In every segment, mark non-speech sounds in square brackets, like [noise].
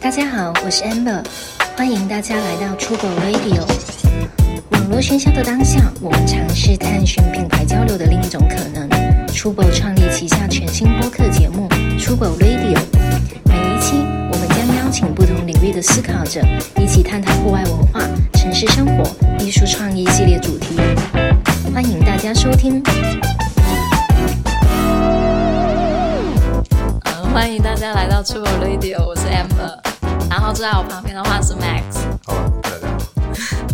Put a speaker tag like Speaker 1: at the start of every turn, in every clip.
Speaker 1: 大家好，我是 Amber，欢迎大家来到出国 Radio。网络喧嚣的当下，我们尝试探寻品牌交流的另一种可能。出国创立旗下全新播客节目《出国 Radio》，每一期我们将邀请不同领域的思考者，一起探讨户外文化、城市生活、艺术创意系列主题。欢迎大家收听。
Speaker 2: 呃，欢迎大家来到出国 Radio，我是 Amber，然后坐在我旁边的话是 Max，
Speaker 3: 好吧，大家好。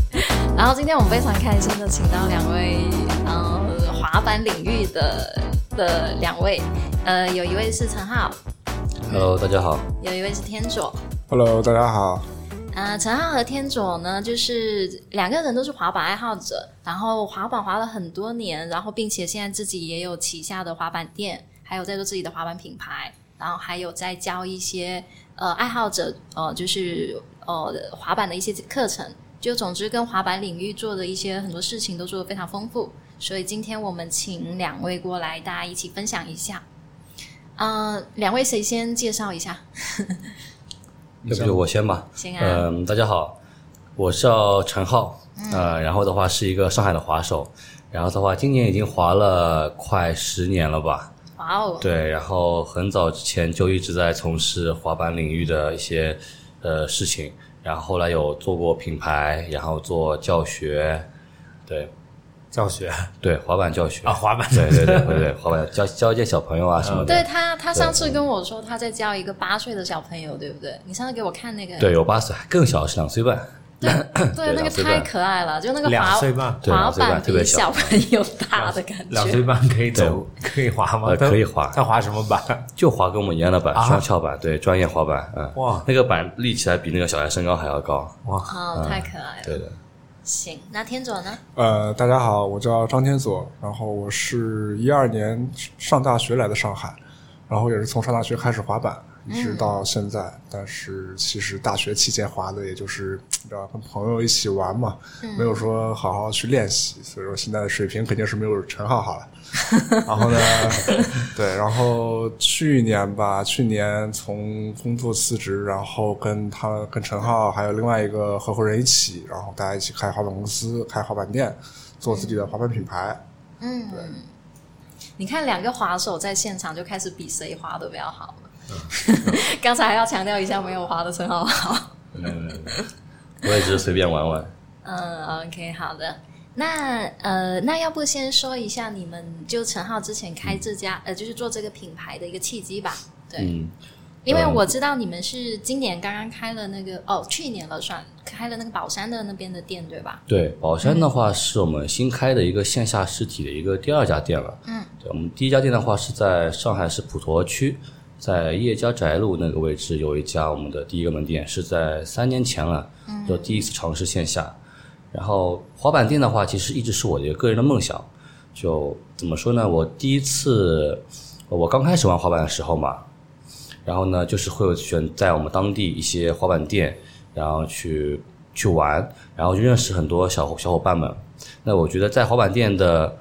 Speaker 2: 然后今天我们非常开心的请到两位呃滑板领域的的两位，呃有一位是陈浩，
Speaker 4: Hello，大家好。
Speaker 2: 有一位是天佐。
Speaker 3: Hello，大家好。
Speaker 2: 呃，陈浩和天佐呢，就是两个人都是滑板爱好者，然后滑板滑了很多年，然后并且现在自己也有旗下的滑板店，还有在做自己的滑板品牌，然后还有在教一些呃爱好者呃就是呃滑板的一些课程，就总之跟滑板领域做的一些很多事情都做得非常丰富，所以今天我们请两位过来，大家一起分享一下。嗯、两位谁先介绍一下？
Speaker 4: 要不就我先吧。
Speaker 2: 行啊，
Speaker 4: 嗯、大家好，我叫陈浩。呃，然后的话是一个上海的滑手，然后的话今年已经滑了快十年了吧？
Speaker 2: 哇哦，
Speaker 4: 对，然后很早之前就一直在从事滑板领域的一些呃事情，然后后来有做过品牌，然后做教学，对
Speaker 3: 教学
Speaker 4: 对，滑板教学
Speaker 3: 啊，，滑板
Speaker 4: 对对对对对，滑板教教一些小朋友啊什么的，
Speaker 2: 对他，他上次跟我说他在教一个八岁的小朋友，对不对？你上次给我看那个，
Speaker 4: 对，有八岁，更小是两岁半，
Speaker 2: [laughs] 对，那个
Speaker 4: 两岁
Speaker 2: 太
Speaker 4: 半
Speaker 2: 可爱了，就那个
Speaker 3: 两
Speaker 2: 滑
Speaker 3: 岁半
Speaker 4: 对
Speaker 2: 滑
Speaker 4: [laughs] 两岁半
Speaker 2: 板
Speaker 4: 特
Speaker 2: 比
Speaker 4: 别小
Speaker 2: 小朋友大
Speaker 4: [laughs]
Speaker 2: 的感
Speaker 3: 两岁
Speaker 2: 觉。
Speaker 3: 半可以走，可以滑吗？
Speaker 4: 呃
Speaker 3: 他
Speaker 4: 可以滑
Speaker 3: 他滑什么板？
Speaker 4: 就滑跟我们一样的板，
Speaker 3: 啊
Speaker 4: 双翘板，对，专业滑板，嗯，
Speaker 3: 哇
Speaker 4: 那个板立起来比那个小孩身高还要高，
Speaker 3: 哇，
Speaker 4: 嗯
Speaker 2: 哦，太可爱了。
Speaker 4: 对的，
Speaker 2: 行，那天佐呢？
Speaker 5: 呃，大家好，我叫张天佐，然后我是一二年上大学来的上海，然后也是从上大学开始滑板，一直到现在。但是其实大学期间滑的也就是你知道跟朋友一起玩嘛，没有说好好去练习，所以说现在的水平肯定是没有陈浩好了。然后呢， [laughs] 对，然后去年吧，去年从工作辞职，然后跟他跟陈浩还有另外一个合伙人一起，然后大家一起开滑板公司，开滑板店，做自己的滑板品牌。
Speaker 2: 嗯，你看两个滑手在现场就开始比谁滑的比较好了。
Speaker 4: 嗯
Speaker 2: [laughs] 刚才还要强调一下，没有滑的陈浩好。
Speaker 4: 嗯我也只是随便玩玩。
Speaker 2: 嗯，OK，好的。那呃，那要不先说一下你们就陈浩之前开这家、呃，就是做这个品牌的一个契机吧。对，
Speaker 4: 嗯，
Speaker 2: 因为我知道你们是今年刚刚开了那个哦，去年了算开了那个宝山的那边的店对吧？
Speaker 4: 对，宝山的话是我们新开的一个线下实体的一个第二家店了。
Speaker 2: 嗯，
Speaker 4: 对，我们第一家店的话是在上海市普陀区，在叶家宅路那个位置有一家我们的第一个门店，是在三年前了，就第一次尝试线下。然后滑板店的话，其实一直是我的一个个人的梦想。就怎么说呢？我第一次，我刚开始玩滑板的时候嘛，然后呢，就是会选在我们当地一些滑板店，然后去去玩，然后就认识很多小伙小伙伴们。那我觉得在滑板店的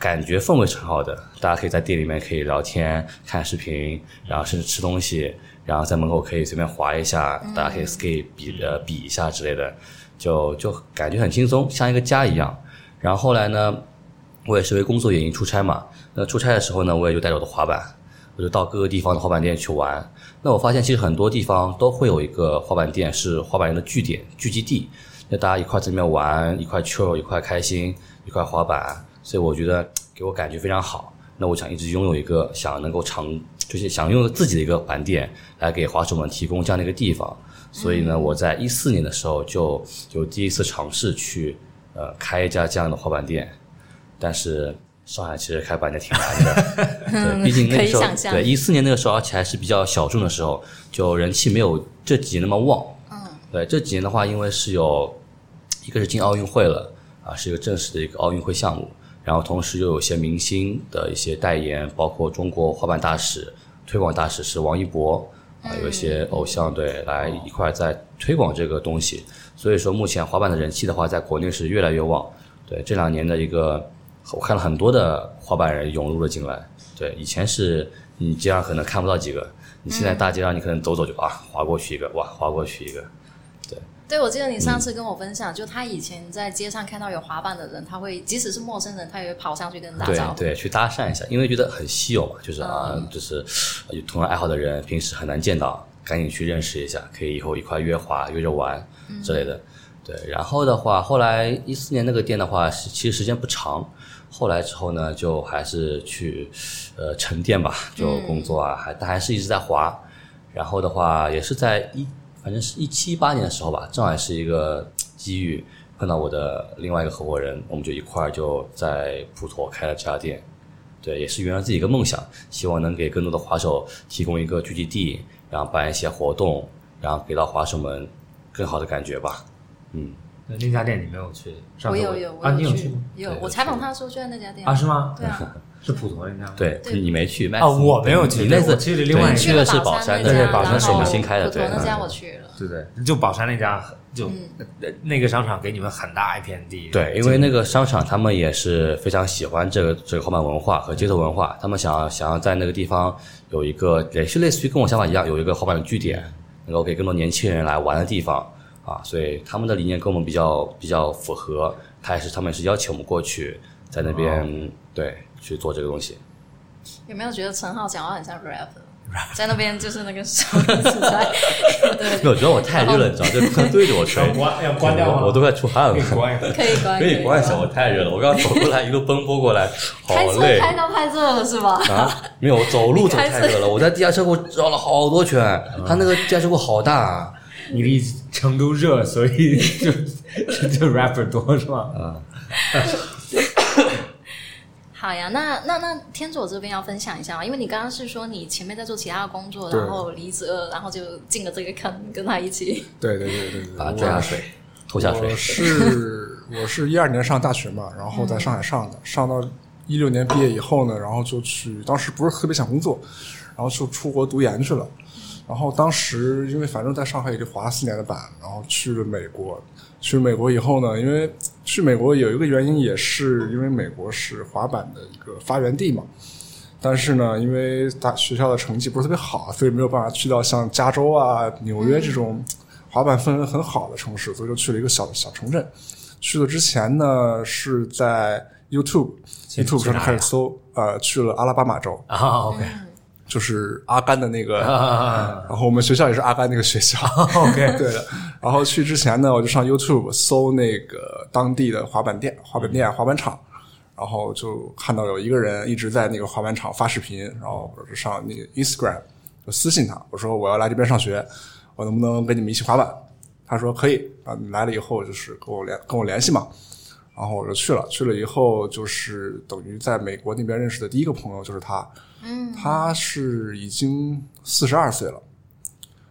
Speaker 4: 感觉氛围是很好的，大家可以在店里面可以聊天、看视频，然后甚至吃东西，然后在门口可以随便滑一下，大家可以 skate 比呃比一下之类的，就就感觉很轻松，像一个家一样。然后后来呢，我也是为工作原因出差嘛，那出差的时候呢，我也就带着我的滑板，我就到各个地方的滑板店去玩。那我发现其实很多地方都会有一个滑板店是滑板人的据点、聚集地，那大家一块在那边玩，一块 chill，一块开心，一块滑板，所以我觉得给我感觉非常好。那我想一直拥有一个想能够长，就是想拥有自己的一个板店，来给滑手们提供这样的一个地方。所以呢，我在一四年的时候就有第一次尝试去呃开一家这样的滑板店，但是上海其实开板店挺难的，
Speaker 2: [laughs]
Speaker 4: 对，毕竟
Speaker 2: 可
Speaker 4: 那个
Speaker 2: 以
Speaker 4: 时候
Speaker 2: 想象
Speaker 4: 对一四年那个时候，而且还是比较小众的时候，就人气没有这几年那么旺。嗯，对，这几年的话，因为是有一个是进奥运会了啊，是一个正式的一个奥运会项目，然后同时又有一些明星的一些代言，包括中国滑板大使、推广大使是王一博啊，有一
Speaker 2: 嗯
Speaker 4: 些偶像对来一块儿在推广这个东西，所以说目前滑板的人气的话，在国内是越来越旺。对这两年的一个，我看了很多的滑板人涌入了进来。对，以前是你街上可能看不到几个。你现在大街上，你可能走走就啊，划过去一个，哇，划过去一个，
Speaker 2: 对，我记得你上次跟我分享，就他以前在街上看到有滑板的人，他会即使是陌生人，他也会跑上去跟人打
Speaker 4: 对
Speaker 2: 招呼。
Speaker 4: 对，去搭讪一下，因为觉得很稀有嘛，就是啊，就是呃有同样爱好的人，平时很难见到，赶紧去认识一下，可以以后一块约滑、约着玩之类的。对，然后的话，后来一四年那个店的话，是其实时间不长。后来之后呢，就还是去呃沉淀吧，就工作啊，还但还是一直在滑。然后的话，也是在一，反正是一七一八年的时候吧，正好也是一个机遇，碰到我的另外一个合伙人，我们就一块儿就在普陀开了这家店。对，也是圆了自己一个梦想，希望能给更多的滑手提供一个聚集地，然后办一些活动，然后给到滑手们更好的感觉吧。嗯，
Speaker 6: 那那家店你没有去？上
Speaker 2: 我
Speaker 6: 次
Speaker 2: 有有我
Speaker 6: 啊，你
Speaker 2: 有
Speaker 6: 去吗？
Speaker 2: 有
Speaker 4: 对
Speaker 2: 我
Speaker 4: 有
Speaker 2: 采访
Speaker 4: 去
Speaker 2: 他的时候就在那家店
Speaker 6: 啊，是吗？
Speaker 2: 对啊，
Speaker 6: 是普陀那家吗？
Speaker 4: 对
Speaker 2: 对
Speaker 4: 你没去，Max，
Speaker 6: 啊我没有
Speaker 4: 你
Speaker 6: 去
Speaker 4: 你那
Speaker 6: 对
Speaker 4: 次
Speaker 6: 我去了另外
Speaker 4: 对
Speaker 6: 一个
Speaker 4: 你去的啊是宝
Speaker 2: 山
Speaker 4: 山
Speaker 2: 那
Speaker 4: 的，
Speaker 6: 对
Speaker 2: 家，
Speaker 6: 对宝山
Speaker 4: 是我
Speaker 6: 然
Speaker 4: 们
Speaker 6: 后
Speaker 4: 新开的，
Speaker 2: 普陀
Speaker 4: 对，
Speaker 2: 那家
Speaker 4: 嗯
Speaker 2: 我去了，
Speaker 6: 对对，就宝山那家就
Speaker 2: 嗯
Speaker 6: 那那个商场给你们很大一片地。
Speaker 4: 对，因为那个商场他们也是非常喜欢这个这个滑板文化和街头文化，他们想要想要在那个地方有一个也是类似于跟我想法一样，有一个滑板的据点，能够给更多年轻人来玩的地方啊，所以他们的理念跟我们比较比较符合，他也是他们也是邀请我们过去在那边、
Speaker 6: 哦
Speaker 4: 对去做这个东西。
Speaker 2: 有没有觉得陈浩讲话很像 rapper？在那边就是那个手一直在， [laughs] 对，
Speaker 4: 没有，主要我太热了，你知道，就突然对着我吹，
Speaker 6: 要关要关掉吗
Speaker 4: 我我都快出汗了。
Speaker 6: 关
Speaker 2: 可以关
Speaker 4: 可以关一下，我
Speaker 2: 关
Speaker 4: 太热了，我刚走过来一路奔波过来，好
Speaker 2: 开车
Speaker 4: 累。
Speaker 2: 开到派这了是吧？
Speaker 4: 啊，没有，走路走
Speaker 2: 开
Speaker 5: [laughs]
Speaker 4: 太
Speaker 2: 车
Speaker 4: 热了。我在地下车库绕了好多圈，
Speaker 5: 嗯
Speaker 4: 他那个地下车库好大啊。
Speaker 6: [laughs] 你离成都热，所以就就 rapper 多是吧？
Speaker 2: 好呀，那那那天佐这边要分享一下啊，因为你刚刚是说你前面在做其他的工作，
Speaker 5: 对
Speaker 2: 然后离职了，然后就进了这个坑，跟他一起。
Speaker 5: 对对对对对，
Speaker 4: [laughs] 把
Speaker 5: 我
Speaker 4: 它拽下水，拖下水
Speaker 5: 我。是我是一二年上大学嘛，然后在上海上的，上到一六年毕业以后呢，然后就去，当时不是特别想工作，然后就出国读研去了。然后当时因为反正在上海也就滑了四年的板，然后去了美国。去美国以后呢，因为去美国有一个原因也是因为美国是滑板的一个发源地嘛。但是呢，因为大学校的成绩不是特别好，所以没有办法去到像加州啊、纽约这种滑板氛围很好的城市，所以就去了一个小小城镇。去了之前呢，是在 YouTube YouTube 上开始搜，呃，去了阿拉巴马州，
Speaker 6: 啊，OK
Speaker 5: 就是阿甘的那个，
Speaker 6: 啊
Speaker 5: [laughs] 然后我们学校也是阿甘那个学校。
Speaker 6: [laughs]
Speaker 5: [laughs]
Speaker 6: ，OK，
Speaker 5: 对的。然后去之前呢，我就上 YouTube 搜那个当地的滑板店、滑板店、滑板场，然后就看到有一个人一直在那个滑板场发视频，然后我就上那个 Instagram 就私信他，我说我要来这边上学，我能不能跟你们一起滑板？他说可以啊，你来了以后就是跟我联跟我联系嘛。然后我就去了，去了以后就是等于在美国那边认识的第一个朋友就是他，嗯，他是已经四十二岁了，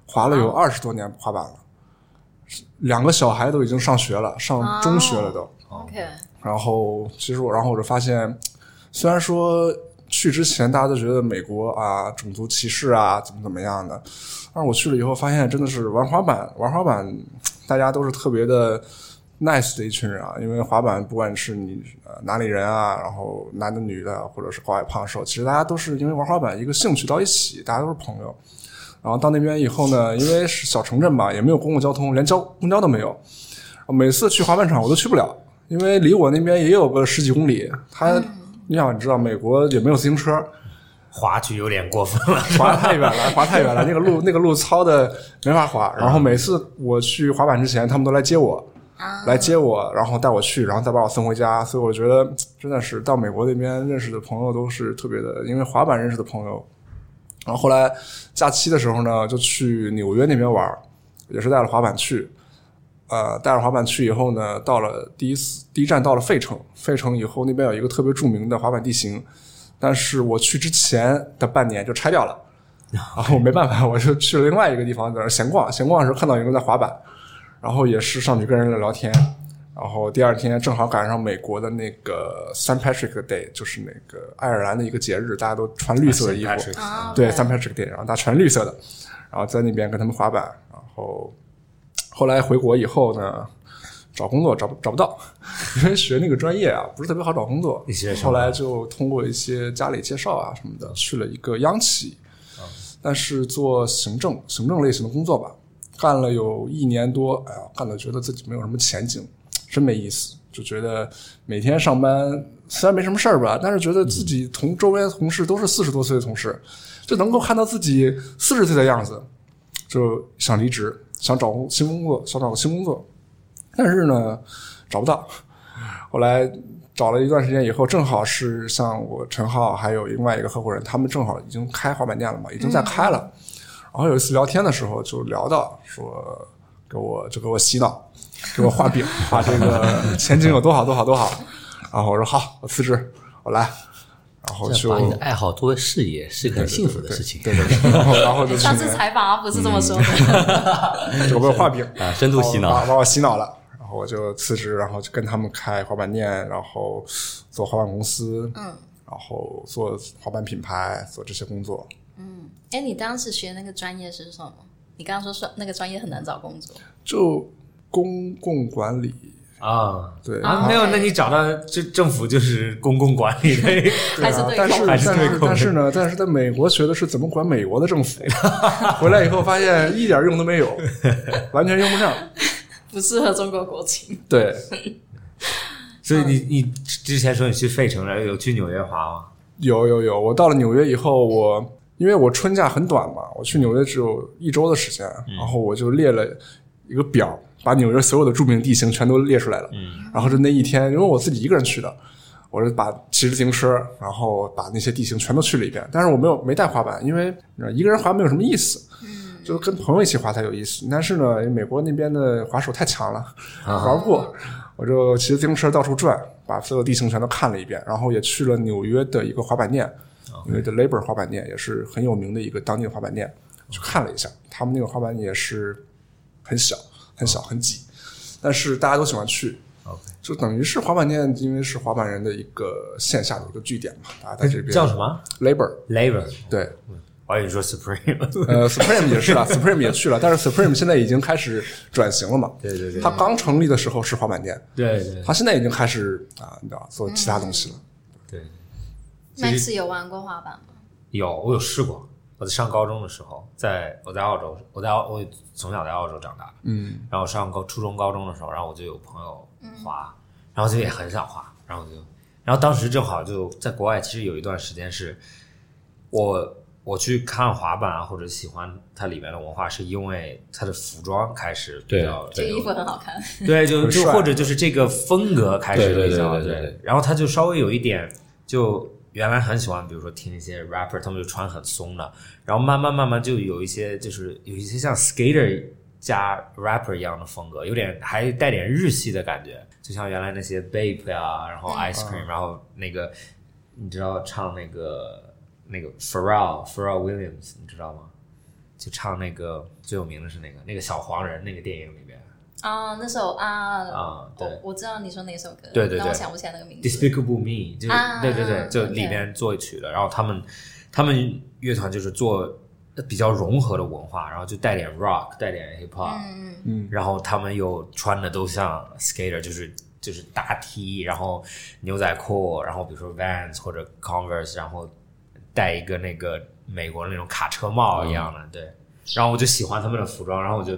Speaker 5: 滑了有二十多年滑板了，两个小孩都已经上学了，上中学了都。
Speaker 2: OK，
Speaker 5: 然后其实我，然后我就发现，虽然说去之前大家都觉得美国啊种族歧视啊怎么怎么样的，但是我去了以后发现真的是玩滑板，玩滑板大家都是特别的 nice 的一群人啊，因为滑板不管是你呃哪里人啊，然后男的女的，或者是高矮胖瘦，其实大家都是因为玩滑板一个兴趣到一起，大家都是朋友。然后到那边以后呢，因为是小城镇吧，也没有公共交通，连交公交都没有。每次去滑板场我都去不了，因为离我那边也有个十几公里。它，你想你知道，美国也没有自行车，
Speaker 6: 滑去有点过分了。
Speaker 5: 滑太远了，滑太远了，那个路那个路糙的没法滑。然后每次我去滑板之前，他们都来接我，来接我，然后带我去，然后再把我送回家。所以我觉得真的是到美国那边认识的朋友都是特别的，因为滑板认识的朋友。然后后来假期的时候呢，就去纽约那边玩，也是带了滑板去。呃，带着滑板去以后呢，到了第一次第一站到了费城，费城以后那边有一个特别著名的滑板地形，但是我去之前的半年就拆掉了，然后没办法，我就去了另外一个地方，在那儿闲逛。闲逛的时候看到有人在滑板，然后也是上去跟人聊聊天。然后第二天正好赶上美国的那个 St. Patrick Day，就是那个爱尔兰的一个节日，大家都穿绿色的衣服。
Speaker 2: 啊，
Speaker 5: 对 St. Patrick Day，然后他穿绿色的，然后在那边跟他们滑板。然后后来回国以后呢，找工作找不找不到， [laughs] 因为学那个专业啊不是特别好找工作
Speaker 6: 你学。什
Speaker 5: 后
Speaker 6: 么
Speaker 5: 来就通过一些家里介绍啊什么的，去了一个央企，但是做行政行政类型的工作吧，干了有一年多，哎呀，干的觉得自己没有什么前景，真没意思，就觉得每天上班虽然没什么事儿吧，但是觉得自己同周围的同事都是四十多岁的同事，就能够看到自己四十岁的样子，就想离职，想找工新工作，想找个新工作，但是呢，找不到。后来找了一段时间以后，正好是像我陈浩还有另外一个合伙人，他们正好已经开滑板店了嘛，已经在开了。然后有一次聊天的时候就聊到说，给我就给我洗脑，给我画饼，画这个前景有多好多好多好。然后我说好，我辞职，我来。然后
Speaker 4: 这
Speaker 5: 就
Speaker 4: 把你的爱好作为事业是一个很幸福的事情。
Speaker 5: 对对对，然后 [laughs] 然后就去
Speaker 2: 上次
Speaker 5: 年
Speaker 2: 采访啊不是这么说的，
Speaker 5: 就给我画饼，
Speaker 4: 啊，深度洗
Speaker 5: 然后把
Speaker 4: 脑，
Speaker 5: 把我洗脑了。然后我就辞职，然后就跟他们开滑板店，然后做滑板公司，嗯，然后做滑板品牌，做这些工作。
Speaker 2: [laughs] 哎，你当时学那个专业是什么？你刚刚说说那个专业很难找工作，
Speaker 5: 就公共管理，
Speaker 6: 啊。
Speaker 5: 对，
Speaker 6: 啊，没有，那你找到这政府就是公共管理的，
Speaker 2: 还是对
Speaker 5: 啊但
Speaker 2: 口
Speaker 5: 是
Speaker 6: 还
Speaker 5: 但
Speaker 6: 是对
Speaker 5: 是
Speaker 6: 口
Speaker 5: 但是呢，但是在美国学的是怎么管美国的政府， [laughs] 回来以后发现一点用都没
Speaker 6: [laughs]
Speaker 5: 有，完全用不上。
Speaker 2: 不适合中国国情。
Speaker 5: 对，
Speaker 6: 所以你你之前说你去费城，然后有去纽约滑吗？
Speaker 5: 有有有，我到了纽约以后，我因为我春假很短嘛，我去纽约只有一周的时间，然后我就列了一个表，把纽约所有的著名地形全都列出来了。然后就那一天，因为我自己一个人去的，我是把骑着自行车，然后把那些地形全都去了一遍。但是我没有没带滑板，因为你知道一个人滑没有什么意思。就跟朋友一起滑才有意思，但是呢，美国那边的滑手太强了，玩不过。我就骑着自行车到处转，把所有地形全都看了一遍，然后也去了纽约的一个滑板店，
Speaker 6: 啊
Speaker 5: 纽约的 Labor 滑板店也是很有名的一个当地的滑板店，去看了一下，他们那个滑板也是很小、很小、很挤，但是大家都喜欢去。就等于是滑板店，因为是滑板人的一个线下的一个据点嘛，大家在这边
Speaker 6: 叫什么
Speaker 5: Labor
Speaker 6: ？Labor，
Speaker 5: 对，
Speaker 6: 我还以为你说 Supreme，
Speaker 5: 呃，Supreme 也是啊，Supreme 也去了，但
Speaker 6: [laughs]
Speaker 5: 是 Supreme 现在已经开始转型了嘛。
Speaker 6: 对对对
Speaker 5: 它刚成立的时候是滑板店，
Speaker 6: 对对
Speaker 5: 它现在已经开始啊，你知道做其他东西了。
Speaker 6: 对，其
Speaker 2: Max
Speaker 6: 实
Speaker 2: 有玩过滑板吗？
Speaker 6: 有我有试过。我在上高中的时候，在我在澳洲，我在澳我从小在澳洲长大，
Speaker 5: 嗯，
Speaker 6: 然后上高初中高中的时候，然后我就有朋友滑，然后就也很想滑，然后我就，然后当时正好就在国外，其实有一段时间是我我去看滑板啊，或者喜欢它里面的文化，是因为它的服装开始比较
Speaker 2: 这
Speaker 6: 流
Speaker 2: 衣服很好看，
Speaker 6: [laughs] 对，就
Speaker 5: 很
Speaker 6: 就
Speaker 5: 帅
Speaker 6: 或者就是这个风格开始
Speaker 4: 对对
Speaker 6: 比较
Speaker 4: 对对对对
Speaker 6: 然后他就稍微有一点，就原来很喜欢，比如说听一些 rapper，他们就穿很松的，然后慢慢慢慢就有一些就是有一些像 skater 加 rapper 一样的风格，有点还带点日系的感觉，就像原来那些 Bape 啊，然后 Ice Cream，、然后那个你知道唱那个那个 Pharrell Pharrell Williams，你知道吗？就唱那个最有名的是那个那个小黄人那个电影里面
Speaker 2: 啊，那首啊，
Speaker 6: 啊、对。
Speaker 2: 我我知道你说哪首歌，
Speaker 6: 对对
Speaker 2: 但我
Speaker 6: 对
Speaker 2: 想不起来那个名字。
Speaker 6: Despicable Me，就是、
Speaker 2: 啊
Speaker 6: 对对对，就
Speaker 2: OK
Speaker 6: 里面作曲的。然后他们他们乐团就是做比较融合的文化，然后就带点 rock，带点 hip hop，、
Speaker 2: 嗯，
Speaker 6: 然后他们又穿的都像 skater，就是就是大 T，然后牛仔裤，然后比如说 Vans 或者 Converse，然后戴一个那个美国那种卡车帽一样的，对。然后我就喜欢他们的服装，然后我就，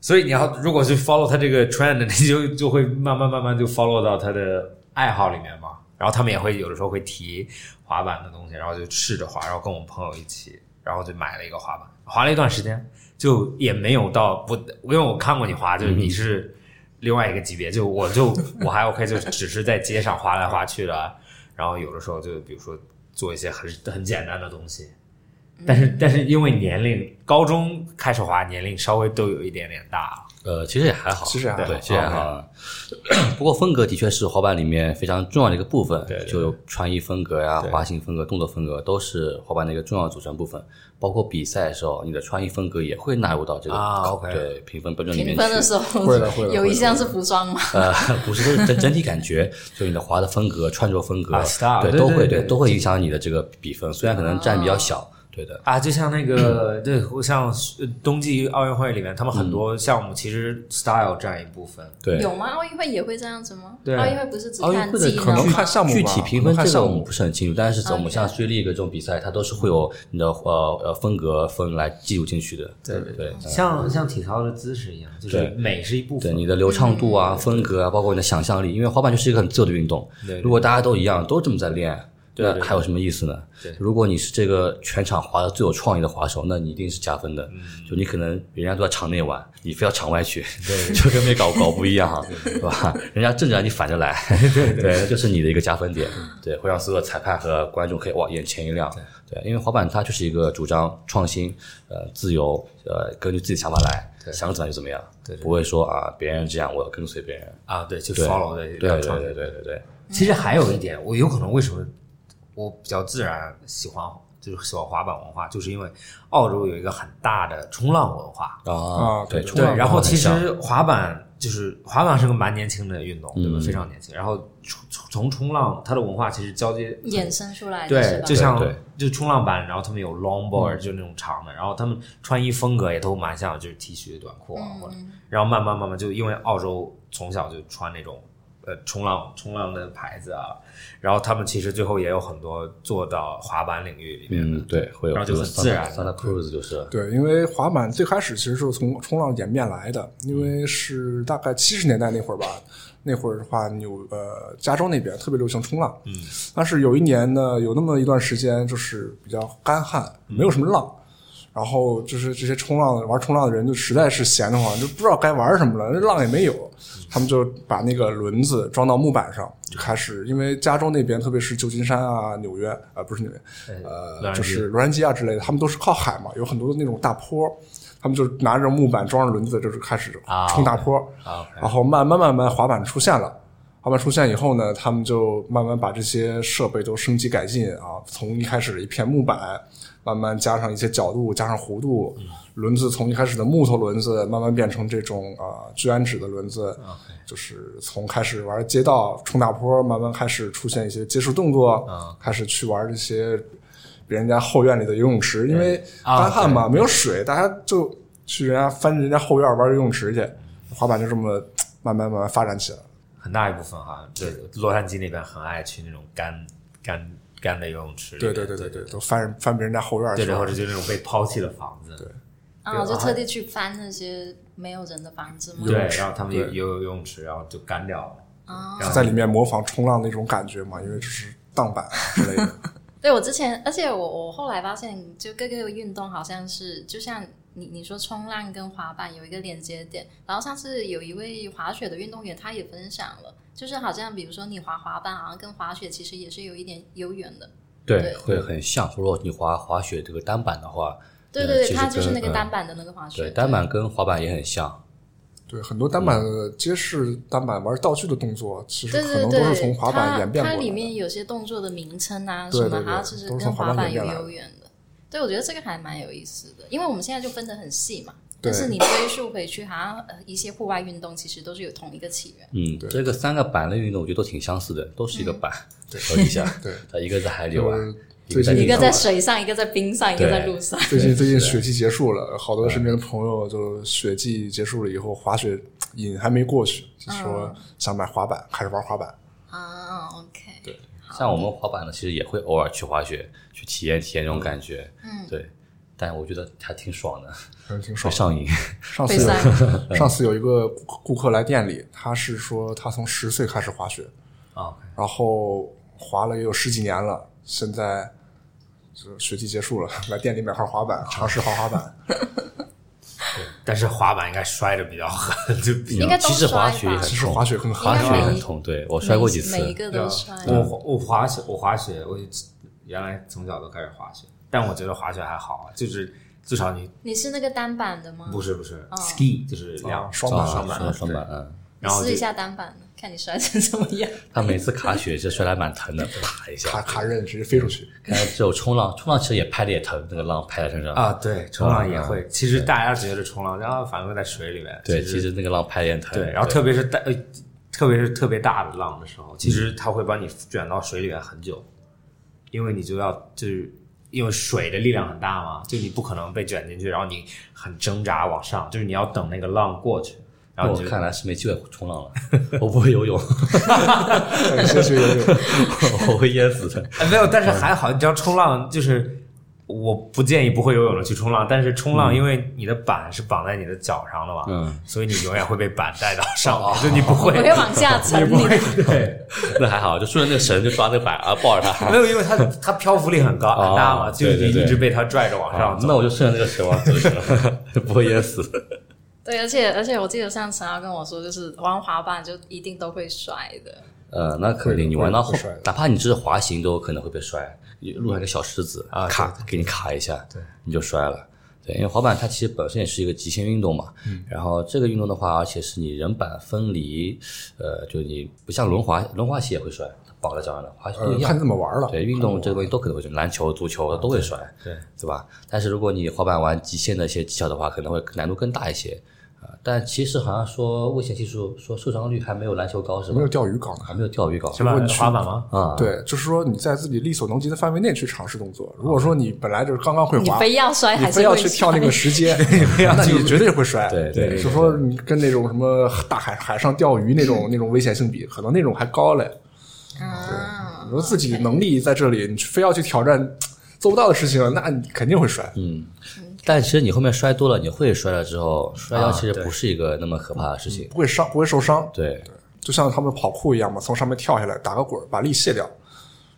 Speaker 6: 所以你要如果去 follow 他这个 trend，你就就会慢慢慢慢就 follow 到他的爱好里面嘛。然后他们也会有的时候会提滑板的东西，然后就试着滑，然后跟我朋友一起，然后就买了一个滑板，滑了一段时间，就也没有到不，因为我看过你滑，就是你是另外一个级别，就我就我还 OK，就只是在街上滑来滑去的，然后有的时候就比如说做一些很很简单的东西，但是但是因为年龄，高中开始滑，年龄稍微都有一点点大了，
Speaker 4: 呃，其实也还好，
Speaker 5: 其实也还好
Speaker 4: 对，其实也还好。 [coughs] 不过风格的确是滑板里面非常重要的一个部分，
Speaker 6: 对对
Speaker 4: 就有穿衣风格呀、
Speaker 6: 对
Speaker 4: 滑行风格、动作风格都是滑板的一个重要组成部分。包括比赛的时候，你的穿衣风格也会纳入到这个
Speaker 6: 啊，OK
Speaker 4: 对评分标准里
Speaker 2: 评
Speaker 4: 面去。
Speaker 2: 分的时
Speaker 5: 会的会
Speaker 2: 候 [laughs]
Speaker 5: 的
Speaker 2: 有一项是服装嘛，
Speaker 4: 呃，不是，就是整整体感觉，就你的滑的风格、穿着风格，
Speaker 6: 啊，style，
Speaker 4: 对，
Speaker 6: 对
Speaker 4: 都
Speaker 6: 对
Speaker 4: 会
Speaker 6: 对
Speaker 4: 对都会影响你的这个比分。虽然可能占比较小，对的，
Speaker 6: 啊，就像那
Speaker 4: 嗯
Speaker 6: 个，对，我像呃冬季奥运会里面，他们很多项目其实 style 占一部分。
Speaker 4: 对。
Speaker 2: 有吗？奥运会也会这样子吗？
Speaker 6: 对
Speaker 2: 奥运会不是只
Speaker 4: 奥运
Speaker 2: 看
Speaker 4: 会的
Speaker 2: 技
Speaker 4: 可
Speaker 2: 能
Speaker 4: 能
Speaker 2: 吗？
Speaker 5: 看项目吧
Speaker 4: 具体评分
Speaker 5: 可能看
Speaker 4: 这
Speaker 5: 项
Speaker 4: 个
Speaker 5: 目
Speaker 4: 我们不是很清楚，但是我们像 C League 这种比赛，它都是会有你的呃呃风格分来计入进去的。对对
Speaker 6: 像像体操的姿势一样，就是
Speaker 4: 嗯对
Speaker 6: 美是一部
Speaker 4: 对，
Speaker 6: 分，
Speaker 4: 你的流畅度啊、风格啊，包括你的想象力，因为滑板就是一个很自由的运动
Speaker 6: 对对。
Speaker 4: 如果大家都一样，都这么在练，
Speaker 6: 对
Speaker 4: 那
Speaker 6: 对
Speaker 4: 还有什么意思呢
Speaker 6: 对？
Speaker 4: 如果你是这个全场滑的最有创意的滑手，那你一定是加分
Speaker 6: 嗯
Speaker 4: 的。就你可能人家都在场内玩，你非要场外去， [laughs] 就跟没搞搞不一样哈，对吧？人家正着来，你反着来， [laughs] 对那就是你的一个加分点，对，会让所有裁判和观众可以哇眼前一亮。对，因为滑板它就是一个主张创新，呃，自由，呃，根据自己想法来，想怎么样就怎么样，
Speaker 6: 对对
Speaker 4: 不会说啊别人这样我要跟随别人。
Speaker 6: 啊，对，就
Speaker 4: 对
Speaker 6: follow 的
Speaker 4: 对
Speaker 6: 要
Speaker 4: 对
Speaker 6: 创
Speaker 4: 对对对对，
Speaker 6: 其实还有一点，我有可能为什么我比较自然喜欢就是喜欢滑板文化，就是因为澳洲有一个很大的冲浪文化。
Speaker 4: 啊
Speaker 5: 啊对
Speaker 4: 对
Speaker 5: 对
Speaker 4: 冲浪
Speaker 6: 然后
Speaker 4: 很
Speaker 6: 其
Speaker 4: 像
Speaker 6: 实滑板就是滑板是个蛮年轻的运动，对吧？
Speaker 4: 嗯
Speaker 6: 非常年轻。然后从从从冲浪，它的文化其实交接
Speaker 2: 衍生出来的
Speaker 6: 对
Speaker 2: 是，吧？
Speaker 6: 就像
Speaker 4: 对对
Speaker 6: 就冲浪板，然后他们有 longboard，、就那种长的，然后他们穿衣风格也都蛮像，就是 T 恤、短裤
Speaker 2: 嗯
Speaker 6: 啊，或者，然后慢慢慢慢就因为澳洲从小就穿那种呃冲浪冲浪的牌子啊，然后他们其实最后也有很多做到滑板领域里面，
Speaker 4: 嗯对，会有
Speaker 6: 然后就很自然
Speaker 4: Santa Cruz 就是
Speaker 5: 对，因为滑板最开始其实就是从冲浪演变来的，因为是大概七十年代那会儿吧，那会儿的话，纽呃加州那边特别流行冲浪，嗯，但是有一年呢，有那么一段时间就是比较干旱，没有什么浪。然后就是这些冲浪的玩冲浪的人，就实在是闲得慌，就不知道该玩什么了，那浪也没有，他们就把那个轮子装到木板上，就开始。因为加州那边，特别是旧金山啊、纽约啊、呃不是纽约，
Speaker 6: 洛
Speaker 5: 呃，
Speaker 6: 杉矶
Speaker 5: 就是洛杉矶啊之类的，他们都是靠海嘛，有很多的那种大坡，他们就拿着木板装着轮子，就是开始
Speaker 6: 啊
Speaker 5: 冲大坡，
Speaker 6: 啊
Speaker 5: 然后慢慢慢慢滑板出现了。滑板出现以后呢，他们就慢慢把这些设备都升级改进啊，从一开始的一片木板，慢慢加上一些角度，加上弧度，轮子从一开始的木头轮子，慢慢变成这种啊聚氨酯的轮子，就是从开始玩街道冲大坡，慢慢开始出现一些接触动作，开始去玩这些别人家后院里的游泳池，因为
Speaker 6: 啊
Speaker 5: 干旱嘛，没有水，大家就去人家翻人家后院玩游泳池去，滑板就这么慢慢慢慢发展起来。
Speaker 6: 很大一部分哈，对，洛杉矶那边很爱去那种干干干的游泳池里
Speaker 5: 对
Speaker 6: 面，
Speaker 5: 对对对对，都翻人翻别人家后院去
Speaker 6: 对，
Speaker 5: 了。
Speaker 6: 然后就那种被抛弃的房子，对。
Speaker 2: 啊，就特地去翻那些没有人的房子嘛。
Speaker 6: 对，然后他们有有游泳池，然后就干掉了。然后
Speaker 5: 在里面模仿冲浪那种感觉嘛，因为就是荡 [laughs] 板之类的。
Speaker 2: 对我之前，而且我我后来发现，就各个运动好像是，就像你你说冲浪跟滑板有一个连接点。然后上次有一位滑雪的运动员，他也分享了，就是好像比如说你滑滑板，好像跟滑雪其实也是有一点有远的。对
Speaker 4: 对，会很像。如果你滑滑雪这个单板的话，
Speaker 2: 对
Speaker 4: 呃
Speaker 2: 对
Speaker 4: 其
Speaker 2: 对，
Speaker 4: 实
Speaker 2: 他就是
Speaker 4: 跟
Speaker 2: 那个
Speaker 4: 呃
Speaker 2: 单板的那个滑雪。
Speaker 4: 对单板跟滑板也很像。
Speaker 5: 对，很多单板的街式单板玩道具的动作，其实
Speaker 2: 对
Speaker 5: 可
Speaker 2: 对
Speaker 5: 能
Speaker 2: 对，
Speaker 5: 都
Speaker 2: 它
Speaker 5: 是从滑板演变过
Speaker 2: 它
Speaker 5: 来
Speaker 2: 里
Speaker 5: 的。
Speaker 2: 面有些动作的名称啊
Speaker 5: 对
Speaker 2: 什么
Speaker 5: 对，对
Speaker 2: 它就是
Speaker 5: 都是
Speaker 2: 跟
Speaker 5: 从滑板
Speaker 2: 板有
Speaker 5: 演变来的
Speaker 2: 有远的。对，我觉得这个还蛮有意思的，因为我们现在就分得很细嘛。
Speaker 5: 对
Speaker 2: 但是你追溯回去，好像呃一些户外运动其实都是有同一个起源。
Speaker 4: 嗯，这个三个板类运动我觉得都挺相似的，都是一个板 [laughs] 和底下，
Speaker 5: 对，
Speaker 4: 它一个在海里玩，
Speaker 5: 最近
Speaker 2: 一
Speaker 4: 地
Speaker 2: 个
Speaker 4: 上
Speaker 2: 在
Speaker 4: 玩
Speaker 2: 水上，一个在冰上，一个
Speaker 4: 对
Speaker 2: 在路
Speaker 5: [laughs]
Speaker 2: 上。
Speaker 5: 最近最近雪季结束了，好多身边的朋友就雪季结束了以后，滑雪瘾还没过去，就
Speaker 2: 嗯
Speaker 5: 说想买滑板，开始玩滑板。
Speaker 2: 啊，OK。对，
Speaker 4: 像我们滑板呢，其实也会偶尔去滑雪，去体验体验这种感觉。嗯，对。但我觉得还挺爽的，
Speaker 5: 嗯，挺
Speaker 4: 会
Speaker 5: 爽。
Speaker 4: 上瘾。 [laughs]
Speaker 5: 上次
Speaker 2: 被
Speaker 5: 有
Speaker 2: 塞。
Speaker 5: 上次有一个顾顾客来店里，他是说他从十岁开始滑雪，
Speaker 6: 啊，
Speaker 5: 然后滑了也有十几年了，现在就学期结束了， [laughs] 来店里买块滑
Speaker 4: 啊
Speaker 5: 板，尝试滑滑
Speaker 4: [laughs]
Speaker 5: 板。
Speaker 6: 但是滑板应该摔的比较狠，就比
Speaker 2: 应该都
Speaker 4: 其实滑
Speaker 2: 摔
Speaker 4: 雪
Speaker 2: 吧
Speaker 4: 也很
Speaker 5: 其实
Speaker 4: 痛
Speaker 5: 滑雪更
Speaker 2: 应
Speaker 4: 滑
Speaker 5: 好
Speaker 2: 该
Speaker 4: 雪
Speaker 2: 每
Speaker 4: 也很
Speaker 2: 一
Speaker 4: 痛。对我摔过几次啊
Speaker 2: 每，一个都摔。
Speaker 6: 我滑我滑雪，我滑雪，我原来从小都开始滑雪，但我觉得滑雪还好，啊就是至少你
Speaker 2: 你是那个单板的吗？
Speaker 6: 不是不是
Speaker 2: 哦
Speaker 6: ski 就是两
Speaker 5: 双
Speaker 4: 啊
Speaker 5: 板
Speaker 6: 双板
Speaker 4: 双双板，
Speaker 6: 对
Speaker 4: 嗯，
Speaker 2: 你
Speaker 6: 然后
Speaker 2: 试
Speaker 6: 就
Speaker 2: 一下单板的，看你摔成什么样。
Speaker 4: 他每次卡雪就摔来蛮疼的，啪一
Speaker 6: [laughs]
Speaker 5: 卡
Speaker 4: 下。
Speaker 5: 卡刃直接飞出去，
Speaker 4: 但是只有冲浪，冲浪其实也拍的也疼，那个浪拍在身上
Speaker 6: 啊，对，冲浪也会。其实大家觉得冲浪，然后反正在水里面，
Speaker 4: 嗯对，
Speaker 6: 其
Speaker 4: 其实那个浪拍的也疼。
Speaker 6: 对，然后特别是大，呃特别是特别大的
Speaker 4: 嗯
Speaker 6: 浪的时候，其实它会把你卷到水里面很久，因为你就要就是因为水的力量很大嘛，就你不可能被卷进去，然后你很挣扎往上，就是你要等那个浪过去，然
Speaker 4: 那
Speaker 6: 后
Speaker 4: 我
Speaker 6: 你就
Speaker 4: 看来是没机会冲浪了，我不会游泳， [laughs]
Speaker 5: 对先学游泳，
Speaker 4: 我会淹死
Speaker 6: [laughs]
Speaker 4: 的。
Speaker 6: 哎，没有，但
Speaker 4: 嗯
Speaker 6: 是还好，你知道冲浪就是，我不建议不会游泳的去冲浪，但是冲浪因为你的板是绑在你的脚上的嘛，
Speaker 4: 嗯，哦
Speaker 6: 所以你永远会被板带到上面，就你不会
Speaker 2: 我，会往下
Speaker 4: [laughs]
Speaker 2: 沉，你
Speaker 6: 对，
Speaker 4: 那还好，就顺着那个绳就抓那个板啊，抱着它。
Speaker 6: [laughs] 没有，因为它它漂浮力很高很大嘛，
Speaker 4: 哦
Speaker 6: 就是
Speaker 4: 对对
Speaker 6: 你
Speaker 4: 对
Speaker 6: 一直被它拽着往上
Speaker 4: 啊
Speaker 6: 走。
Speaker 4: 那我就顺着那个绳往走就行
Speaker 6: [laughs]
Speaker 4: 了，不会淹死。
Speaker 2: 对，而且而且我记得上次陈豪跟我说，就是玩滑板就一定都会摔的。
Speaker 4: 呃，那肯定你玩到后
Speaker 5: 会摔的，
Speaker 4: 哪怕你只是滑行都有可能会被摔，路上一个小石子
Speaker 6: 啊
Speaker 4: 卡给你卡一下，对，你就摔了。对，因为滑板它其实本身也是一个极限运动嘛，
Speaker 5: 嗯
Speaker 4: 然后这个运动的话，而且是你人板分离，呃，就你不像轮滑，轮滑鞋也会摔，绑在脚上的滑鞋不
Speaker 5: 呃
Speaker 4: 一样
Speaker 5: 看你怎么玩了。
Speaker 4: 对，运动这个东西都可能会摔，篮球、足
Speaker 5: 啊
Speaker 4: 球都会摔，
Speaker 6: 对
Speaker 4: 对吧？但是如果你滑板玩极限的一些技巧的话，可能会难度更大一些啊、但其实好像说危险系数说受伤率还没有篮球高是吧
Speaker 5: 没？有钓鱼搞呢
Speaker 4: 还，没有钓鱼高
Speaker 6: 什么
Speaker 5: 问区
Speaker 6: 滑板吗？哦
Speaker 4: 啊？，
Speaker 5: 对，就是说你在自己力所能及的范围内去尝试动作。
Speaker 4: 啊
Speaker 5: 如果说你本来就是刚刚会
Speaker 2: 你
Speaker 5: 滑，
Speaker 2: 非要摔
Speaker 5: 你
Speaker 2: 还是
Speaker 5: 非要
Speaker 2: 会
Speaker 5: 去
Speaker 2: 摔
Speaker 5: 跳那个石
Speaker 4: [laughs]
Speaker 5: 阶，那你绝对会摔。
Speaker 4: 对对对
Speaker 5: 就说你跟那种什么大海海上钓鱼那
Speaker 2: [laughs]
Speaker 5: 种那种危险性比，可能那种还高嘞。
Speaker 2: 啊
Speaker 5: 你说自己能力在这里，你非要去挑战做不到的事情，那你肯定会摔。
Speaker 4: 嗯。但其实你后面摔多了，你会摔了之后，摔跤
Speaker 6: 啊
Speaker 4: 其实
Speaker 6: 对
Speaker 4: 不是一个那么可怕的事情。
Speaker 5: 不会伤，不会受伤，
Speaker 4: 对，
Speaker 5: 就像他们跑酷一样嘛，从上面跳下来，打个滚儿，把力卸掉，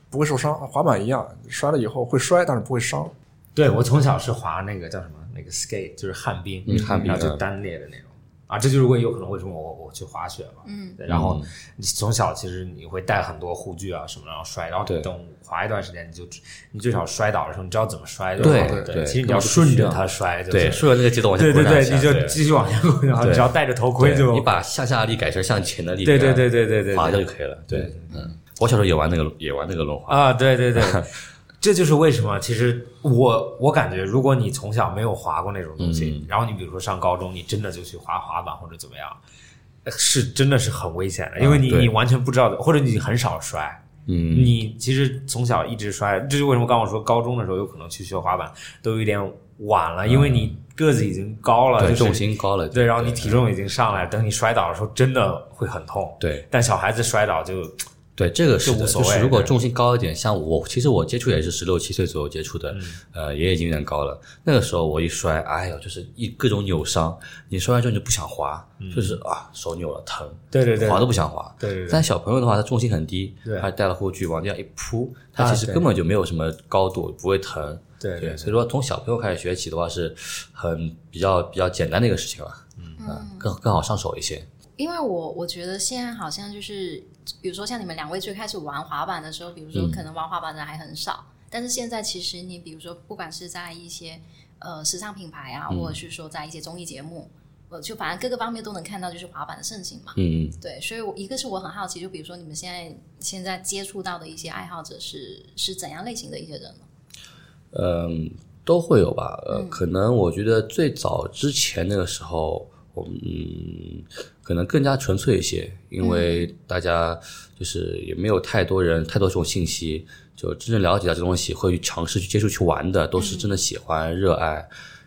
Speaker 5: 不会受伤。滑板一样，摔了以后会摔，但是不会伤。
Speaker 6: 对我从小是滑那个叫什么那个 skate，就是旱冰，
Speaker 4: 嗯旱冰
Speaker 6: 然后就单列的那种。啊，这就是为有可能为什么我我去滑雪嘛，嗯，然后你从小其实你会带很多护具啊什么，然后摔，然后
Speaker 4: 对
Speaker 6: 等滑一段时间，你就你最少摔倒的时候你知道怎么摔就
Speaker 4: 对
Speaker 6: 好了
Speaker 4: 对
Speaker 6: 其实你
Speaker 4: 根本
Speaker 6: 要
Speaker 4: 就不
Speaker 6: 顺
Speaker 4: 需
Speaker 6: 着
Speaker 4: 要
Speaker 6: 它摔就
Speaker 4: 对，
Speaker 6: 行
Speaker 4: 顺着那个节奏往前
Speaker 6: 对对
Speaker 4: 滚两
Speaker 6: 对，
Speaker 4: 下，
Speaker 6: 你就继续往下滚，然后
Speaker 4: 对
Speaker 6: 只要戴着头盔
Speaker 4: 对，
Speaker 6: 就
Speaker 4: 你把向下的力改成向前的力，
Speaker 6: 对
Speaker 4: 这
Speaker 6: 对
Speaker 4: 样
Speaker 6: 对对对对，
Speaker 4: 滑
Speaker 6: 对
Speaker 4: 掉就可以了。对，嗯，我小时候也玩那个也玩那个轮滑，
Speaker 6: 啊，对对对， [laughs] 这就是为什么其实我我感觉，如果你从小没有滑过那种东西，
Speaker 4: 嗯
Speaker 6: 然后你比如说上高中，你真的就去滑滑板或者怎么样，呃是真的是很危险的，因为你、
Speaker 4: 啊对
Speaker 6: 你完全不知道的，或者你很少摔，
Speaker 4: 嗯，
Speaker 6: 你其实从小一直摔，这就为什么刚我说高中的时候有可能去学滑板都有点晚了，因为你个子已经高
Speaker 4: 嗯
Speaker 6: 了，
Speaker 4: 对，
Speaker 6: 啊就是
Speaker 4: 重心高了，
Speaker 6: 对，然后你体重已经上来了，等你摔倒的时候真的会很痛。
Speaker 4: 对。
Speaker 6: 但小孩子摔倒就
Speaker 4: 对，这个是
Speaker 6: 就
Speaker 4: 的
Speaker 6: 无所
Speaker 4: 就是
Speaker 6: 谓
Speaker 4: 如果
Speaker 6: 对
Speaker 4: 重心高一点，像我，其实我接触也是十六七岁左右接触的，
Speaker 6: 嗯
Speaker 4: 呃，也已经有点高了。那个时候我一摔，哎呦，就是一各种扭伤。你摔完之后你就不想滑，就是啊，手扭了疼，
Speaker 6: 嗯对对对
Speaker 4: 滑都不想滑。
Speaker 6: 对对对
Speaker 4: 但小朋友的话，他重心很低
Speaker 6: 对，
Speaker 4: 他带了护具往地上一扑，他
Speaker 6: 啊
Speaker 4: 其实
Speaker 6: 对
Speaker 4: 根本就没有什么高度，不会疼。
Speaker 6: 对对对
Speaker 4: 所以说从小朋友开始学起的话，是很比较比较简单的一个事情了，嗯，更更好上手一些。
Speaker 2: 因为我我觉得现在好像就是，比如说像你们两位最开始玩滑板的时候，比如说
Speaker 4: 嗯
Speaker 2: 可能玩滑板的人还很少，但是现在其实你比如说不管是在一些呃时尚品牌
Speaker 4: 嗯
Speaker 2: 啊，或者是说在一些综艺节目，呃，就反正各个方面都能看到就是滑板的盛行嘛。
Speaker 4: 嗯，
Speaker 2: 对，所以我一个是我很好奇，就比如说你们现在现在接触到的一些爱好者是是怎样类型的一些人呢？
Speaker 4: 嗯，都会有吧。呃，
Speaker 2: 嗯
Speaker 4: 可能我觉得最早之前那个时候，我们、嗯、可能更加纯粹一些，因为
Speaker 2: 嗯
Speaker 4: 大家就是也没有太多人太多这种信息，就真正了解到这东西，会去尝试去接触去玩的，都是真的喜欢、热爱。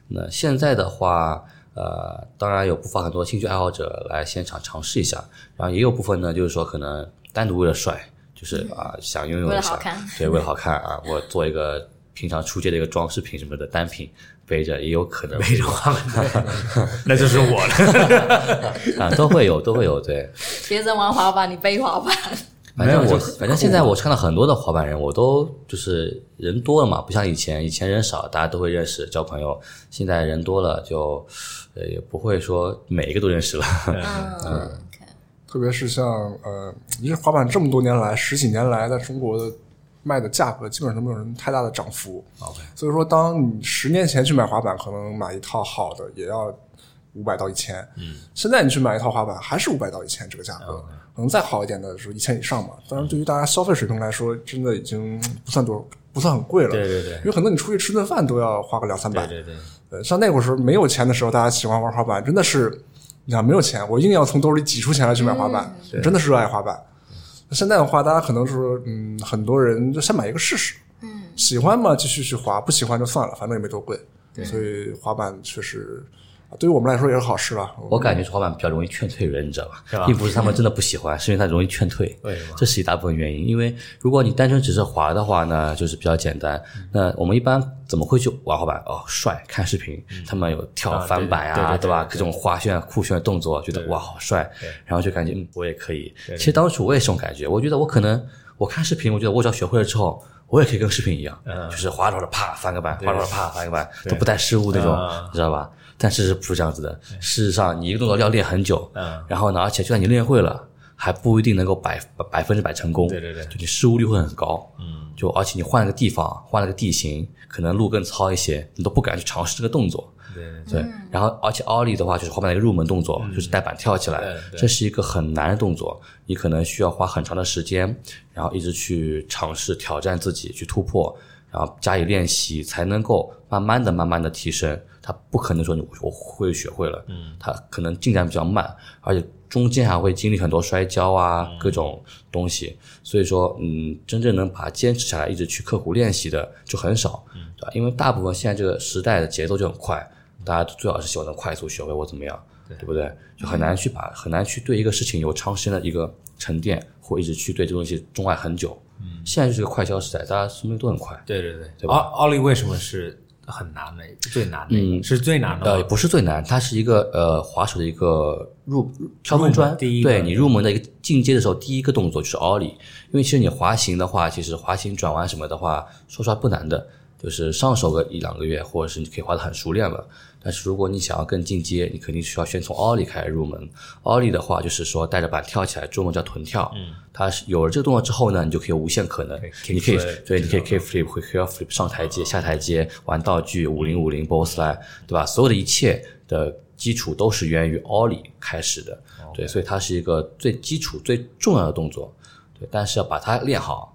Speaker 4: 那现在的话。呃，当然有不乏很多兴趣爱好者来现场尝试一下，然后也有部分呢，就是说可能单独为了帅，就是啊、想拥有
Speaker 2: 嗯为
Speaker 4: 一
Speaker 2: 了
Speaker 4: 下，
Speaker 2: 好看
Speaker 4: 对，为了好看啊，我做一个平常出街的一个装饰品什么的单品背着，也有可能背着
Speaker 6: 那就是我了。
Speaker 4: 啊，都会有，都会有，对。
Speaker 2: 别人玩滑板，你背滑板，
Speaker 4: 反正
Speaker 6: 没有
Speaker 4: 我，
Speaker 6: 就很
Speaker 4: 反正现在我看到很多的滑板人，我都就是人多了嘛，不像以前，以前人少，大家都会认识交朋友。现在人多了就，呃，也不会说每一个都认识了。
Speaker 2: 嗯，OK，
Speaker 5: 特别是像呃，因为滑板这么多年来，十几年来，在中国的卖的价格基本上都没有什么太大的涨幅。
Speaker 6: 啊
Speaker 5: 所以说，当你十年前去买滑板，可能买一套好的也要五百到一千，嗯，现在你去买一套滑板还是五百到一千这个价
Speaker 6: 啊
Speaker 5: 格，可能再好一点的是一千以上嘛。当然，对于大家消费水平来说，真的已经嗯不算多，不算很贵了。
Speaker 6: 对对对
Speaker 5: 因为可能你出去吃顿饭都要花个两三百，
Speaker 6: 对对。
Speaker 5: 呃，像那会儿时候没有钱的时候，大家喜欢玩滑板，真的是，你想没有钱，我硬要从兜里挤出钱来去买滑板，真的是热爱滑板。现在的话，大家可能是嗯，很多人就先买一个试试，嗯，喜欢嘛继续去滑，不喜欢就算了，反正也没多贵。所以滑板确实对于我们来说也是好事了。
Speaker 4: 我感觉是滑板比较容易劝退人，你知道吧？
Speaker 6: 吧
Speaker 4: 并不是他们真的不喜欢，是因为它容易劝退。
Speaker 6: 为什么
Speaker 4: 这是一大部分原因。因为如果你单纯只是滑的话呢，就是比较简单。
Speaker 6: 嗯
Speaker 4: 那我们一般怎么会去玩滑板？哦，帅，看视频，他们有跳
Speaker 6: 啊
Speaker 4: 翻板
Speaker 6: 对对
Speaker 4: 啊，
Speaker 6: 对对
Speaker 4: 对吧？
Speaker 6: 对对
Speaker 4: 各种花炫、酷炫的动作，觉得哇好帅，然后就感觉嗯我也可以。其实当初我也是这种感觉，我觉得我可能我看视频，我觉得我只要学会了之后。我也可以跟视频一样，
Speaker 6: 嗯
Speaker 4: 就是滑着滑着啪翻个板，滑着滑着啪翻个板，都不带失误那种，
Speaker 6: 啊
Speaker 4: 你知道吧？但事实不是这样子的。事实上，你一个动作要练很久，
Speaker 6: 嗯
Speaker 4: 然后呢，而且就算你练会了，还不一定能够百百百分之百成功。
Speaker 6: 对对对
Speaker 4: 就你失误率会很高。嗯，就而且你换了个地方，换了个地形，可能路更糙一些，你都不敢去尝试这个动作。
Speaker 6: 对
Speaker 4: 对，然后而且奥利的话就是滑板的一个入门动
Speaker 6: 嗯
Speaker 4: 作，就是带板跳起来
Speaker 6: 对，对
Speaker 4: 这是一个很难的动作，你可能需要花很长的时间，然后一直去尝试挑战自己，去突破，然后加以练习，才能够慢慢的、慢慢的提升。它不可能说你我会学会了，嗯，它可能进展比较慢，而且中间还会经历很多摔跤啊、
Speaker 6: 嗯
Speaker 4: 各种东西，所以说，嗯，真正能把它坚持下来，一直去刻苦练习的就很少，
Speaker 6: 嗯
Speaker 4: 对吧？因为大部分现在这个时代的节奏就很快，大家最好是希望能快速学会或怎么样，对不对？就很难去把很难去对一个事情有长时间的一个沉淀，或一直去对这个东西钟爱很久。嗯，现在就是个快消时代，大家什么都很快。
Speaker 6: 对对对
Speaker 4: 对
Speaker 6: 对，
Speaker 4: 吧
Speaker 6: 奥奥利为什么是很难的？最难的一个，
Speaker 4: 嗯
Speaker 6: 是最难的
Speaker 4: 呃，
Speaker 6: 吗。
Speaker 4: 不是最难，它是一个呃滑手的一个入敲门砖，
Speaker 6: 第一个
Speaker 4: 对你入门的一个进阶的时候，第一个动作就是 ollie。因为其实你滑行的话，其实滑行转弯什么的话，说实话不难的，就是上手个一两个月，或者是你可以滑得很熟练了。但是如果你想要更进阶，你肯定需要先从 ollie 开始入门。ollie 的话，就是说带着板跳起来，中文叫臀跳。嗯，它是有了这个动作之后呢，你就可以有无限可能，你可以
Speaker 6: kick flip
Speaker 4: 对，你可以 K flip 会 K flip 上台阶、下台阶，玩道具五零五零 boss line，对吧？所有的一切的基础都是源于 ollie 开始的，
Speaker 6: 哦
Speaker 4: 对，所以它是一个最基础、最重要的动作，对。但是要把它练好、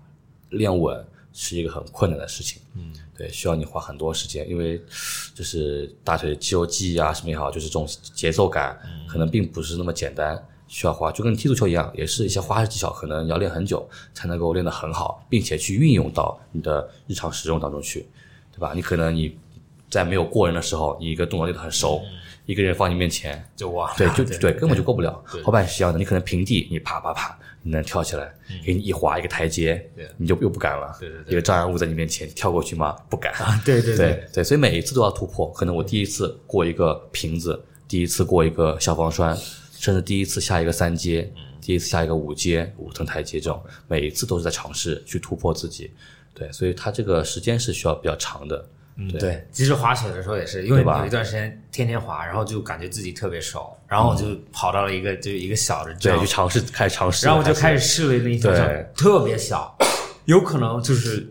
Speaker 4: 练稳是一个很困难的事情，嗯，对，需要你花很多时间，因为就是大腿肌肉记忆啊什么也好，就是这种节奏感可能并不是那么简单。需要花，就跟踢足球一样，也是一些花式技巧，可能要练很久才能够练得很好，并且去运用到你的日常使用当中去，对吧？你可能你在没有过人的时候，你一个动作练得很熟，一个人放你面前，
Speaker 6: 就哇，
Speaker 4: 对，就
Speaker 6: [laughs]
Speaker 4: 对，根本就过不了。滑板是一样的，你可能平地，你啪啪啪，你能跳起来，给你一滑一个台阶，你就又不敢了。
Speaker 6: 嗯对对对
Speaker 4: 一个障碍物在你面前，你跳过去吗？不敢。
Speaker 6: 对对对
Speaker 4: [laughs]
Speaker 6: 嗯
Speaker 4: 对所以每一次都要突破。可能我第一次过一个瓶子，第一次过一个消防栓，甚至第一次下一个三阶，
Speaker 6: 嗯
Speaker 4: 第一次下一个五阶、五层台阶这种，每一次都是在尝试去突破自己。对，所以它这个时间是需要比较长的。
Speaker 6: 嗯
Speaker 4: 对
Speaker 6: 对，其实滑雪的时候也是，因为
Speaker 4: 对吧
Speaker 6: 有一段时间天天滑，然后就感觉自己特别熟，然后我就跑到了一个就一个小的
Speaker 4: 嗯对，
Speaker 6: 这
Speaker 4: 去尝试，开始尝试。
Speaker 6: 然后我就开始试了那一条
Speaker 4: 对
Speaker 6: 小，特别小，有可能就是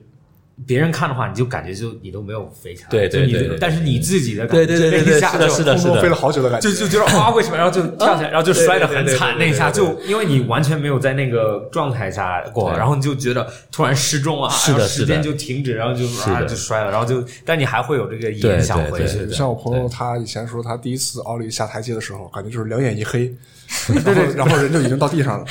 Speaker 6: 别人看的话，你就感觉就你都没有飞起来，
Speaker 4: 对对
Speaker 6: 就你
Speaker 4: 对对
Speaker 6: 但是你自己的感
Speaker 4: 对
Speaker 6: 觉
Speaker 4: 对对对
Speaker 6: 就那
Speaker 4: 对，
Speaker 6: 一下
Speaker 4: 是的，
Speaker 6: 就是
Speaker 4: 的，是
Speaker 5: 空中
Speaker 4: 的。
Speaker 5: 飞了好久的感觉
Speaker 6: 就，就觉得啊，为什么？然后
Speaker 4: 嗯
Speaker 6: 就跳起来，然后就摔得很惨。那一下就因为你完全没有在那个状态下过，
Speaker 4: 对
Speaker 6: 然后你就觉得突然失重啊，
Speaker 4: 是的
Speaker 6: 然后时间
Speaker 4: 是
Speaker 6: 就停止，然后就啊
Speaker 4: 的
Speaker 6: 就摔了，然后就，但你还会有这个影响
Speaker 4: 对对
Speaker 6: 回去
Speaker 4: 对
Speaker 6: 的。
Speaker 5: 像我朋友，他以前说他第一次奥利下台阶的时候，感觉就是两眼一黑，然后然后人就已经到地
Speaker 4: [laughs]
Speaker 5: 上了，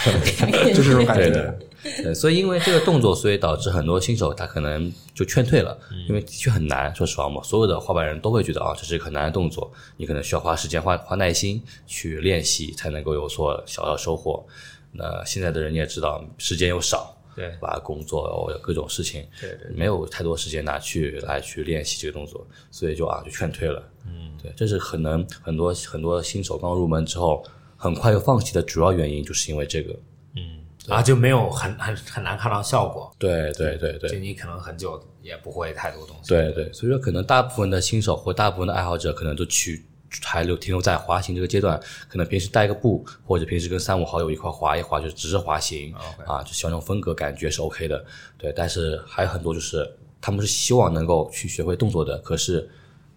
Speaker 5: 就这种感
Speaker 4: 对
Speaker 5: 觉
Speaker 4: 的。，对，所以因为这个动作，所以导致很多新手他可能就劝退了，因为的确很难。说实话嘛，所有的滑板人都会觉得啊，这是一个很难的动作，你可能需要花时间、花花耐心去练习，才能够有所小小收获。那现在的人也知道，时间又少，
Speaker 6: 对
Speaker 4: 吧？工作有各种事情，
Speaker 6: 对对
Speaker 4: 没有太多时间拿去来去练习这个动作，所以就啊就劝退了。嗯，对，这是可能很多很多新手刚入门之后很快就放弃的主要原因，就是因为这个。
Speaker 6: 然啊后就没有很很很难看到效果，
Speaker 4: 对对对对
Speaker 6: 就，你可能很久也不会太多东西。
Speaker 4: 对对，所以说可能大部分的新手或大部分的爱好者，可能都去还留停留在滑行这个阶段，可能平时带个步，或者平时跟三五好友一块滑一滑，就只是滑行啊，就喜欢这种风格感觉是 OK 的。对，但是还有很多就是他们是希望能够去学会动作的，可是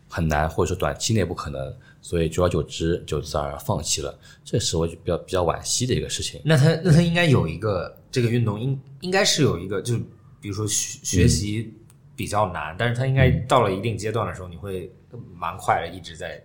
Speaker 4: 很难，或者说短期内不可能，所以久而久之就自然而然放弃了，这是我比较比较惋惜的一个事情。
Speaker 6: 那他那他应该有一个这个运动应应该是有一个，就比如说学学习比较难，但是他应该
Speaker 4: 嗯
Speaker 6: 到了一定阶段的时候，你会蛮快的一直在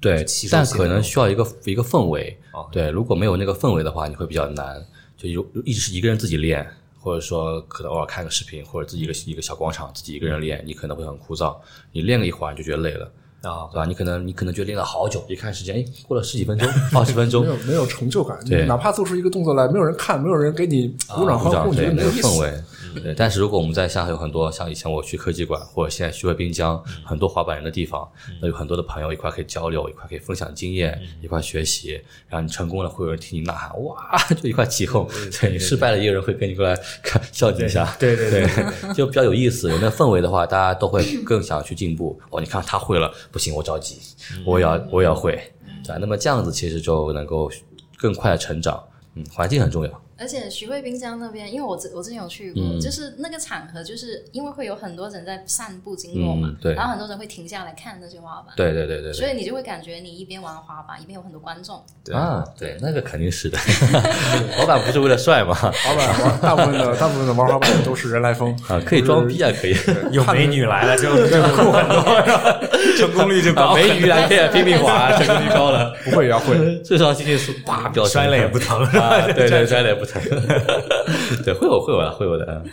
Speaker 4: 对
Speaker 6: 吸，收
Speaker 4: 但
Speaker 6: 性
Speaker 4: 可
Speaker 6: 的
Speaker 4: 能
Speaker 6: 东
Speaker 4: 需要一个一个氛围
Speaker 6: 哦。
Speaker 4: 对，如果没有那个氛围的话，你会比较难。就有一直是一个人自己练，或者说可能偶尔看个视频，或者自己一个一个小广场自己一个人练，你可能会很枯燥。你练个一会儿你就觉得累了。
Speaker 6: 啊
Speaker 4: 对吧？你可能你可能就练了好久，一看时间，哎，过了十几分钟、二十分钟
Speaker 5: 没，
Speaker 6: [laughs]
Speaker 5: 有没有成就感，你
Speaker 4: 对啊
Speaker 5: 哪怕做出一个动作来，没有人看，没有人给你鼓掌欢呼，你觉
Speaker 4: 对
Speaker 5: 得
Speaker 4: 那
Speaker 5: 没
Speaker 4: 个
Speaker 5: 有意
Speaker 4: 氛
Speaker 5: 思。
Speaker 4: 围。嗯对，但是如果我们在上海有很多像以前我去科技馆，或者现在去过滨江，
Speaker 5: 嗯
Speaker 4: 很多滑板人的地方，那有很多的朋友一块可以交流，一块可以分享经验，
Speaker 5: 嗯
Speaker 4: 一块学习。然后你成功了，会有人替你呐喊，哇， [laughs] 就一块起哄。 [laughs] 对，你失败了，也有人会跟你过来看笑你一下。
Speaker 6: 对对对，
Speaker 4: 就比较有意思。有那氛围的话，大家都会更想去进步。哦，你看他会了，不行，我着急，
Speaker 5: 嗯
Speaker 4: 我也要我也要会，对啊吧？那么这样子其实就能够更快的成长。嗯，环境很重要。
Speaker 2: 而且徐汇滨江那边，因为我之我之前有去过，
Speaker 4: 嗯
Speaker 2: 就是那个场合，就是因为会有很多人在散步经过嘛，
Speaker 4: 嗯对
Speaker 2: 然后很多人会停下来看那些滑板，
Speaker 4: 对对对对对。
Speaker 2: 所以你就会感觉你一边玩滑板，一边有很多观众。
Speaker 4: 啊，对，那个肯定是的。 [laughs] 老板不是为了帅吗？
Speaker 5: 滑板玩大部分的大部分的玩滑板的都是人来疯，
Speaker 4: 啊，可以装逼啊，可以。
Speaker 6: 有美女来了就就酷很多，是吧？ [laughs] 成功率就
Speaker 4: 啊，
Speaker 6: 高，
Speaker 4: 没鱼来片拼命滑，成功率高了，
Speaker 5: 不会也要会。
Speaker 4: 最上心就是啪飙
Speaker 6: 摔了也不疼。 [laughs]
Speaker 4: 啊， [laughs] 对对，摔了也不疼。 [laughs] 对，会有会有的，会有的。嗯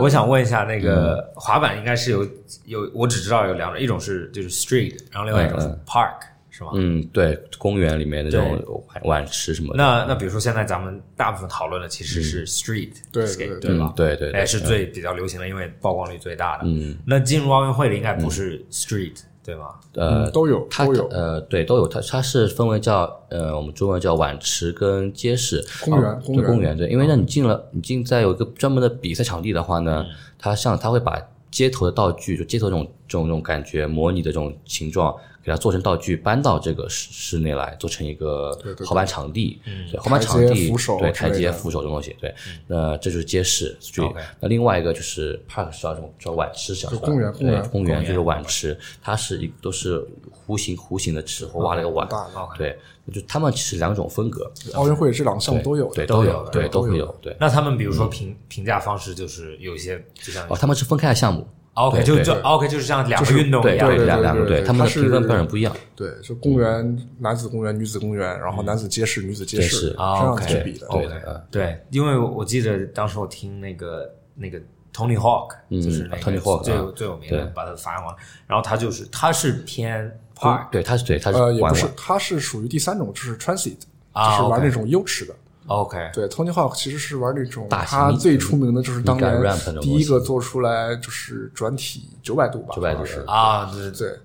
Speaker 6: 我想问一下，那个滑板应该是有有，我只知道有两种，一种是就是 street，然后另外一种是
Speaker 4: 嗯嗯
Speaker 6: park，是吗？
Speaker 4: 嗯，对，公园里面那种碗碗池什么的，
Speaker 6: 那那比如说现在咱们大部分讨论的其实是 street
Speaker 5: 对对
Speaker 6: skate，嗯对吧
Speaker 4: 嗯？对对对
Speaker 6: 哎，是最比较流行的，因为曝光率最大的。
Speaker 4: 嗯，
Speaker 6: 那进入奥运会的应该不是 street，对吗？
Speaker 4: 呃
Speaker 5: 嗯，都有
Speaker 4: 它
Speaker 5: 都有
Speaker 4: 呃，对，都有，它它是分为叫呃，我们中文叫碗池跟街市
Speaker 5: 公园
Speaker 4: 啊
Speaker 5: 公
Speaker 4: 对
Speaker 5: 园
Speaker 4: 公园对，因为那你进了你进在有一个专门的比赛场地的话呢，
Speaker 5: 嗯
Speaker 4: 它像它会把街头的道具，就街头这种这种这种感觉模拟的这种形状，给它做成道具搬到这个室室内来，做成一个
Speaker 5: 对对
Speaker 4: 滑板场地，对滑
Speaker 5: 台
Speaker 4: 板场
Speaker 5: 阶
Speaker 4: 地
Speaker 5: 扶手
Speaker 4: 对
Speaker 5: 之
Speaker 4: 台
Speaker 5: 类
Speaker 4: 阶
Speaker 5: 的嗯
Speaker 4: 扶手这种东西，对，那这就是街市，就
Speaker 6: OK
Speaker 4: 那另外一个就是 park 是叫什么？叫碗池是叫
Speaker 5: 就
Speaker 4: 什么
Speaker 5: 公园公园
Speaker 4: 对公园就是碗池，它是一都是弧形弧形的池，或挖了一个碗。
Speaker 5: 啊
Speaker 6: 啊
Speaker 5: 大
Speaker 4: 对，就他们是两种风格，
Speaker 5: 奥运会这两个项目都有
Speaker 4: 对
Speaker 5: 的，
Speaker 4: 都
Speaker 6: 有
Speaker 4: 有
Speaker 6: 的，
Speaker 4: 对
Speaker 5: 都
Speaker 4: 都会
Speaker 5: 有
Speaker 4: 有，对。
Speaker 6: 那他们比如说评评价方式就是有一些就像
Speaker 4: 哦，他们是分开的项目，
Speaker 6: OK
Speaker 4: 对
Speaker 6: 就
Speaker 4: 对
Speaker 6: 就 OK 就是像两个运动一样，
Speaker 5: 对对
Speaker 4: 两两个
Speaker 5: 对
Speaker 4: 对，
Speaker 5: 对
Speaker 4: 他们的
Speaker 5: 它是
Speaker 4: 评分标准不一样。
Speaker 5: 对，就公园男子公园、女子公园，然后男子街市、女子街
Speaker 4: 街
Speaker 5: 市
Speaker 4: 市
Speaker 5: 这
Speaker 6: 啊
Speaker 5: 样子
Speaker 6: OK，
Speaker 5: 去比的。
Speaker 4: 对
Speaker 6: 对
Speaker 4: 嗯
Speaker 6: 对，因为我记得当时我听那个那个 Tony Hawk，
Speaker 4: 嗯
Speaker 6: 就是那个
Speaker 4: 啊，Tony Hawk，
Speaker 6: 最有
Speaker 4: 啊
Speaker 6: 最有名的，
Speaker 4: 对
Speaker 6: 把它翻完，然后他就是他是偏 park
Speaker 4: 哦对，它是对，它是
Speaker 5: 呃，也
Speaker 4: 玩
Speaker 5: 不是
Speaker 4: 碗，，
Speaker 5: 它是属于第三种，就是 transit，就
Speaker 6: 啊
Speaker 5: 是玩
Speaker 6: OK
Speaker 5: 那种优池的。
Speaker 6: OK，
Speaker 5: 对，Tony Hawk 其实是玩那种，
Speaker 4: 大型
Speaker 5: 他
Speaker 4: 密
Speaker 5: 最出名的就是当
Speaker 4: 密感
Speaker 5: 年
Speaker 4: ramp 那种
Speaker 5: 第一个
Speaker 4: 东西
Speaker 5: 做出来就是转体九百度吧，
Speaker 4: 900度
Speaker 5: 好像是
Speaker 6: 啊，对对对，
Speaker 5: 对，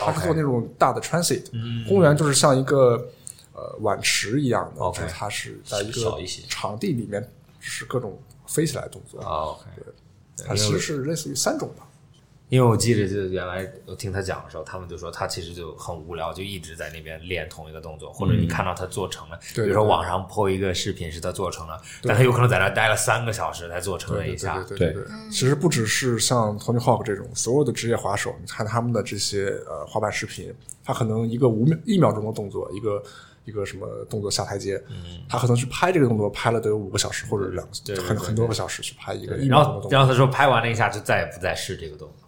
Speaker 5: 他是做那种大的 transit，公园就是像一个呃碗池一样的，
Speaker 6: OK
Speaker 5: 就是它是在一
Speaker 4: 少
Speaker 5: 个
Speaker 4: 一些
Speaker 5: 场地里面，就是各种飞起来的动作，
Speaker 6: 啊 OK，
Speaker 5: 它其实是类似于三种吧。
Speaker 6: 因为我记得就是原来我听他讲的时候，他们就说他其实就很无聊，就一直在那边练同一个动作，或者你看到他做成了，比
Speaker 5: 对
Speaker 6: 如说
Speaker 5: 对
Speaker 6: 网上 PO 一个视频是他做成了，但他有可能在那儿待了三个小时才做成了一下，
Speaker 5: 对对对，其实不只是像 Tony Hawk 这种，所有的职业滑手，你看他们的这些呃滑板视频，他可能一个五秒一秒钟的动作，一个一个什么动作下台阶，他可能去拍这个动作，拍了得有五个小时或者两
Speaker 6: 嗯对对
Speaker 5: 很
Speaker 6: 对
Speaker 5: 很多个小时去拍一个一
Speaker 6: 然
Speaker 5: 秒钟的
Speaker 6: 后
Speaker 5: 动
Speaker 6: 然
Speaker 5: 作，
Speaker 6: 后他说拍完了一下就再也不再试这个动作，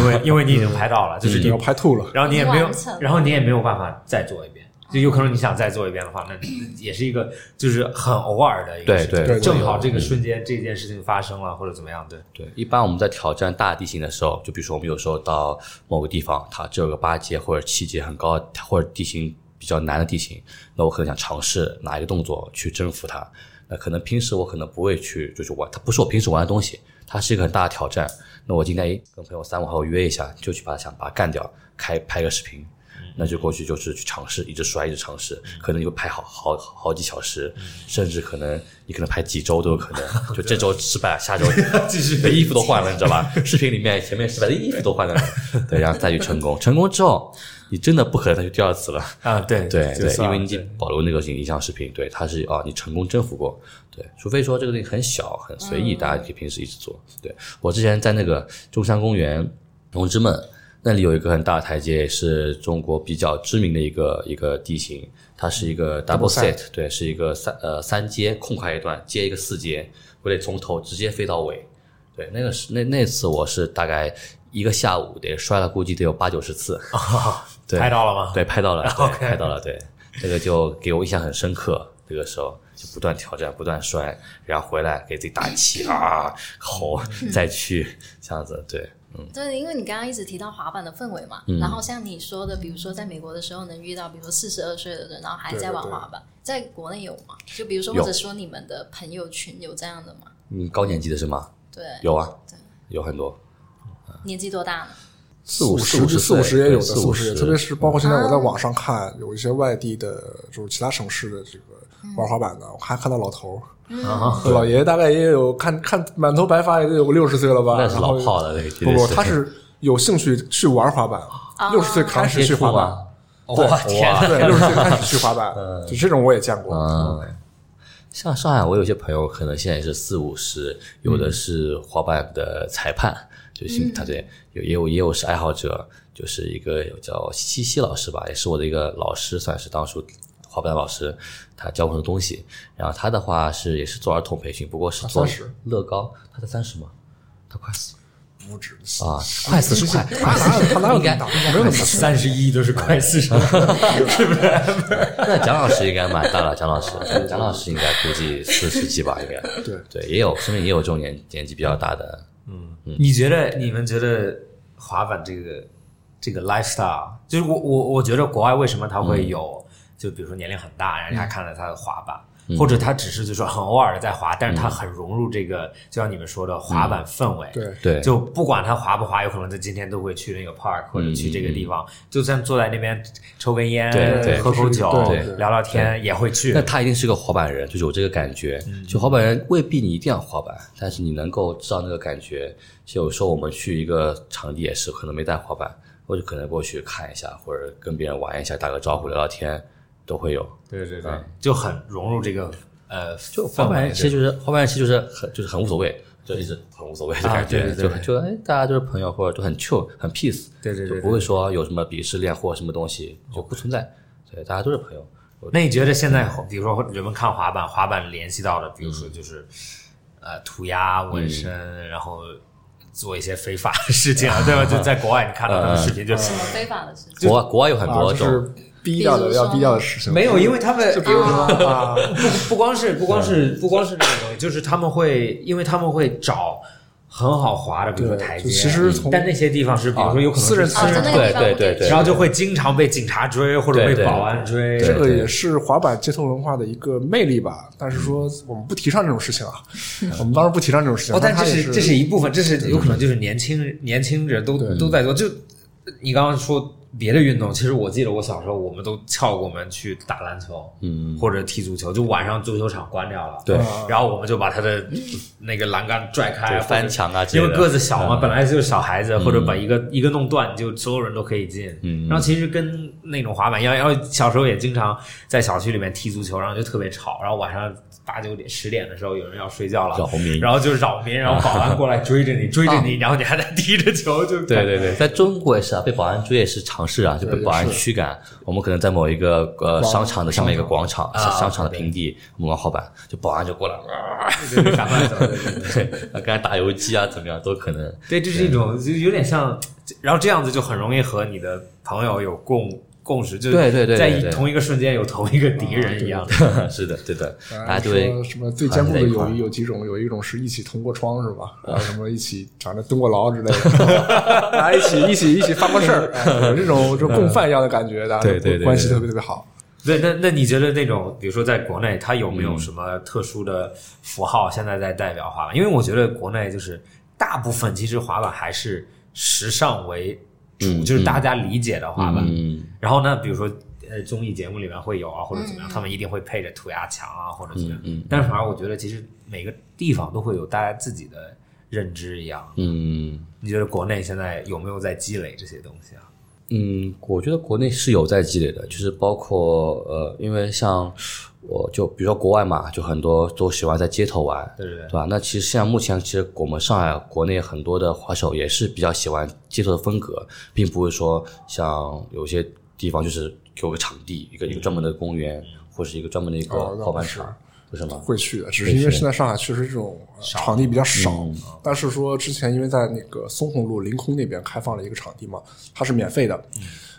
Speaker 6: 因为因为你已经拍到了，就是
Speaker 5: 你
Speaker 6: 你
Speaker 5: 要拍吐了。
Speaker 6: 然后你也没有
Speaker 2: 完成，了
Speaker 6: 然后你也没有办法再做一遍。就有可能你想再做一遍的话，那 [clears throat] 也是一个就是很偶尔的一个
Speaker 4: 对
Speaker 6: 事情，
Speaker 4: 对
Speaker 5: 对对
Speaker 6: 正好这个瞬间这件事情发生了或者怎么样，对，
Speaker 4: 对，一般我们在挑战大地形的时候，就比如说我们有时候到某个地方，它只有个八阶或者七阶很高，或者地形比较难的地形，那我可能想尝试哪一个动作去征服它。那可能平时我可能不会去，就是玩，它不是我平时玩的东西，它是一个很大的挑战。那我今天诶跟朋友三五好友约一下，就去把它想把它干掉，开拍个视频，那就过去就是去尝试，一直摔，一直尝试，可能你会拍好好好几小时，甚至可能你可能拍几周都有可 [laughs] 能，就这周失败，下周 [laughs] 继续，衣服都换了，你知道 [laughs] 吧？视频里面前面失败的衣服都换了，对，然后再去成功，成功之后你真的不可能再去第二次了，
Speaker 6: 啊，对
Speaker 4: 对
Speaker 6: 就
Speaker 4: 对，
Speaker 6: 算
Speaker 4: 因为
Speaker 6: 了
Speaker 4: 你已经保留那个影像视频，对，它是啊，你成功征服过，对，除非说这个东西很小很随意，大家可以平时一直做。对我之前在那个中山公园同志们那里有一个很大的台阶，是中国比较知名的一个一个地形，它是一个嗯 double set，对，是一个三呃三阶空开一段，接一个四阶，我得从头直接飞到尾。对，那个是那那次我是大概一个下午得摔了，估计得有八九十次。对
Speaker 6: 拍到了吗？ [laughs]
Speaker 4: 对，拍到了，对，拍到了，对，这个就给我印象很深刻。这个时候，就不断挑战，不断摔，然后回来给自己打气啊，吼，
Speaker 6: 嗯
Speaker 4: 再去这样子，对，
Speaker 2: 对，因为你刚刚一直提到滑板的氛围嘛，
Speaker 4: 嗯
Speaker 2: 然后像你说的，比如说在美国的时候能遇到，比如说四十二岁的人，然后还在玩滑板，在国内有吗？就比如说，或
Speaker 4: 嗯有
Speaker 2: 者说你们的朋友群有这样的吗？
Speaker 4: 嗯，高年级的是吗？
Speaker 2: 对，
Speaker 4: 有啊
Speaker 2: 对，
Speaker 4: 有很多，
Speaker 2: 年纪多大呢？
Speaker 4: 四五
Speaker 5: 四五
Speaker 4: 十
Speaker 5: 十四五十也有的，四
Speaker 4: 五
Speaker 5: 十
Speaker 4: 十，
Speaker 5: 也，特别是包括现在我在网上看，有一些外地的，就是其他省市的这个玩滑板的，我还看到老头
Speaker 4: 啊
Speaker 5: 儿，老爷爷大概也有看看满头白发，也得有六十岁了吧？
Speaker 4: 那是老炮
Speaker 5: 了，
Speaker 4: 了，那个绝
Speaker 5: 不
Speaker 4: 对
Speaker 5: 不，他是有兴趣去玩滑板，六十岁开始去滑板，
Speaker 4: 啊，
Speaker 6: 我天哪，
Speaker 5: 对，
Speaker 4: [laughs]
Speaker 5: 六十岁开始去滑板，就这种我也见过。
Speaker 4: 嗯，像上海，我有些朋友可能现在也是四五十，有的是滑板的裁判，就是他对，有也有也有是爱好者，就是一个有叫西西老师吧，也是我的一个老师，算是当初滑板老师，他教我很多东西。然后他的话是也是做儿童培训，不过是做
Speaker 5: 30
Speaker 4: 乐高，他才三十吗？他快四
Speaker 5: 不止，
Speaker 4: 啊，快四十快，
Speaker 5: 他哪有他哪有那么大？没有那么大。
Speaker 6: 三十一都是快四十，
Speaker 4: 那蒋老师应该蛮大了，蒋老师，蒋老师应该估计四十几吧，应该。
Speaker 5: 对
Speaker 4: 对，也有身边也有这种年年纪比较大的，
Speaker 6: 你觉得你们觉得滑板这个这个 lifestyle，就是我我我觉得国外为什么它会
Speaker 4: 嗯
Speaker 6: 有，就比如说年龄很大，人家看了他的滑板。或者他只是就是很偶尔在滑，但是
Speaker 4: 嗯
Speaker 6: 他很融入这个，就像你们说的滑板氛围。
Speaker 5: 对
Speaker 4: 对嗯
Speaker 6: 就不管他滑不滑，有可能他今天都会去那个 park 或者去这个地方，就算坐在那边抽根烟
Speaker 4: 对对、
Speaker 6: 喝口酒
Speaker 5: 对
Speaker 4: 对、
Speaker 6: 聊聊天，也会去
Speaker 4: 那。他一定是个滑板人，就是有这个感觉。
Speaker 6: 嗯
Speaker 4: 就滑板人未必你一定要滑板，但是你能够知道那个感觉。就有时候我们去一个场地也是，可能没带滑板，或者可能过去看一下，或者跟别人玩一下，打个招呼、聊聊天，都会有。
Speaker 6: 对对对，就很融入这个呃
Speaker 4: 就滑
Speaker 6: 氛
Speaker 4: 板
Speaker 6: 围。
Speaker 4: 人其实就是滑板人，其实就是很就是很无所谓，就一直很无所谓的感觉，
Speaker 6: 啊对对对
Speaker 4: 就就哎，大家就是朋友，或者就很 chill，很 peace，
Speaker 6: 对对对对
Speaker 4: 就不会说有什么鄙视链或什么东西就不存在，对，大家都是朋友。
Speaker 6: 那你觉得现在，比如说人们看滑板，滑板联系到的，比如说就是、
Speaker 4: 嗯
Speaker 6: 呃涂鸦、纹身，然后做一些非法的事情啊，对
Speaker 4: 嗯
Speaker 6: 吧？就在国外你看到他们视频就。
Speaker 2: 什么非法的事情？
Speaker 4: 国外国外有很
Speaker 5: 啊，
Speaker 4: 多
Speaker 5: 就
Speaker 4: 这种，
Speaker 5: 是低调的要低调的事
Speaker 4: 嗯
Speaker 5: 情，
Speaker 6: 没有，因为他们
Speaker 5: 比如说啊，
Speaker 6: 不不光是不光是不光是这个东西，就是他们会，因为他们会找很好滑的，比如说
Speaker 5: 对
Speaker 6: 台阶。啊
Speaker 5: 就其实从啊
Speaker 6: 但那些地方是，比如说有可能
Speaker 5: 私人
Speaker 6: 是
Speaker 5: 私人
Speaker 2: 哦在那个地方
Speaker 4: 对
Speaker 2: 不
Speaker 4: 对
Speaker 2: 给
Speaker 4: 对，
Speaker 6: 然后就会经常被警察追，或者
Speaker 4: 对
Speaker 6: 被
Speaker 4: 对
Speaker 6: 保安追。
Speaker 4: 对
Speaker 5: 这个呃也是滑板街头文化的一个魅力吧。但是说我们不提倡这种事情啊，我们当然不提倡这种事情。
Speaker 6: 哦，但
Speaker 5: 它
Speaker 6: 这
Speaker 5: 也
Speaker 6: 是这是一部分，这是有可能就是年轻年轻人都
Speaker 5: 对
Speaker 6: 都在做。就你刚刚说别的运动，其实我记得我小时候我们都翘过门去打篮球，
Speaker 4: 嗯，
Speaker 6: 或者踢足球，就晚上足球场关掉了，
Speaker 4: 对
Speaker 6: 然后我们就把他的那个栏杆拽开，
Speaker 4: 对
Speaker 6: 或者
Speaker 4: 翻墙啊之
Speaker 6: 哎因
Speaker 4: 类的
Speaker 6: 为个子小嘛，本来就是小孩子，或者把一个一个弄断，你就所有人都可以进。
Speaker 4: 嗯
Speaker 6: 然后其实跟那种滑板一样，然后小时候也经常在小区里面踢足球，然后就特别吵，然后晚上八九点十点的时候有人要睡觉了，
Speaker 4: 扰民
Speaker 6: 然后就扰民，然后保安过来追着
Speaker 4: [laughs]
Speaker 6: 你，追着你，然后你还在踢着球，就
Speaker 4: 对对对，在中国也是啊，被保安追也是常事啊，就被保安驱赶。我们可能在某一个呃商场的上面一个广场，
Speaker 6: 啊
Speaker 4: 商场的平地，我们玩滑板，就保安就过来， [laughs] 啊
Speaker 6: 对对，赶快走。对对对
Speaker 4: 对，跟他打游击啊，怎么样都可 [laughs] 能。
Speaker 6: [laughs] 对，这是一种就有点像，然后这样子就很容易和你的朋友有共共识，就
Speaker 4: 对对对对
Speaker 6: 在
Speaker 4: 对啊
Speaker 6: 一同一个瞬间有同一个敌人一样。
Speaker 4: 是的，啊对的，
Speaker 5: 当
Speaker 4: 大家
Speaker 5: 然
Speaker 4: 就会嗯
Speaker 5: 说什么最坚固的友谊有几种？有一种是一起同过窗是吧？然后什么一起长着蹲过牢之类的，大家一起一起一起犯过事儿，哎 [laughs] 有这种就共犯一样的感觉，大家
Speaker 4: 对对对对
Speaker 5: 关系特别特别好。
Speaker 6: 对，那那你觉得那种，比如说在国内，它有没
Speaker 4: 嗯
Speaker 6: 有什么特殊的符号现在在代表滑板？因为我觉得国内就是大部分其实滑板还是时尚为主，
Speaker 4: 嗯
Speaker 6: 就是大家理解的滑板。
Speaker 4: 嗯，
Speaker 6: 然后呢，比如说呃综艺节目里面会有啊，或者怎么样，他们一定会配着涂鸦墙啊，或者怎么样。
Speaker 4: 嗯嗯
Speaker 6: 但是反而我觉得，其实每个地方都会有大家自己的认知一样。
Speaker 4: 嗯。
Speaker 6: 你觉得国内现在有没有在积累这些东西啊？
Speaker 4: 嗯，我觉得国内是有在积累的，就是包括呃，因为像我就比如说国外嘛，就很多都喜欢在街头玩，
Speaker 6: 对对对
Speaker 4: 吧？那其实像目前，其实我们上海国内很多的滑手也是比较喜欢街头的风格，并不是说像有些地方就是有个场地，一个一个专门的公园，或是一个专门的一个
Speaker 5: 哦那
Speaker 4: 滑板
Speaker 5: 不是
Speaker 4: 场，不是吗？
Speaker 5: 会去嗯的，只是因为现在上海确实这种呃场地比较少。啊但是说之前因为在那个松虹路凌空那边开放了一个场地嘛，它是免费的，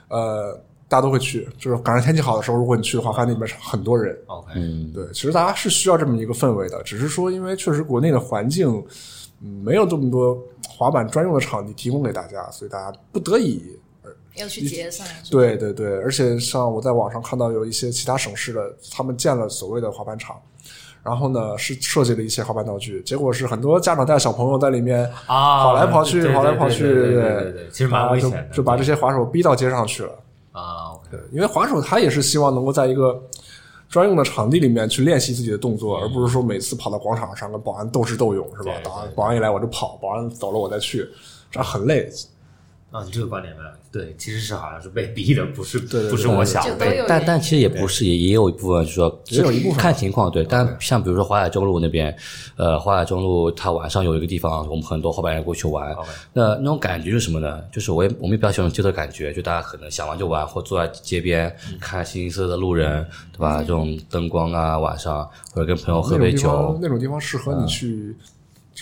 Speaker 5: 呃，大家都会去，就是赶上天气好的时候，如果你去的话，发现里面是很多人。
Speaker 6: OK，
Speaker 4: 嗯，
Speaker 5: 对，其实大家是需要这么一个氛围的，只是说因为确实国内的环境，嗯，没有这么多滑板专用的场地提供给大家，所以大家不得已。
Speaker 2: 要去节省。
Speaker 5: 对对对，而且像我在网上看到有一些其他省市的，他们建了所谓的滑板场，然后呢是设计了一些滑板道具，结果是很多家长带小朋友在里面
Speaker 6: 啊，
Speaker 5: 跑来跑去
Speaker 6: 对对
Speaker 5: 跑来跑去
Speaker 6: 对对
Speaker 5: 对
Speaker 6: 对对对，其实蛮危险
Speaker 5: 啊
Speaker 6: 的，
Speaker 5: 就就把这些滑手逼到街上去了。
Speaker 6: 啊，OK，
Speaker 5: 对，因为滑手他也是希望能够在一个专用的场地里面去练习自己的动作，而不是说每次跑到广场上跟保安斗智斗勇，是吧
Speaker 6: 对？对
Speaker 5: 保安保安一来我就跑，保安走了我再去，这样很累。
Speaker 6: 啊，你这个观点蛮有意思对，其实是好像是被逼的，不是
Speaker 5: 对对
Speaker 6: 不是我想
Speaker 2: 就都
Speaker 6: 被
Speaker 2: 有
Speaker 4: 但
Speaker 2: 原
Speaker 4: 但其实也不是，也也有一部分就是说，
Speaker 5: 也有一部分
Speaker 4: 看情况对。但像比如说华海中路那边，呃，华海中路它晚上有一个地方，我们很多后半夜过去玩
Speaker 6: OK。
Speaker 4: 那那种感觉是什么呢？就是我也我们也比较喜欢街头感觉，就大家可能想玩就玩，或坐在街边
Speaker 5: 嗯
Speaker 4: 看形形色色的路人，对吧？这种灯光啊，晚上或者跟朋友喝
Speaker 5: 那种
Speaker 4: 杯
Speaker 5: 地方
Speaker 4: 酒，啊
Speaker 5: 那种地方适合你去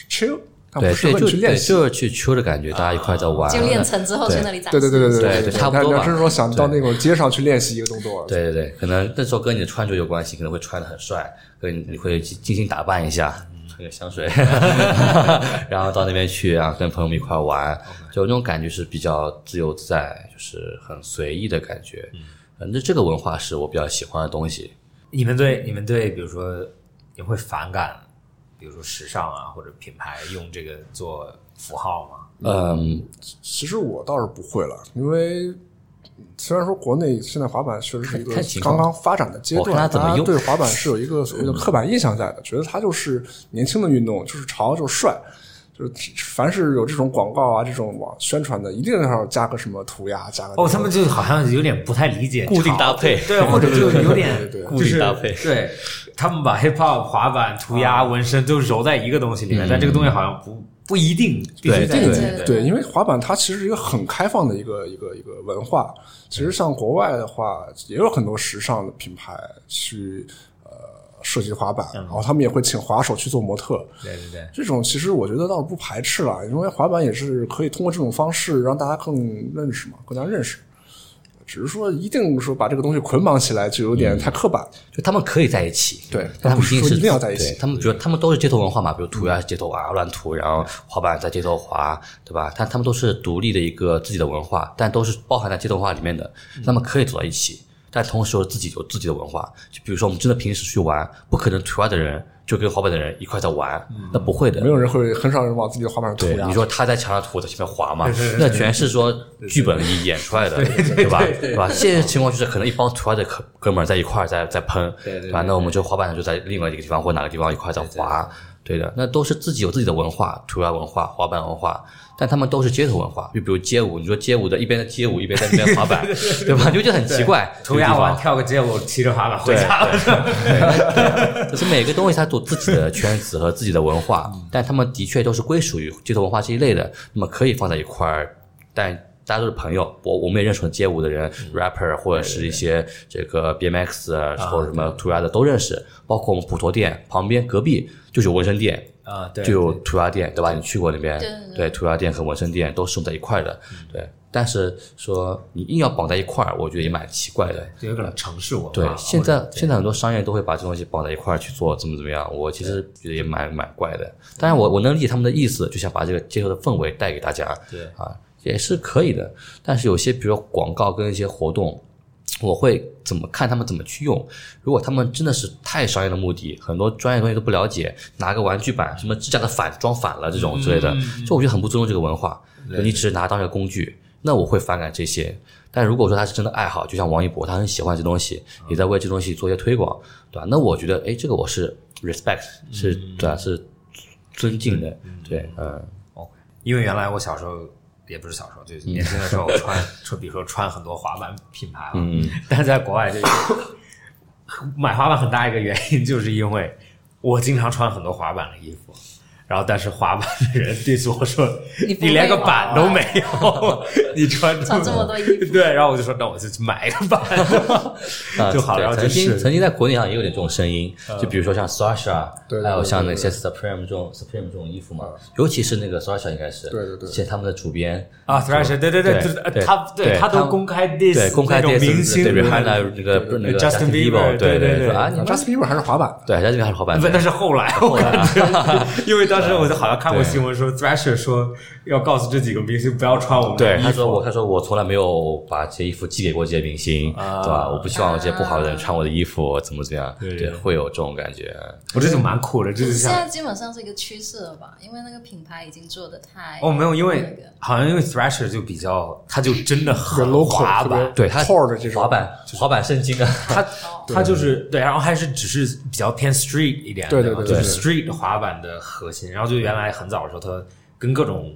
Speaker 5: chill，它
Speaker 4: 对
Speaker 5: 不适
Speaker 4: 对，
Speaker 5: 合
Speaker 4: 就
Speaker 5: 你去练
Speaker 4: 对
Speaker 5: 习。啊
Speaker 4: 就是去秋的感觉，大家一块在玩。
Speaker 2: 就练成之后去那里展
Speaker 5: 对
Speaker 2: 示。
Speaker 5: 对对对
Speaker 4: 啊对对
Speaker 5: 对
Speaker 4: 差不多吧
Speaker 5: 但你要真说想到那种街上去练习一个动作，
Speaker 4: 对对对，可能那时候跟你的穿着有关系，可能会穿的很帅，跟你会精心打扮一下，嗯喷个香水， [laughs] 然后到那边去，然后跟朋友们一块玩，就那种感觉是比较自由自在，就是很随意的感觉。嗯，那这个文化是我比较喜欢的东西。
Speaker 6: 你们对你们对，比如说你会反感，比如说时尚啊或者品牌用这个做符号吗？
Speaker 4: 嗯，
Speaker 5: 其实我倒是不会了，因为。虽然说国内现在滑板确实是一个
Speaker 4: 看看情况
Speaker 5: 刚刚发展的阶
Speaker 4: 我看他
Speaker 5: 段，
Speaker 4: 怎么
Speaker 5: 大家
Speaker 4: 用
Speaker 5: 对滑板是有
Speaker 4: [laughs]
Speaker 5: 一个所谓的刻板印象在的，觉得它就是年轻的运动，就是潮，就是帅，就是凡是有这种广告啊、这种网宣传的，一定要加个什么涂鸦，加个
Speaker 6: 哦，他们就好像有点不太理解
Speaker 4: 固定
Speaker 6: 潮
Speaker 4: 搭 [laughs] 配
Speaker 6: 对，或者就有
Speaker 4: [laughs]
Speaker 6: 点
Speaker 5: 对对对
Speaker 6: 就是
Speaker 4: 固定搭配啊
Speaker 6: 对他们把 hip hop、滑板、涂鸦、纹身都揉在一个东西里面，但这个东西好像不不一定必须
Speaker 4: 对
Speaker 6: 在
Speaker 4: 这个
Speaker 6: 一起
Speaker 2: 对
Speaker 5: 对，因为滑板它其实是一个很开放的一个一个一个文化。其实像国外的话，也有很多时尚的品牌去呃设计滑板，然后他们也会请滑手去做模特。
Speaker 6: 对对对，
Speaker 5: 这种其实我觉得倒是不排斥了，因为滑板也是可以通过这种方式让大家更认识嘛，更加认识。只是说一定说把这个东西捆绑起来，就有
Speaker 4: 嗯
Speaker 5: 点太刻板了。
Speaker 4: 就他们可以在一起，
Speaker 5: 对
Speaker 4: 但他
Speaker 5: 不
Speaker 4: 们
Speaker 5: 是说
Speaker 4: 定是
Speaker 5: 一定要在一起
Speaker 4: 对他们觉得他们都是街头文化嘛，比如涂鸦是街头玩，乱涂，然后滑板在街头滑，对吧？但他们都是独立的一个自己的文化，但都是包含在街头文化里面的，
Speaker 5: 嗯
Speaker 4: 那么可以走到一起，但同时又自己有自己的文化。就比如说我们真的平时去玩，不可能涂鸦的人就跟滑板的人一块在玩，
Speaker 5: 嗯
Speaker 4: 那不会的，
Speaker 5: 没有人会，很少人往自己的滑板上涂
Speaker 4: 对，
Speaker 5: 鸦。
Speaker 4: 你说他在墙上涂，我在前面滑嘛，那全是说剧本里演出来的，对吧？对吧？现实情况就是可能一帮涂鸦的哥哥们儿在一块儿在在喷，
Speaker 6: 对对
Speaker 4: 吧？那我们就滑板上就在另外一个地方或哪个地方一块儿在滑，对的，那都是自己有自己的文化，涂鸦文化、滑板文化。但他们都是街头文化，就比如街舞，你说街舞的一边在街舞，一边在那边滑 [laughs] 板，对吧？你就觉得很奇怪。
Speaker 6: 涂鸦
Speaker 4: 文
Speaker 6: 完跳个街舞，骑着滑板回家了。
Speaker 4: 就是每个东西它有自己的圈子和自己的文化，但他们的确都是归属于街头文化这一类的，那么可以放在一块儿，但大家都是朋友，我我们也认识街舞的人、rapper 或者是一些这个 BMX 啊或者什么涂鸦的都认识，包括我们普陀店旁边隔壁就是有纹身店。
Speaker 6: [laughs] 啊，对，
Speaker 4: 就有涂鸦店，对吧？你去过那边
Speaker 2: 对对，
Speaker 4: 对涂鸦店和纹身店都是用在一块儿的，对。但是说你硬要绑在一块儿，我觉得也蛮奇怪的。
Speaker 6: 就有可能城市文化。
Speaker 4: 对，现
Speaker 6: 或者
Speaker 4: 在现在很多商业都会把这东西绑在一块儿去做，怎么怎么样，我其实觉得也蛮蛮怪的。当然我，我能理解他们的意思，就想把这个街头的氛围带给大家，
Speaker 6: 对
Speaker 4: 啊，也是可以的。但是有些，比如说广告跟一些活动，我会怎么看他们怎么去用？如果他们真的是太商业的目的，很多专业东西都不了解，拿个玩具板什么指甲的反装反了这种之类的，这我觉得很不尊重这个文化。就你只是拿当成工具，那我会反感这些。但如果说他是真的爱好，就像王一博，他很喜欢这东西，也在为这东西做一些推广，对吧？那我觉得，哎，这个我是 respect，是对吧？是尊敬的，对，嗯，
Speaker 6: 因为原来我小时候也不是小时候，
Speaker 4: 嗯
Speaker 6: 就是年轻的时候穿 [laughs] 穿，比如说穿很多滑板品牌嘛，嗯，但是在国外就是 [coughs] 买滑板很大一个原因，就是因为我经常穿很多滑板的衣服，然后但是滑板的人 diss 我说
Speaker 2: 你
Speaker 6: 你
Speaker 2: 不会
Speaker 6: 连个
Speaker 2: 滑
Speaker 6: 板都没
Speaker 2: [laughs]
Speaker 6: 有，你穿
Speaker 2: 穿这么多衣服
Speaker 6: 对，然后我就说那我就去买个板
Speaker 4: [laughs] 啊，
Speaker 6: [laughs] 就好了，然后
Speaker 4: 对曾
Speaker 6: 就
Speaker 4: 经
Speaker 6: 是嗯
Speaker 4: 曾经在国内上也有点这种声音，就比如说像 Sasha，
Speaker 5: 对对
Speaker 4: 还有
Speaker 5: 对
Speaker 4: 像
Speaker 5: 对
Speaker 4: 那些 Supreme 这种 Supreme 这种衣服嘛，
Speaker 6: 嗯
Speaker 4: 尤其是那个 Sasha 应该是，
Speaker 5: 对对对
Speaker 4: 且他们的主编
Speaker 6: 啊，Thrash，对对
Speaker 4: 对
Speaker 6: 就是呃
Speaker 4: 对
Speaker 6: 他
Speaker 4: 对
Speaker 6: 他
Speaker 4: 他
Speaker 6: 都
Speaker 4: 们
Speaker 6: 公开 diss
Speaker 4: 对公开
Speaker 6: 那种
Speaker 4: diss
Speaker 6: 明星
Speaker 4: 对
Speaker 6: 人
Speaker 4: Rihanna 那个那个
Speaker 6: Justin Bieber，
Speaker 4: 对
Speaker 6: 对对嗯
Speaker 4: 对，
Speaker 6: 对
Speaker 4: 说啊你们
Speaker 5: Justin Bieber 还是滑板的，
Speaker 4: 对 Justin Bieber 还是滑板
Speaker 6: 不，
Speaker 4: 的
Speaker 6: 那是后来，我感觉，因为当时我就好像看过
Speaker 4: 啊对
Speaker 6: 新闻说，Thrasher 说要告诉这几个明星不要穿我们的
Speaker 4: 对，
Speaker 6: 衣
Speaker 4: 他说
Speaker 6: 服。
Speaker 4: 我，他说我从来没有把这些衣服寄给过这些明星，对吧？我不希望这些不好的人穿我的衣服，怎么怎么样，
Speaker 6: 啊对
Speaker 4: 对，会有这种感觉。
Speaker 6: 我这就蛮苦的，这就
Speaker 2: 现
Speaker 6: 像
Speaker 2: 在基本上是一个趋势了吧？因为那个品牌已经做的太
Speaker 6: 哦，没有，因
Speaker 2: 那
Speaker 6: 为
Speaker 2: 个
Speaker 6: 好像因为 Thrasher 就比较，他就真的
Speaker 5: 比较
Speaker 6: 很
Speaker 5: local，
Speaker 6: 滑
Speaker 5: 特别
Speaker 6: 板，
Speaker 4: 对他
Speaker 5: Core 的这种
Speaker 4: 滑板滑板圣经啊，
Speaker 6: 他他就是对，然后还是只是比较偏 street 一点的嘛，
Speaker 5: 对对对
Speaker 6: 就
Speaker 5: 对
Speaker 6: 是 street 滑板的核心。然后就原来很早的时候，他跟各种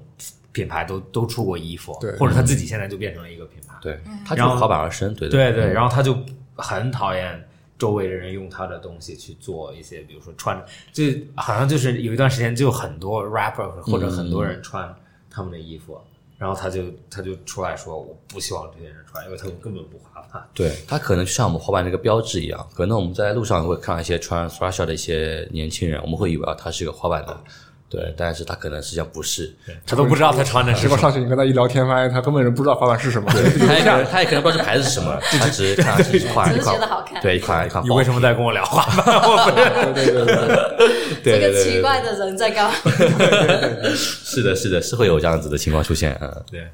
Speaker 6: 品牌都都出过衣服，
Speaker 5: 对
Speaker 6: 或者他自己现在就变成了一个品牌，
Speaker 4: [laughs] 对他就
Speaker 6: 嗯然
Speaker 4: 是
Speaker 6: 后
Speaker 4: 滑板而生，对
Speaker 6: 对嗯对，然后他就很讨厌周围的人用他的东西去做一些，比如说穿，就好像就是有一段时间就很多 rapper 或者很多人穿他们的衣服，然后他就他就出来说我不希望这些人穿，因为他们根本不滑板。
Speaker 4: 对，它可能就像我们滑板那个标志一样，可能我们在路上会看到一些穿 Thrasher 的一些年轻人，我们会以为啊他是一个滑板的，对，但是他可能实际上不是，
Speaker 6: 他都不知道他穿的
Speaker 5: 结
Speaker 6: 是什
Speaker 5: 果
Speaker 6: 么，
Speaker 5: 上去你跟他一聊天，发现他根本就不知道滑板是什么。
Speaker 4: 他也可能他也可能不知道这牌子是什么，他只是看上去一款
Speaker 2: 只
Speaker 4: 一
Speaker 2: 是觉得
Speaker 4: 款，
Speaker 2: 好看。
Speaker 4: 对一款一款
Speaker 6: 你为什么在跟我聊滑板？
Speaker 5: 对对对对，
Speaker 4: 对
Speaker 2: 这
Speaker 4: 对
Speaker 2: 个
Speaker 4: 对
Speaker 2: 奇
Speaker 4: 对
Speaker 2: 怪的人在干嘛？
Speaker 4: 是的，是的，是会有这样子的情况出现，嗯。
Speaker 6: [laughs] [laughs] 对，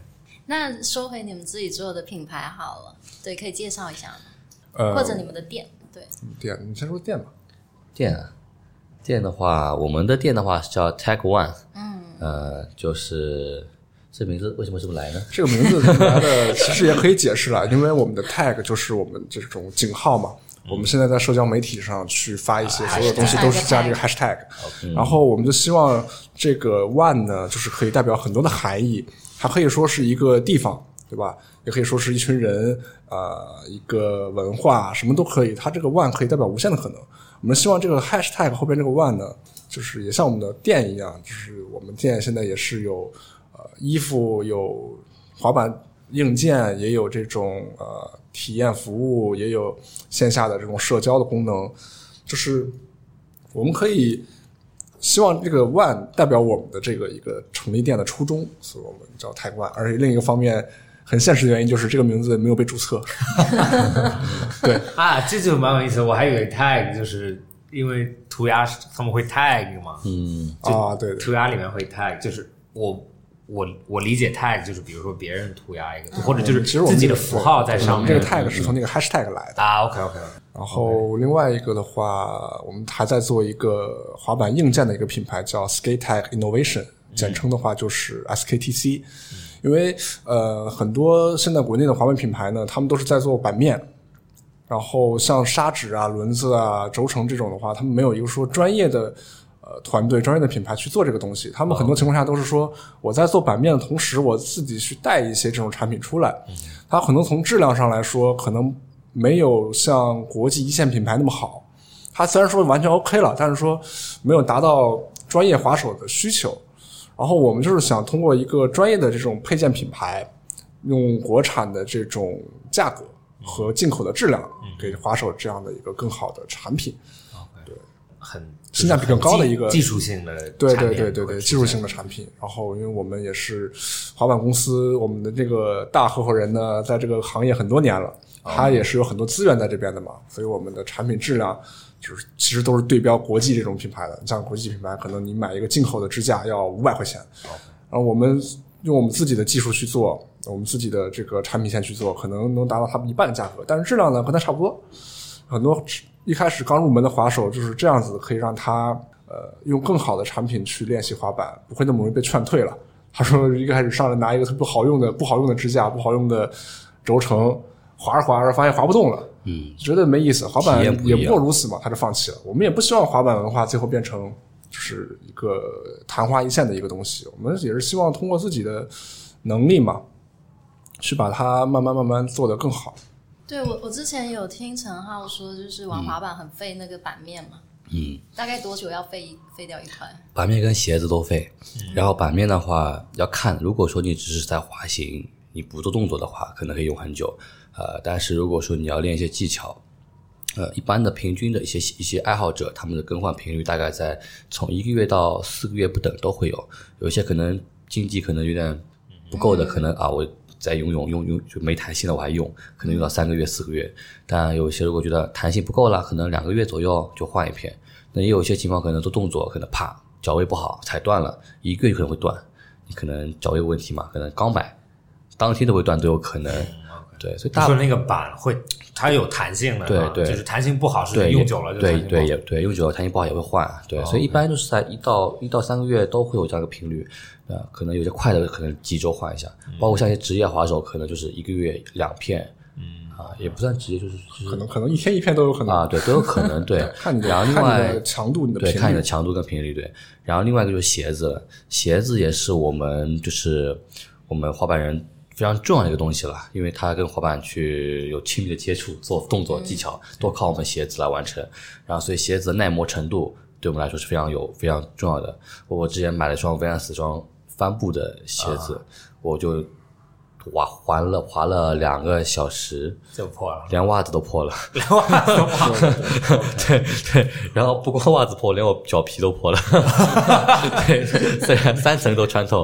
Speaker 2: 那说回你们自己做的品牌好了，对，可以介绍一下吗？
Speaker 5: [laughs] 呃，
Speaker 2: 或者你们的店，对，
Speaker 5: 店，你先说店吧。
Speaker 4: 店啊，店的话，我们的店的话是叫 Tag One，嗯，呃，就是这名字为什么这么来呢？
Speaker 5: 这个名字来的其实也可以解释了，因为我们的 tag 就是我们这种井号嘛。我们现在在社交媒体上去发一些所有东西都是加这个 hashtag，然后我们就希望这个 one 呢，就是可以代表很多的含义，它可以说是一个地方，对吧？也可以说是一群人，呃，一个文化，什么都可以。它这个 one 可以代表无限的可能。我们希望这个 hashtag 后边这个 one 呢，就是也像我们的店一样，就是我们店现在也是有呃衣服有滑板硬件，也有这种呃体验服务，也有线下的这种社交的功能，就是我们可以希望这个 One 代表我们的这个一个成立店的初衷，所以我们叫 Tag One。而且另一个方面，很现实的原因就是这个名字没有被注册，
Speaker 6: 啊，这就蛮有意思。我还以为 tag 就是因为涂鸦他们会 tag 嘛，
Speaker 4: 嗯，
Speaker 5: 啊，对对
Speaker 6: 涂鸦里面会 tag，就是我我我理解 tag 就是比如说别人涂鸦一个，或者就是
Speaker 5: 嗯其实我们嗯
Speaker 6: 自己的符号在上面。
Speaker 5: 这个 Tag 是从那个 Hashtag 来的。
Speaker 6: 啊，OK OK，
Speaker 5: 然后另外一个的话，我们还在做一个滑板硬件的一个品牌，叫 Skate Tech Innovation，简称的话就是 SKTC。因为呃，很多现在国内的滑板品牌呢，他们都是在做板面，然后像砂纸啊、轮子啊、轴承这种的话，他们没有一个说专业的呃团队、专业的品牌去做这个东西。他们很多情况下都是说，我在做版面的同时，我自己去带一些这种产品出来。它可能从质量上来说，可能没有像国际一线品牌那么好。它虽然说完全 OK 了，但是说没有达到专业滑手的需求。然后我们就是想通过一个专业的这种配件品牌，用国产的这种价格和进口的质量，给滑手这样的一个更好的产品。
Speaker 6: 很
Speaker 5: 性价比更高的一个
Speaker 6: 技技术性的
Speaker 5: 对
Speaker 6: 产
Speaker 5: 对
Speaker 6: 品
Speaker 5: 对对对，技术性的产品。然后，因为我们也是滑板公司，我们的这个大合伙人呢，在这个行业很多年了，
Speaker 6: 哦
Speaker 5: 他也是有很多资源在这边的嘛，所以我们的产品质量就是其实都是对标国际这种品牌的。你像国际品牌，可能你买一个进口的支架要五百块钱，
Speaker 6: 哦
Speaker 5: 然后我们用我们自己的技术去做，我们自己的这个产品线去做，可能能达到他们一半的价格，但是质量呢跟它差不多。很多一开始刚入门的滑手就是这样子，可以让他呃用更好的产品去练习滑板，不会那么容易被劝退了。他说一开始上来拿一个特别不好用的、不好用的支架、不好用的轴承，滑着滑着发现滑不动了，嗯，觉得没意思，滑板
Speaker 4: 体验不一
Speaker 5: 也
Speaker 4: 样
Speaker 5: 不过如此嘛，他就放弃了。我们也不希望滑板文化最后变成就是一个昙花一现的一个东西，我们也是希望通过自己的能力嘛，去把它慢慢慢慢做得更好。
Speaker 2: 对我我之前有听陈浩说，就是玩滑板很费那个版面嘛，
Speaker 4: 嗯，
Speaker 2: 大概多久要废废掉一块？
Speaker 4: 板面跟鞋子都废。然后板面的话要看，如果说你只是在滑行，你不做动作的话，可能可以用很久。呃，但是如果说你要练一些技巧，呃，一般的平均的一些一些爱好者，他们的更换频率大概在从一个月到四个月不等都会有。有一些可能经济可能有点不够的，可能啊我。在游泳用用就没弹性的我还用，可能用到三个月四个月。但有一些如果觉得弹性不够了，可能两个月左右就换一片。那也有一些情况可能做动作，可能啪脚位不好踩断了，一个月可能会断。你可能脚位有问题嘛，可能刚买当天都会断都有可能。对，所以
Speaker 6: 就
Speaker 4: 大
Speaker 6: 说那个板会，它有弹性的，
Speaker 4: 对
Speaker 6: 是吧
Speaker 4: 对
Speaker 6: 就是弹性不好是
Speaker 4: 对
Speaker 6: 用
Speaker 4: 也
Speaker 6: 久了就弹
Speaker 4: 对
Speaker 6: 性不
Speaker 4: 对
Speaker 6: 好
Speaker 4: 也对用久了弹性不好也会换，对，
Speaker 6: 哦
Speaker 4: 所以一般就是在一到一到三个月都会有这样一个频率，呃，可能有些快的可能几周换一下，
Speaker 6: 嗯
Speaker 4: 包括像一些职业滑手可能就是一个月两片，嗯啊，也不算职业，就是就是
Speaker 5: 可能可能一天一片都有可能。
Speaker 4: 啊，对，都有可能，
Speaker 6: [laughs]
Speaker 4: 对
Speaker 5: 看你的
Speaker 4: 然后另
Speaker 5: 看你
Speaker 4: 外
Speaker 5: 的强度、你的
Speaker 4: 对，
Speaker 5: 频
Speaker 4: 看你的
Speaker 5: 率，
Speaker 4: 强度跟频率，对。然后另外一个就是鞋子了，鞋子也是我们就是我们滑板人非常重要的一个东西了，因为它跟滑板去有亲密的接触，做动作技巧、
Speaker 5: 嗯
Speaker 4: 都靠我们鞋子来完成。然后所以鞋子的耐磨程度对我们来说是非常有非常重要的。我我之前买了一双 Vans 双帆布的鞋
Speaker 5: 啊
Speaker 4: 子，我就滑滑了滑了两个小时，
Speaker 6: 就破了。
Speaker 4: 连袜子都破了， [laughs] 连袜子都破了， [laughs] 对对，然后不光袜子破，连我脚皮都破了， [laughs] 对，虽然三层都穿透。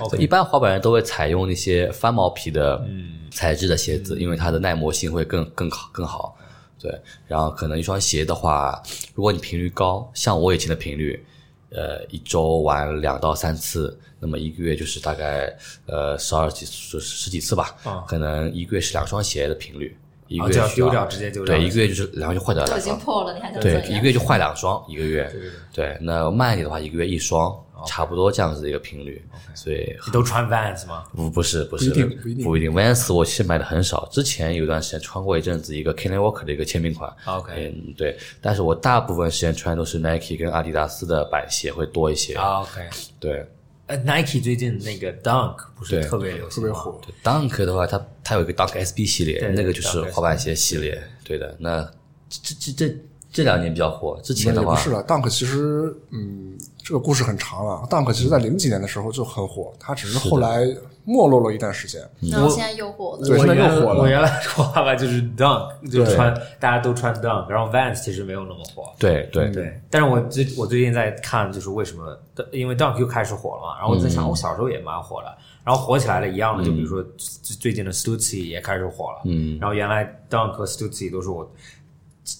Speaker 6: OK
Speaker 4: 对，一般滑板人都会采用那些翻毛皮的材质的鞋子，因为它的耐磨性会更更好更好。对，然后可能一双鞋的话，如果你频率高，像我以前的频率，呃，一周玩两到三次，那么一个月就是大概呃十二几十十几次吧，可能一个月是两双鞋的频率，一个
Speaker 6: 啊
Speaker 4: 月
Speaker 6: 就要
Speaker 4: 需要
Speaker 6: 丢掉直接丢掉
Speaker 4: 对，一个月就是两双就换掉
Speaker 2: 都
Speaker 4: 两
Speaker 2: 已经
Speaker 4: 双，
Speaker 2: 破了，你还想怎
Speaker 4: 对，
Speaker 2: 样？
Speaker 4: 一个月就换两双，一个月，对，那慢一点的话，一个月一双，差不多这样子的一个频率，所以
Speaker 6: 你都穿 Vans 吗？
Speaker 4: 不不是不是
Speaker 5: 一定不一定
Speaker 4: Vans 我其实买的很少，之前有一段时间穿过一阵子一个 Kenny Walker 的一个签名款
Speaker 6: OK
Speaker 4: 嗯对，但是我大部分时间穿都是 Nike 跟阿迪达斯的板鞋会多一些，
Speaker 6: 啊，OK，
Speaker 4: 对。
Speaker 6: 呃，Nike 最近那个 Dunk 不是
Speaker 4: 对
Speaker 6: 特别流
Speaker 5: 特
Speaker 6: 行
Speaker 5: 别
Speaker 6: 吗，
Speaker 5: 火。
Speaker 4: 对 Dunk 的话，它它有一个 Dunk SB 系列
Speaker 6: 对，
Speaker 4: 那个就是
Speaker 6: ，Dunk
Speaker 4: 滑板鞋系列，对的。那这这这这这两年比较火，之前
Speaker 5: 那
Speaker 4: 的
Speaker 5: 也
Speaker 4: 话
Speaker 5: 不是了，Dunk 其实，嗯，这个故事很长了。Dunk 其实在零几年的时候就很火，它只是后来没落了一段时间。
Speaker 2: 然后现在又火了，
Speaker 5: 对现
Speaker 6: 我
Speaker 5: 在
Speaker 6: 原
Speaker 5: 又
Speaker 6: 来
Speaker 5: 火了
Speaker 6: 我原来说吧，就是 Dunk，就
Speaker 5: 对
Speaker 6: 穿大家都穿 Dunk，然后 Vans 其实没有那么火。
Speaker 4: 对对
Speaker 6: 嗯对，但是我最我最近在看，就是为什么，因为 Dunk 又开始火了嘛，然后我在
Speaker 5: 嗯
Speaker 6: 想，我小时候也蛮火的，然后火起来了一样的，就比如说最最近的 Stussy 也开始火了，
Speaker 4: 嗯
Speaker 6: 然后原来 Dunk 和 Stussy 都是我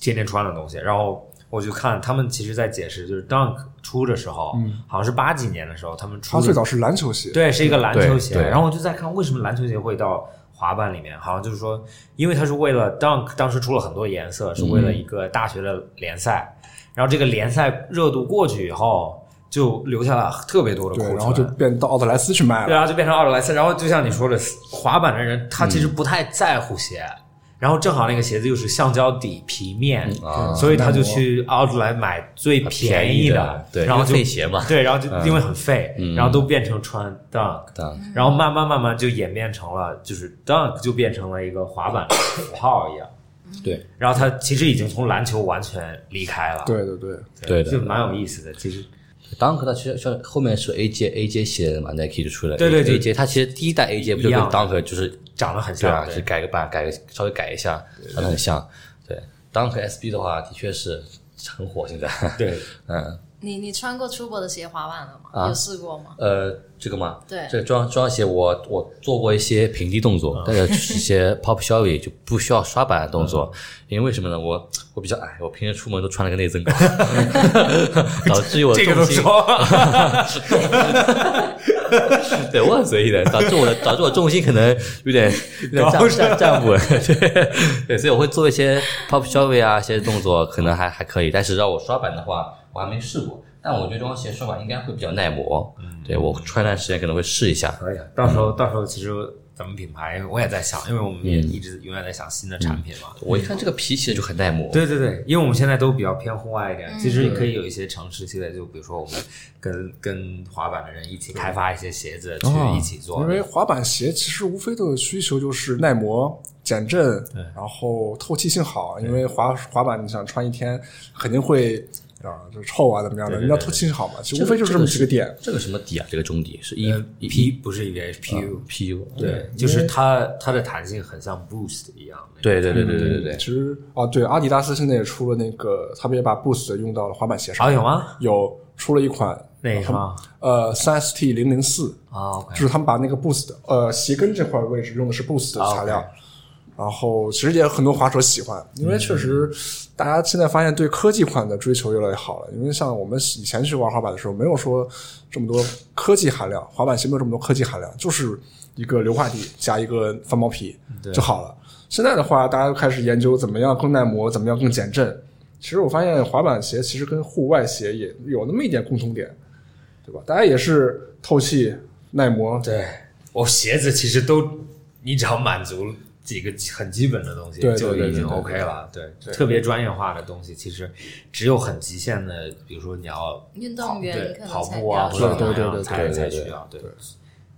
Speaker 6: 天天穿的东西，然后我就看他们其实在解释，就是 Dunk 出的时候，好像是八几年的时候，他们出
Speaker 5: 它
Speaker 6: 的
Speaker 5: 最早嗯哦是篮球鞋，
Speaker 6: 对，是一个篮球
Speaker 4: 对
Speaker 6: 鞋。
Speaker 4: 对
Speaker 6: 然后我就在看为什么篮球鞋会到滑板里面，好像就是说，因为它是为了 Dunk 当时出了很多颜色，是为了
Speaker 5: 嗯
Speaker 6: 一个大学的联赛。然后这个联赛热度过去以后，就留下了特别多的库
Speaker 5: 对，
Speaker 6: 存，
Speaker 5: 然后就变到奥特莱斯去卖
Speaker 6: 对，
Speaker 5: 了。
Speaker 6: 然后就变成奥特莱斯。然后就像你说的，滑板的人他
Speaker 4: 嗯
Speaker 6: 其实不太在乎鞋。然后正好那个鞋子又是橡胶底皮面，
Speaker 4: 啊
Speaker 6: 所以他就去奥特莱买最便宜
Speaker 4: 的，对，
Speaker 6: 然后
Speaker 4: 因
Speaker 6: 就
Speaker 4: 为废鞋嘛，嗯
Speaker 6: 对，然后就因为很废，然后都变成穿 Dunk，
Speaker 4: Dunk
Speaker 6: 然后慢慢慢慢就演变成了，就是 Dunk 就变成了一个
Speaker 4: [coughs]
Speaker 6: 滑板的符号一样。
Speaker 4: 对，
Speaker 6: 然后它其实已经从篮球完全离开了，
Speaker 5: 对对对，
Speaker 4: 对啊的
Speaker 6: 就蛮有意思的。其实
Speaker 4: Dunk 它其实像后面是 AJ AJ 系列的嘛，Nike 就出来了，
Speaker 6: 对对对
Speaker 4: AJ 它其实第一代 AJ 不就跟
Speaker 6: 一样的
Speaker 4: Dunk 就是
Speaker 6: 长得很
Speaker 4: 对
Speaker 6: 像
Speaker 4: 啊，，
Speaker 6: 对
Speaker 4: 是改个版，改个稍微改一下，长得很像。对，Dunk SB 的话，的确是很火现在。
Speaker 6: 对，
Speaker 4: 嗯，
Speaker 2: 你你穿过出国的鞋滑板了吗？
Speaker 4: 啊
Speaker 2: 有试过吗？
Speaker 4: 呃，这个嘛，
Speaker 2: 对
Speaker 4: 这装装鞋我我做过一些平地动
Speaker 6: 嗯
Speaker 4: 作，但是是一些 pop shelly 就不需要刷板的动
Speaker 6: 嗯
Speaker 4: 作，因为为什么呢？我我比较矮，我平时出门都穿了个内增
Speaker 6: [laughs]
Speaker 4: 高，导致于我的
Speaker 6: 这个
Speaker 4: 重
Speaker 6: 都
Speaker 4: 心
Speaker 6: 说
Speaker 4: 对，我很随意的，导致我的导致我重心可能有点有点站
Speaker 6: 高
Speaker 4: 不
Speaker 6: 山
Speaker 4: 站站不稳，对对，所以我会做一些 pop shove 啊，一些动作可能还还可以，但是让我刷板的话，我还没试过。但我觉得这双鞋刷板应该会比较耐磨，对我穿段时间可能会试一下。
Speaker 6: 可以啊。到时候到时候其实咱们品牌我也在想，因为我们也
Speaker 4: 嗯
Speaker 6: 一直永远在想新的产品嘛。
Speaker 4: 我一看这个皮鞋就很耐磨，
Speaker 6: 对对对，因为我们现在都比较偏户外一点，其实可以有一些城市系列，就比如说我们跟跟滑板的人一起开
Speaker 4: 哦
Speaker 6: 发一些鞋子，去一起做。呃
Speaker 5: 因为滑板鞋其实无非的需求就是耐磨、减震，然后透气性好，因为滑滑板你想穿一天肯定会啊就是臭啊怎么样的，
Speaker 6: 对对
Speaker 5: 你要
Speaker 6: 对
Speaker 5: 透气性好嘛，其
Speaker 4: 这
Speaker 5: 实
Speaker 4: 个
Speaker 5: 无非就是这么几个点。。
Speaker 4: 这个什么底啊？这个中底是 E
Speaker 6: 呃
Speaker 4: E
Speaker 6: P 不是 EVA PU，
Speaker 4: PU
Speaker 6: 对，就是它它的弹性很像 Boost 一样。那个
Speaker 4: 对对对对对对对
Speaker 5: 其实啊，对，阿迪达斯现在也出了那个，他们也把 Boost 用到了滑板鞋上，
Speaker 6: 啊有吗？
Speaker 5: 有出了一款
Speaker 6: 哪个吗？
Speaker 5: 呃三 ST 零零四，
Speaker 6: 啊，OK，
Speaker 5: 就是他们把那个 Boost 呃鞋跟这块位置用的是 Boost 的材料。然后其实也有很多滑手喜欢，因为确实大家现在发现对科技款的追求越来越好了。因为像我们以前去玩滑板的时候，没有说这么多科技含量，滑板鞋没有这么多科技含量，就是一个硫化底加一个翻毛皮就好了。现在的话，大家开始研究怎么样更耐磨，怎么样更减震。其实我发现滑板鞋其实跟户外鞋也有那么一点共同点，对吧？大家也是透气、耐磨，
Speaker 6: 对我鞋子其实都，你只要满足几个很基本的东西
Speaker 5: 对对
Speaker 6: 就
Speaker 5: 对
Speaker 6: 已经
Speaker 5: 对对
Speaker 6: OK 了。对，特别专业化的东西，其实只有很极限的，比如说你要
Speaker 2: 运动
Speaker 6: 对
Speaker 2: 员可能
Speaker 6: 跑
Speaker 2: 才
Speaker 6: 步
Speaker 2: 比
Speaker 6: 啊，
Speaker 2: 较
Speaker 6: 或者
Speaker 5: 对对
Speaker 6: 怎么样
Speaker 5: 对对
Speaker 6: 才
Speaker 4: 对
Speaker 6: 才
Speaker 4: 对对
Speaker 6: 需要对。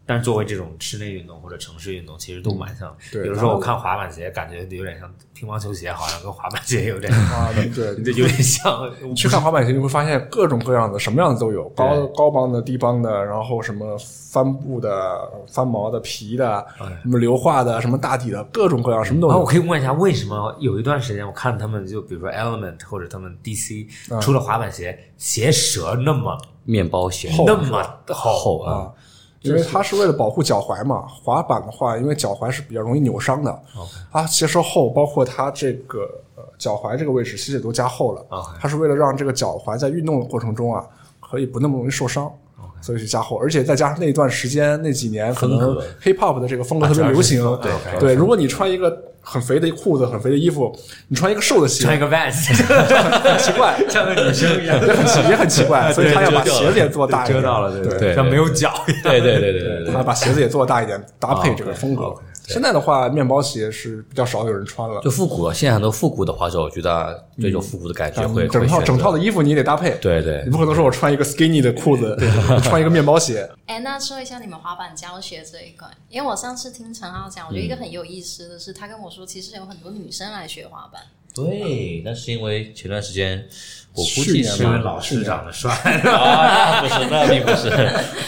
Speaker 6: 但是作为这种室内运动或者城市运动，其实都蛮像。
Speaker 5: 对
Speaker 6: 有的时
Speaker 5: 然
Speaker 6: 候
Speaker 5: 后
Speaker 6: 我看滑板鞋，感觉有点像乒乓球鞋，好像跟滑板鞋
Speaker 5: [laughs]
Speaker 6: 有点，
Speaker 5: 啊，
Speaker 6: [laughs]
Speaker 5: 对，
Speaker 6: 有点像。
Speaker 5: 你去看滑板鞋，你会发现各种各样的，什么样的都有，高高帮的、低帮的，然后什么帆布的、翻毛的、皮的，什么硫化的，什么大底的，各种各样，什么都
Speaker 6: 然后我
Speaker 5: 有。
Speaker 6: 可以问一下，为什么有一段时间我看他们就比如说 Element 或者他们 DC 出了滑板鞋，鞋舌那么
Speaker 4: 面包鞋
Speaker 6: 那么
Speaker 4: 厚
Speaker 6: 厚
Speaker 4: 啊，
Speaker 5: 因为它是为了保护脚踝嘛，滑板的话，因为脚踝是比较容易扭伤的，啊它鞋舌厚，包括它这个呃脚踝这个位置，其实也都加厚了
Speaker 6: OK。
Speaker 5: 它是为了让这个脚踝在运动的过程中啊，可以不那么容易受伤，所以去加厚。而且再加上那段时间那几年可能
Speaker 4: 风格
Speaker 5: hip hop 的这个风格特别流行，对对。如果你穿一个很肥的裤子、很肥的衣服，你穿一个瘦的鞋，
Speaker 6: 穿一个 Vans，
Speaker 5: 很奇怪，
Speaker 6: [laughs] 像个女生一样，
Speaker 5: 也很奇也很奇怪，所以他要把
Speaker 4: 遮掉
Speaker 5: 鞋
Speaker 4: 了
Speaker 5: 子也做大一点，
Speaker 6: 遮到了，
Speaker 5: 对
Speaker 4: 对
Speaker 6: 像没有脚一样。
Speaker 4: 对对对对对对啊
Speaker 5: 他把鞋子也做大一点，搭配这个风格。现在的话，面包鞋是比较少有人穿了
Speaker 4: 就，复古，现在很多复古的滑手，我觉得啊追求复古的感觉会
Speaker 5: 嗯整套整套的，衣服你也得搭配。
Speaker 4: 会选择对对
Speaker 5: 你不可能说我穿一个 skinny 的裤子，穿一个面包鞋。
Speaker 2: 哎，那说一下你们滑板教学这一块，因为我上次听陈浩讲，我觉得
Speaker 4: 嗯
Speaker 2: 一个很有意思的是，他跟我说，其实有很多女生来学滑板，
Speaker 4: 对，那是因为前段时间我
Speaker 6: [laughs]
Speaker 4: 估
Speaker 5: 去
Speaker 4: 计
Speaker 5: 年
Speaker 4: 是
Speaker 5: 吧
Speaker 6: 老师长得帅，
Speaker 4: 啊，那不是，那并不是。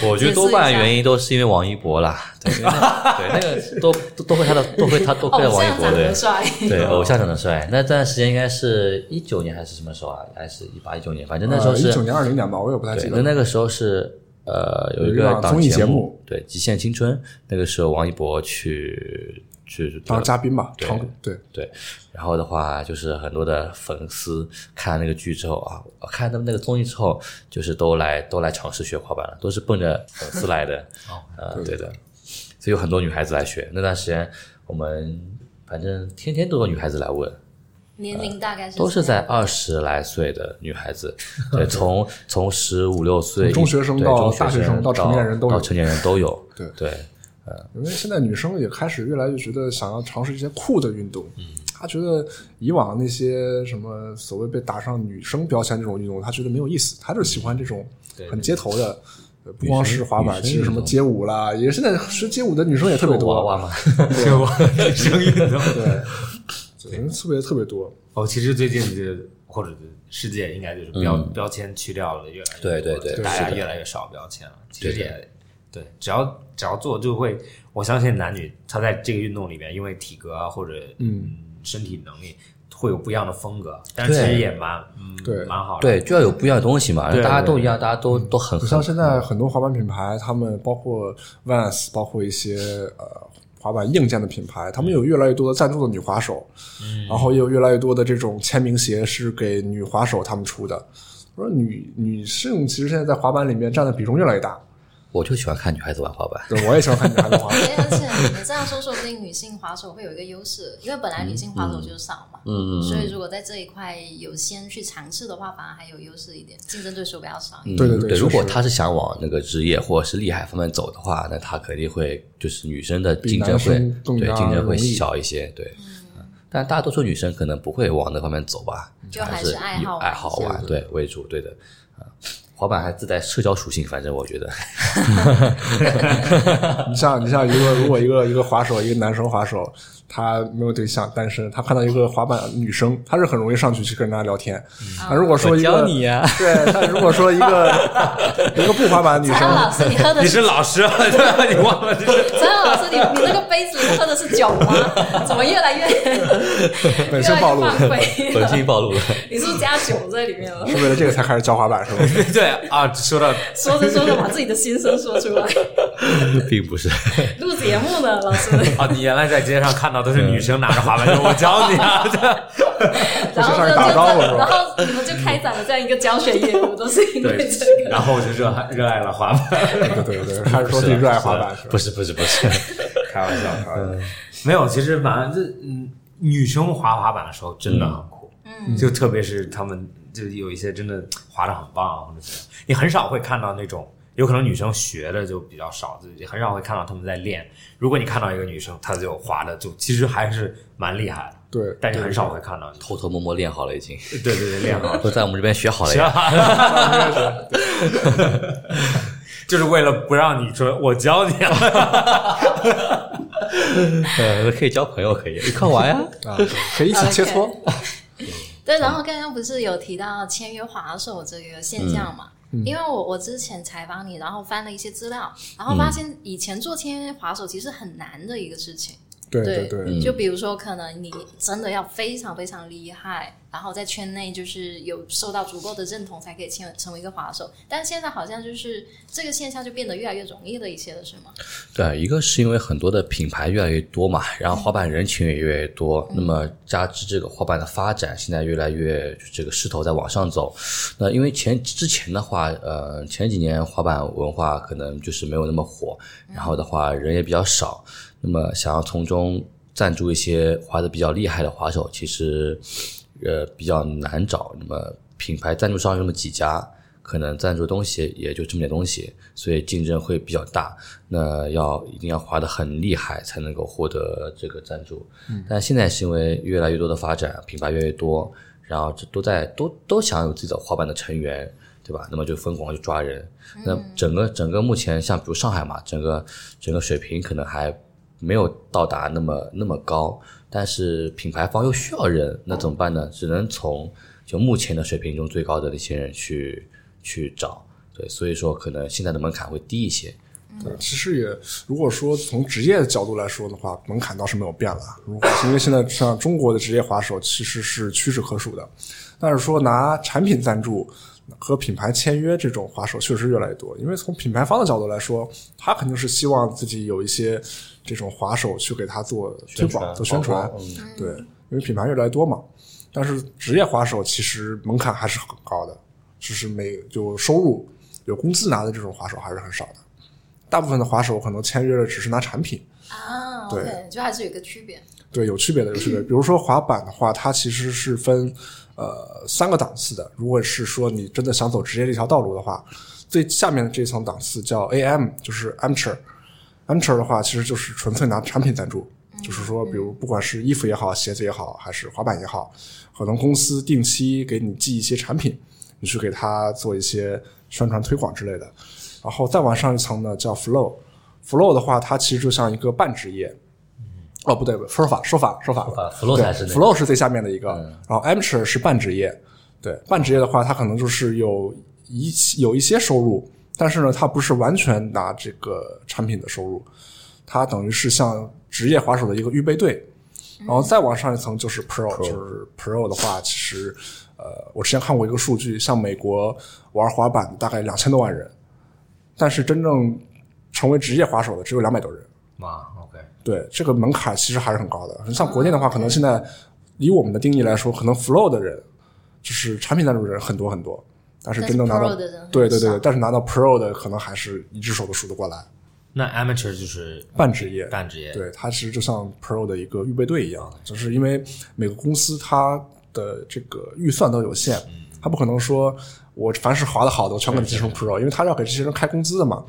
Speaker 4: 我觉得多半原因都是因为王一博啦，对，因为那对，那个都都都会他的，都会他都
Speaker 2: 偶
Speaker 4: 会王一
Speaker 2: 像
Speaker 4: 博
Speaker 2: 长
Speaker 4: 对
Speaker 2: 得。帅，
Speaker 5: [laughs]
Speaker 4: 对，偶像长得帅。那段时间应该是一九年还是什么时候啊？还是一八一九年？反正那时候是
Speaker 5: 呃一九年、二零年吧，我也不太记
Speaker 4: 对，
Speaker 5: 得
Speaker 4: 那
Speaker 5: 了。
Speaker 4: 那个时候是呃有
Speaker 5: 有
Speaker 4: 一
Speaker 5: 一
Speaker 4: 个
Speaker 5: 档
Speaker 4: 档
Speaker 5: 综艺节
Speaker 4: 目
Speaker 5: 目，
Speaker 4: 对《极限青春》，那个时候王一博去去
Speaker 5: 当嘉宾吧，
Speaker 4: 对
Speaker 5: 常对，
Speaker 4: 对，然后的话就是很多的粉丝看了那个剧之后啊，看他们那个综艺之后，就是都来都来尝试学滑板了，都是奔着粉丝来
Speaker 5: [laughs]
Speaker 4: 的。
Speaker 5: 哦
Speaker 4: 呃，对的，所以有很多女孩子来学。那段时间我们反正天天都有女孩子来问，
Speaker 2: 年龄大概是
Speaker 4: 都是在二十来岁的女孩
Speaker 5: [laughs]
Speaker 4: 子，对，从从十五六岁
Speaker 5: 从中学生
Speaker 4: 对
Speaker 5: 到
Speaker 4: 中
Speaker 5: 大学
Speaker 4: 学
Speaker 5: 生到成年人都有
Speaker 4: 到成年人都有，
Speaker 5: 对
Speaker 4: 对
Speaker 5: 因为现在女生也开始越来越觉得想要尝试一些酷的运动。嗯，她觉得以往那些什么所谓被打上女生标签这种运动，她觉得没有意思，她就喜欢这种很街头的。呃不光是滑板，
Speaker 4: 女生
Speaker 5: 其实什么街舞啦，也现在学街舞的女生也特别多，啊
Speaker 4: 娃娃嘛，
Speaker 6: 是 [laughs] 我女生运动。
Speaker 5: 对，特别特别多。
Speaker 6: 哦，其实最近这或者世界应该就是标标签去掉了，越来越多
Speaker 4: 嗯对对对
Speaker 6: 大
Speaker 4: 是
Speaker 6: 家
Speaker 4: 的
Speaker 6: 越来越少标签了。其
Speaker 4: 对
Speaker 6: 实
Speaker 4: 对
Speaker 6: 也对，只要只要做就会，我相信男女他在这个运动里面，因为体格啊或者嗯身体能力会有不一样的风格，但是其实
Speaker 4: 对
Speaker 6: 也蛮嗯
Speaker 5: 对
Speaker 6: 蛮好的。
Speaker 4: 对，就要有不一样的东西嘛，
Speaker 6: 对
Speaker 4: 大家都一样，大家都都很
Speaker 5: 不像现在很多滑板品牌，他们包括 Vans，包括一些呃滑板硬件的品牌，他们有越来越多的赞助的女滑手，
Speaker 7: 嗯
Speaker 5: 然后也有越来越多的这种签名鞋是给女滑手他们出的。我说女女性其实现在在滑板里面占的比重越来越大，
Speaker 4: 我就喜欢看女孩子玩滑板。
Speaker 5: 对，我也喜欢看女孩
Speaker 4: [laughs]
Speaker 5: 子滑板。
Speaker 2: 对，而且你这样说，说不定女性滑手会有一个优势，因为本来女性滑手就少嘛，
Speaker 4: 嗯嗯嗯
Speaker 2: 所以如果在这一块有先去尝试的话，反而还有优势一点，竞争对手比较少。
Speaker 4: 嗯
Speaker 5: 对对对
Speaker 4: 对，
Speaker 5: 确
Speaker 4: 如果
Speaker 5: 实
Speaker 4: 他是想往那个职业或者是厉害方面走的话，那他肯定会就是女生的竞争会
Speaker 5: 比男生更
Speaker 4: 对
Speaker 5: 加
Speaker 4: 竞争会
Speaker 5: 容易
Speaker 4: 小一些，对。嗯但大多数女生可能不会往那方面走吧，
Speaker 2: 就还
Speaker 4: 是
Speaker 2: 是爱
Speaker 4: 以
Speaker 2: 好
Speaker 4: 爱好
Speaker 2: 玩
Speaker 4: 玩对为主，对的。啊，滑板还自带社交属性，反正我觉
Speaker 5: [laughs]
Speaker 4: 得，
Speaker 5: 你像你像一个如果一个一个滑手，一个男生滑手，他没有对象，单身，他看到一个滑板女生，他是很容易上去去跟人家聊天。那、如果说一个
Speaker 7: 嗯教你呀
Speaker 5: [laughs] 对，但如果说一个
Speaker 6: [laughs]
Speaker 5: 一个不滑板的女
Speaker 2: 张
Speaker 5: 生，
Speaker 2: 老师，你喝的
Speaker 6: 你
Speaker 2: 是
Speaker 6: 是老师，对 [laughs] 你忘了这是
Speaker 2: 张老师，你你那个杯子里喝的是酒 [laughs] 吗？怎么越来越
Speaker 5: [laughs] 本身暴露，
Speaker 2: 越来越犯
Speaker 4: 本
Speaker 2: 规
Speaker 4: 性
Speaker 2: 了？
Speaker 4: 暴露了。
Speaker 2: 你是不是加酒在里面了？
Speaker 5: 是为了这个才开始教滑板
Speaker 6: [laughs]
Speaker 5: 是吗？
Speaker 6: 对啊，说到
Speaker 2: 说着说着把自己的心声说出
Speaker 5: [laughs]
Speaker 2: 来，
Speaker 4: 并不是，
Speaker 2: 录节目呢，老
Speaker 5: [laughs]
Speaker 2: 师。
Speaker 6: 啊，你原来在街上看到都是女生拿着滑板说：“我教你啊。
Speaker 4: 嗯
Speaker 6: [laughs]
Speaker 2: 然后
Speaker 5: 上
Speaker 2: 就
Speaker 5: 去打招呼是吧
Speaker 2: 然后你们就开展了这样一个教学业务，都是因
Speaker 6: 对
Speaker 2: 为这”个。
Speaker 6: 然后我就热热爱了滑板。
Speaker 5: 对对对，开始说自己热爱滑板是吧？
Speaker 4: 不是不是不
Speaker 5: [laughs]
Speaker 4: 是，
Speaker 6: 开玩笑，开玩笑。没有，其实反正这嗯，女生滑滑板的时候真的很酷，嗯，就特别是她们就有一些真的滑的很棒啊，或者怎么样，你很少会看到那种。有可能女生学的就比较少，就很少会看到她们在练。如果你看到一个女生，她就滑的就其实还是蛮厉害的，
Speaker 5: 对，
Speaker 6: 但是很少会看到。
Speaker 4: 偷偷摸摸练好了已经，
Speaker 6: 对对对，练好了，
Speaker 4: 都在我们这边学好了
Speaker 6: 学
Speaker 5: 啊
Speaker 4: 呀。
Speaker 6: 好了，就是为了不让你说我教你啊。
Speaker 4: 呃，可以交朋友，可以一块玩呀。
Speaker 5: 啊，可以一起切磋。
Speaker 2: [laughs] 对，然后刚刚不是有提到签约滑手这个现象嘛？
Speaker 5: 嗯
Speaker 2: 因为我我之前采访你，然后翻了一些资料，然后发现以前做签约滑手其实很难的一个事情。
Speaker 5: [laughs] 对
Speaker 2: 对嗯
Speaker 5: 对，
Speaker 2: 就比如说，可能你真的要非常非常厉害，然后在圈内就是有受到足够的认同，才可以签成为一个滑手。但现在好像就是这个现象就变得越来越容易了一些了，是吗？
Speaker 4: 对，呃一个是因为很多的品牌越来越多嘛，然后滑板人群也越来越多，那么加之这个滑板的发展，现在越来越这个势头在往上走。那因为前之前的话，呃，前几年滑板文化可能就是没有那么火，然后的话人也比较少，那么想要从中赞助一些滑的比较厉害的滑手，其实呃比较难找。那么品牌赞助商有那么几家，可能赞助东西也就这么点东西，所以竞争会比较大。那要一定要滑得很厉害才能够获得这个赞助。但现在是因为越来越多的发展，品牌越来越多，然后这都在都都想有自己的滑板的成员，对吧？那么就疯狂去抓人。那整个整个目前像比如上海嘛，整个整个水平可能还没有到达那么那么高，但是品牌方又需要人，那怎么办呢？只能从就目前的水平中最高的那些人去去找。对，所以说可能现在的门槛会低一些。
Speaker 5: 对，其实也，如果说从职业角度来说的话，门槛倒是没有变了。如果因为现在像中国的职业滑手其实是屈指可数的，但是说拿产品赞助和品牌签约这种滑手确实越来越多。因为从品牌方的角度来说，他肯定是希望自己有一些这种滑手去给他做推广、嗯做宣传，对，因为品牌越来越多嘛。但是职业滑手其实门槛还是很高的，就是没有收入、有工资拿的这种滑手还是很少的。大部分的滑手可能签约的只是拿产品，
Speaker 2: 啊
Speaker 5: 对
Speaker 2: ，OK，就还是有一个区别。
Speaker 5: 对，有区别的，有区别。比如说滑板的话，它其实是分呃三个档次的。如果是说你真的想走职业这条道路的话，最下面的这层档次叫 AM，就是 amateur。amateur 的话，其实就是纯粹拿产品赞助，就是说，比如不管是衣服也好，鞋子也好，还是滑板也好，可能公司定期给你寄一些产品，你去给它做一些宣传推广之类的。然后再往上一层呢，叫 flow。flow 的话，它其实就像一个半职业。哦，不对，不对说法说法说法
Speaker 4: 啊
Speaker 5: 了。
Speaker 4: ，flow
Speaker 5: 对
Speaker 4: 才是那个嗯
Speaker 5: flow 是最下面的一个，然后 amateur 是半职业。对，半职业的话，它可能就是有一有一些收入，但是呢，它不是完全拿这个产品的收入，它等于是像职业滑手的一个预备队。然后再往上一层就是 pro，就是 pro 的话，其实呃，我之前看过一个数据，像美国玩滑板的大概两千多万人，但是真正成为职业滑手的只有两百多人。
Speaker 6: 妈，OK。
Speaker 5: 对，这个门槛其实还是很高的。像国内的话，可能现在以我们的定义来说，可能 flow 的人就是产品赞助人很多很多，但是真正拿到
Speaker 2: 但是 pro 的人很
Speaker 5: 对对对
Speaker 2: 少
Speaker 5: 对，但是拿到 pro 的可能还是一只手都数得过来，
Speaker 6: 那 amateur 就是
Speaker 5: 半职业。
Speaker 6: 半职业，
Speaker 5: 对，它其实就像 pro 的一个预备队一样，就是因为每个公司它的这个预算都有限，它不可能说我凡是划的好的我全给你集成 pro，因为它要给这些人开工资的嘛。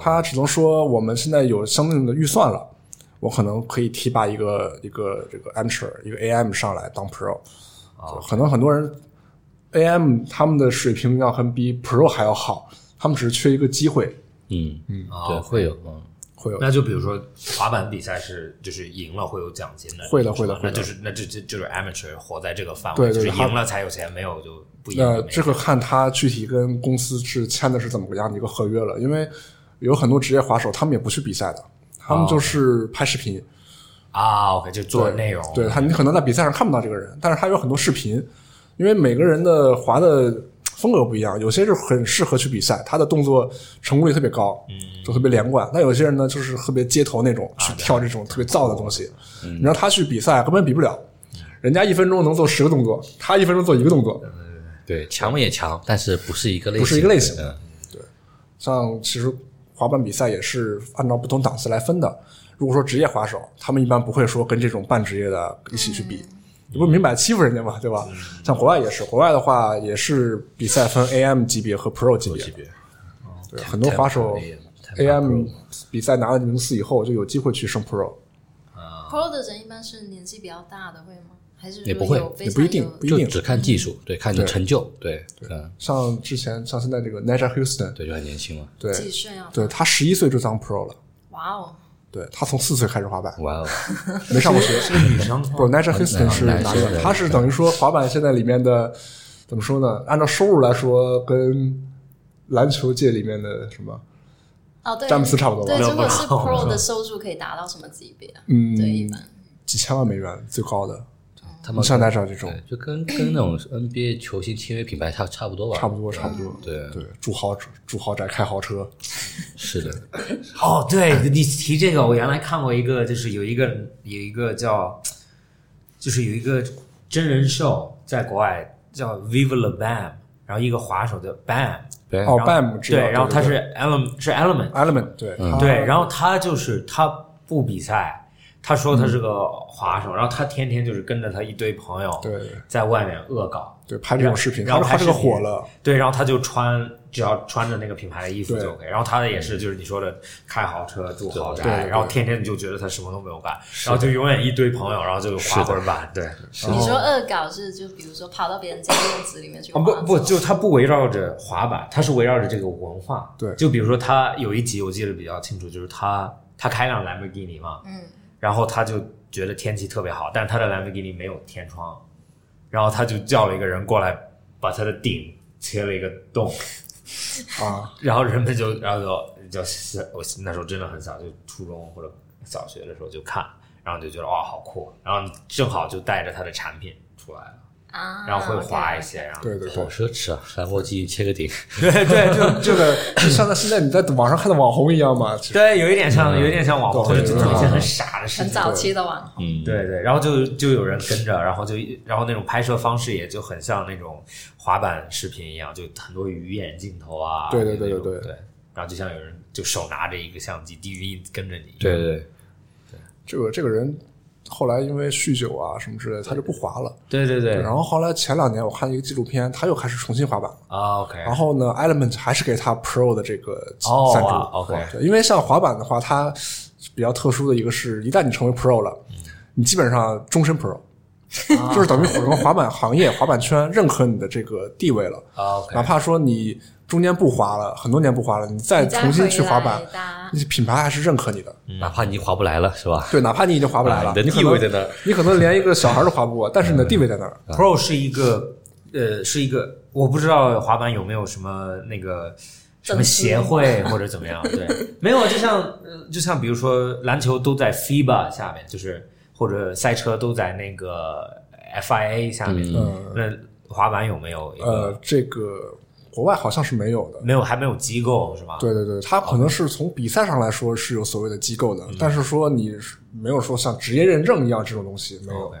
Speaker 5: 他只能说我们现在有相应的预算了，我可能可以提拔一个一个这个 amateur 一个 AM 上来当 pro，、可能很多人 AM 他们的水平要很比 Pro 还要好，他们只是缺一个机会，
Speaker 4: 嗯嗯，对，
Speaker 6: 哦，
Speaker 4: 会有，嗯，
Speaker 5: 会有
Speaker 6: 那就比如说滑板比赛是就是赢了会有奖金的，
Speaker 5: 会的
Speaker 6: 是
Speaker 5: 会
Speaker 6: 吧
Speaker 5: 的会的
Speaker 6: 那就是那这这就是 amateur 活在这个范围，
Speaker 5: 对对
Speaker 6: 就是
Speaker 5: 他
Speaker 6: 赢了才有钱，没有就不赢就没
Speaker 5: 那
Speaker 6: 有。
Speaker 5: 这个看他具体跟公司是签的是怎么样的一个合约了，因为有很多职业滑手他们也不去比赛的，他们就是拍视频，
Speaker 6: 啊，OK，就做
Speaker 5: 对
Speaker 6: 内容，
Speaker 5: 对他你可能在比赛上看不到这个人，但是他有很多视频，因为每个人的滑的风格不一样，有些是很适合去比赛，他的动作成功率特别高，就特别连贯；那有些人呢就是特别街头那种去跳这种特别燥的东西，你让他去比赛根本比不了，人家一分钟能做十个动作，他一分钟做一个动作。
Speaker 4: 对，强也强，但是不是一个类型，
Speaker 5: 不是一个类型
Speaker 4: 嗯
Speaker 5: 像其实滑板比赛也是按照不同档次来分的。如果说职业滑手，他们一般不会说跟这种半职业的一起去比，你不明摆欺负人家嘛，对吧？像国外也是，国外的话也是比赛分 AM 级别和 Pro 级别，对，很多滑手 AM 比赛拿了名次以后就有机会去升 Pro，
Speaker 2: Pro 的人一般是年纪比较大的，会吗？还是
Speaker 4: 也
Speaker 2: 说
Speaker 4: 不会
Speaker 2: 有非
Speaker 5: 也
Speaker 2: 常
Speaker 5: 不一定
Speaker 2: 有，
Speaker 5: 不一
Speaker 4: 就
Speaker 5: 定。
Speaker 4: 只看技术，对，看你的
Speaker 5: 对
Speaker 4: 成就，对，嗯，
Speaker 5: 像之前像现在这个 Naja Houston，
Speaker 4: 对，就很年轻嘛，
Speaker 5: 对
Speaker 2: 几岁啊？
Speaker 5: 对，他十一岁就当 Pro 了，
Speaker 2: 哇哦，
Speaker 5: 对他从四岁开始滑板， [laughs]
Speaker 4: 哇哦，
Speaker 5: 没上过学，
Speaker 6: 是个女生吗
Speaker 5: 不 n i g e l Houston 是
Speaker 4: 男
Speaker 5: 哪
Speaker 4: 生
Speaker 5: 个？
Speaker 4: 的
Speaker 5: 他是等于说滑板现在里面的怎么说呢？按照收入来说，跟篮球界里面的什么？
Speaker 2: 哦对，
Speaker 5: 詹姆斯差不多吧
Speaker 2: 对，
Speaker 6: 没有
Speaker 2: 如果 [laughs] 是
Speaker 6: 不到
Speaker 2: Pro 的收入可以达到什么级别啊？
Speaker 5: 嗯，
Speaker 2: 对，一般
Speaker 5: 几千万美元最高的，
Speaker 4: 他们
Speaker 5: 像 n i g e l 这种
Speaker 4: 对，就跟跟那种 NBA 球星签约品牌差差不多吧，
Speaker 5: 差不多，差不多。
Speaker 4: 对
Speaker 5: 对，住豪住豪宅，开豪车，
Speaker 4: 是的，
Speaker 6: 哦，对你提这个，我原来看过一个，就是有一个有一个叫，就是有一个真人秀在国外叫 Viva La Bam，然后一个滑手叫 Bam，
Speaker 4: 对
Speaker 5: 哦
Speaker 6: 然后
Speaker 5: Bam 知道
Speaker 6: 对，然后
Speaker 5: 对
Speaker 6: 他
Speaker 5: 对
Speaker 6: 是 Element 是 Element，
Speaker 5: Element 对啊
Speaker 4: 嗯
Speaker 5: 他
Speaker 6: 对，然后他就是他不比赛，他说他是个滑手，然后他天天就是跟着他一堆朋友
Speaker 5: 对对
Speaker 6: 在外面恶搞，
Speaker 5: 对拍这种视频，
Speaker 6: 然后
Speaker 5: 他这
Speaker 6: 拍
Speaker 5: 个
Speaker 6: 视频
Speaker 5: 火了，
Speaker 6: 对，然后他就穿，只要穿着那个品牌的衣服
Speaker 5: 对
Speaker 6: 就 OK。然后他的也是，就是你说的开豪车、住豪
Speaker 5: 对对
Speaker 6: 宅，
Speaker 5: 对
Speaker 6: 然后天天你就觉得他什么都没有干，然后就永远一堆朋友，然后就滑会儿板。对，
Speaker 5: 然
Speaker 2: 你
Speaker 5: 后
Speaker 2: 说恶搞是就比如说跑到别人家院子里面去
Speaker 6: 啊
Speaker 2: 玩
Speaker 6: 不不，就他不围绕着滑板，他是围绕着这个文化。
Speaker 5: 对
Speaker 6: 就比如说他有一集我记得比较清楚，就是他他开辆兰博基尼嘛，
Speaker 2: 嗯，
Speaker 6: 然后他就觉得天气特别好，但是他的兰博基尼没有天窗，然后他就叫了一个人过来把他的顶切了一个洞。 [laughs]
Speaker 5: 啊，
Speaker 6: 然后人们就，然后就就是我那时候真的很小，就初中或者小学的时候就看，然后就觉得哇、好酷，然后正好就带着他的产品出来了，
Speaker 2: 啊，
Speaker 6: 然后会滑
Speaker 2: OK
Speaker 6: 一些，然后
Speaker 5: 对对
Speaker 4: 好
Speaker 5: 对，
Speaker 4: 奢侈啊，兰博基尼切个
Speaker 5: [laughs]
Speaker 4: 顶，
Speaker 6: 对对就
Speaker 5: 这个就像在现在你在网上看的网红一样嘛，其实
Speaker 6: 对，有一点像有一点像网红，
Speaker 5: 对
Speaker 6: 就做一些很傻的事
Speaker 2: 很
Speaker 6: 情。
Speaker 2: 早期的网红，
Speaker 4: 嗯，
Speaker 6: 对对，然后就就有人跟着，然后就然后那种拍摄方式也就很像那种滑板视频一样，就很多鱼眼镜头啊，
Speaker 5: 对对对
Speaker 6: 那种
Speaker 5: 对对
Speaker 6: 对，然后就像有人就手拿着一个相机，低音跟着你，
Speaker 4: 对对对，
Speaker 5: 这个这个人后来因为酗酒啊什么之类的，他就不滑了。
Speaker 6: 对对对，
Speaker 5: 然后后来前两年我看一个纪录片，他又开始重新滑板了。
Speaker 6: 啊 OK，
Speaker 5: 然后呢，Element
Speaker 4: 哎
Speaker 5: 还是给他 Pro 的这个
Speaker 6: 哦
Speaker 5: 赞助。
Speaker 6: 哇，OK
Speaker 5: 对因为像滑板的话，它比较特殊的一个是，一旦你成为 Pro 了，
Speaker 4: 嗯
Speaker 5: 你基本上终身
Speaker 4: [laughs]
Speaker 5: Pro，、就是等于整个滑板行业、滑板圈认可你的这个地位了。
Speaker 4: 哦
Speaker 6: 啊 OK，
Speaker 5: 哪怕说你中间不滑了，很多年不滑了，你再哎重新去滑板
Speaker 2: 你再回来搭，
Speaker 5: 你品牌还是认可你的。
Speaker 4: 哪怕你划不来了，是吧？
Speaker 5: 对，哪怕你已经滑不来了，
Speaker 4: 啊你的
Speaker 5: 可
Speaker 4: 地
Speaker 5: 能
Speaker 4: 位在那儿嗯
Speaker 5: 你可能连一个小孩都滑不过，但是你的地位在那儿。
Speaker 6: Pro 是一个呃，是一个我不知道滑板有没有什么那个什么协会或者怎么样，对， [laughs] 没有，就像呃就像比如说篮球都在 FIBA 下面，就是或者赛车都在那个 FIA 下面，
Speaker 5: 嗯
Speaker 6: 那滑板有没有一个、
Speaker 5: 呃，这个国外好像是没有的。
Speaker 6: 没有还没有机构是吧？
Speaker 5: 对对对，它可能是从比赛上来说是有所谓的机构的，但是说你是没有说像职业认证一样这种东西没有
Speaker 6: OK。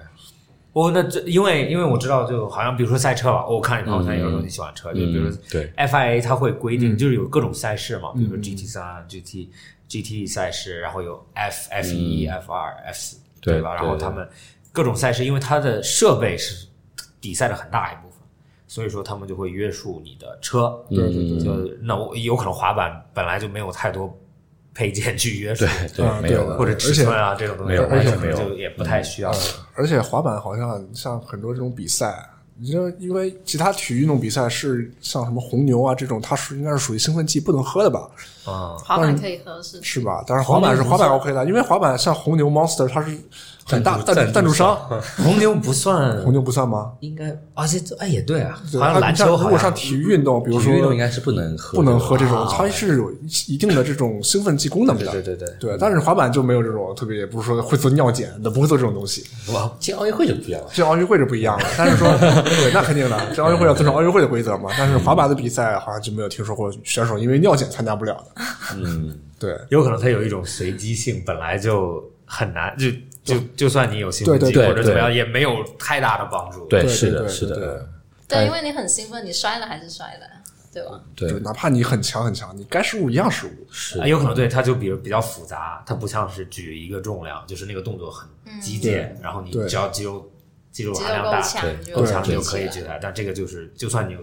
Speaker 6: 哦，那这因为因为我知道，就好像比如说赛车吧，哦我看你朋友圈有时候你喜欢车，就比如说
Speaker 4: 嗯对嗯
Speaker 6: FIA 它会规定，就是有各种赛事嘛，比如说
Speaker 5: 嗯嗯
Speaker 6: GT 三、GT GT E 赛事，然后有 F F 一、F 二、F 四，
Speaker 4: 嗯对对
Speaker 6: 吧？然后他们各种赛事，因为它的设备是比赛的很大一部分，所以说他们就会约束你的车。
Speaker 4: 嗯
Speaker 5: 对对对
Speaker 6: 就那我有可能滑板本来就没有太多配件去约束，嗯
Speaker 4: 对
Speaker 5: 啊，
Speaker 4: 没有
Speaker 5: 对
Speaker 4: 了，
Speaker 6: 或者
Speaker 5: 而
Speaker 6: 尺
Speaker 5: 且
Speaker 6: 寸啊这种东西，
Speaker 4: 没有嗯
Speaker 6: 完
Speaker 4: 完
Speaker 6: 全
Speaker 4: 全没有
Speaker 6: 就也不太需要。
Speaker 5: 而且滑板好像像很多这种比赛，因为因为其他体育运动比赛是像什么红牛啊这种，它是应该是属于兴奋剂不能喝的吧？嗯
Speaker 6: 啊，
Speaker 2: 滑板可以喝是吗
Speaker 5: 是吧？但是滑板是滑板 OK 的，因为滑板像红牛 Monster 它是很大
Speaker 6: 赞
Speaker 5: 赞
Speaker 6: 助
Speaker 5: 赞助商，
Speaker 6: 红牛不算，
Speaker 5: 红牛不算吗？
Speaker 6: 应该，而且哎也对啊，
Speaker 5: 对
Speaker 6: 好像
Speaker 5: 它
Speaker 6: 篮
Speaker 5: 像
Speaker 6: 球好
Speaker 5: 如
Speaker 6: 像
Speaker 5: 果上体育运动，比如
Speaker 4: 体
Speaker 5: 说
Speaker 4: 育运动应该是不能喝，啊
Speaker 5: 不能喝这种，它是有一定的这种兴奋剂功能的。
Speaker 6: 对对对对
Speaker 5: 对，但是滑板就没有这种特别，也不是说会做尿检的，不会做这种东西。
Speaker 4: 哇，进奥运会就不一样了。
Speaker 5: 这奥运会是不一样的，但是
Speaker 4: [laughs]
Speaker 5: 说对，那肯定的，这奥运会要遵守奥运会的规则嘛。但是滑板的比赛好像就没有听说过选手因为尿检参加不了的。
Speaker 4: 嗯， [laughs]
Speaker 5: 对，
Speaker 6: 有可能它有一种随机性，本来就很难，就就就算你有兴
Speaker 5: 对
Speaker 6: 奋
Speaker 5: 对
Speaker 6: 剂
Speaker 4: 对
Speaker 6: 或者怎么样，
Speaker 4: 对
Speaker 6: 也没有太大的帮助。
Speaker 4: 对，
Speaker 5: 对
Speaker 4: 是
Speaker 5: 对
Speaker 4: 的，是
Speaker 5: 对
Speaker 4: 的，
Speaker 5: 哎
Speaker 2: 对，因为你很兴奋，你摔了还是摔了，对吧？
Speaker 4: 对
Speaker 5: 就，哪怕你很强很强，你该失误一样失误。
Speaker 4: 是
Speaker 6: 啊，有可能对它就比如比较复杂，它不像是举一个重量，就是那个动作很机械，然后你
Speaker 5: 对
Speaker 6: 只要肌肉肌肉
Speaker 2: 肌
Speaker 6: 含
Speaker 2: 肉
Speaker 6: 量
Speaker 2: 够
Speaker 6: 大，
Speaker 2: 强就
Speaker 6: 够强
Speaker 2: 举
Speaker 6: 就
Speaker 2: 起
Speaker 6: 可
Speaker 2: 来
Speaker 6: 以举来。但这个就是，就算你有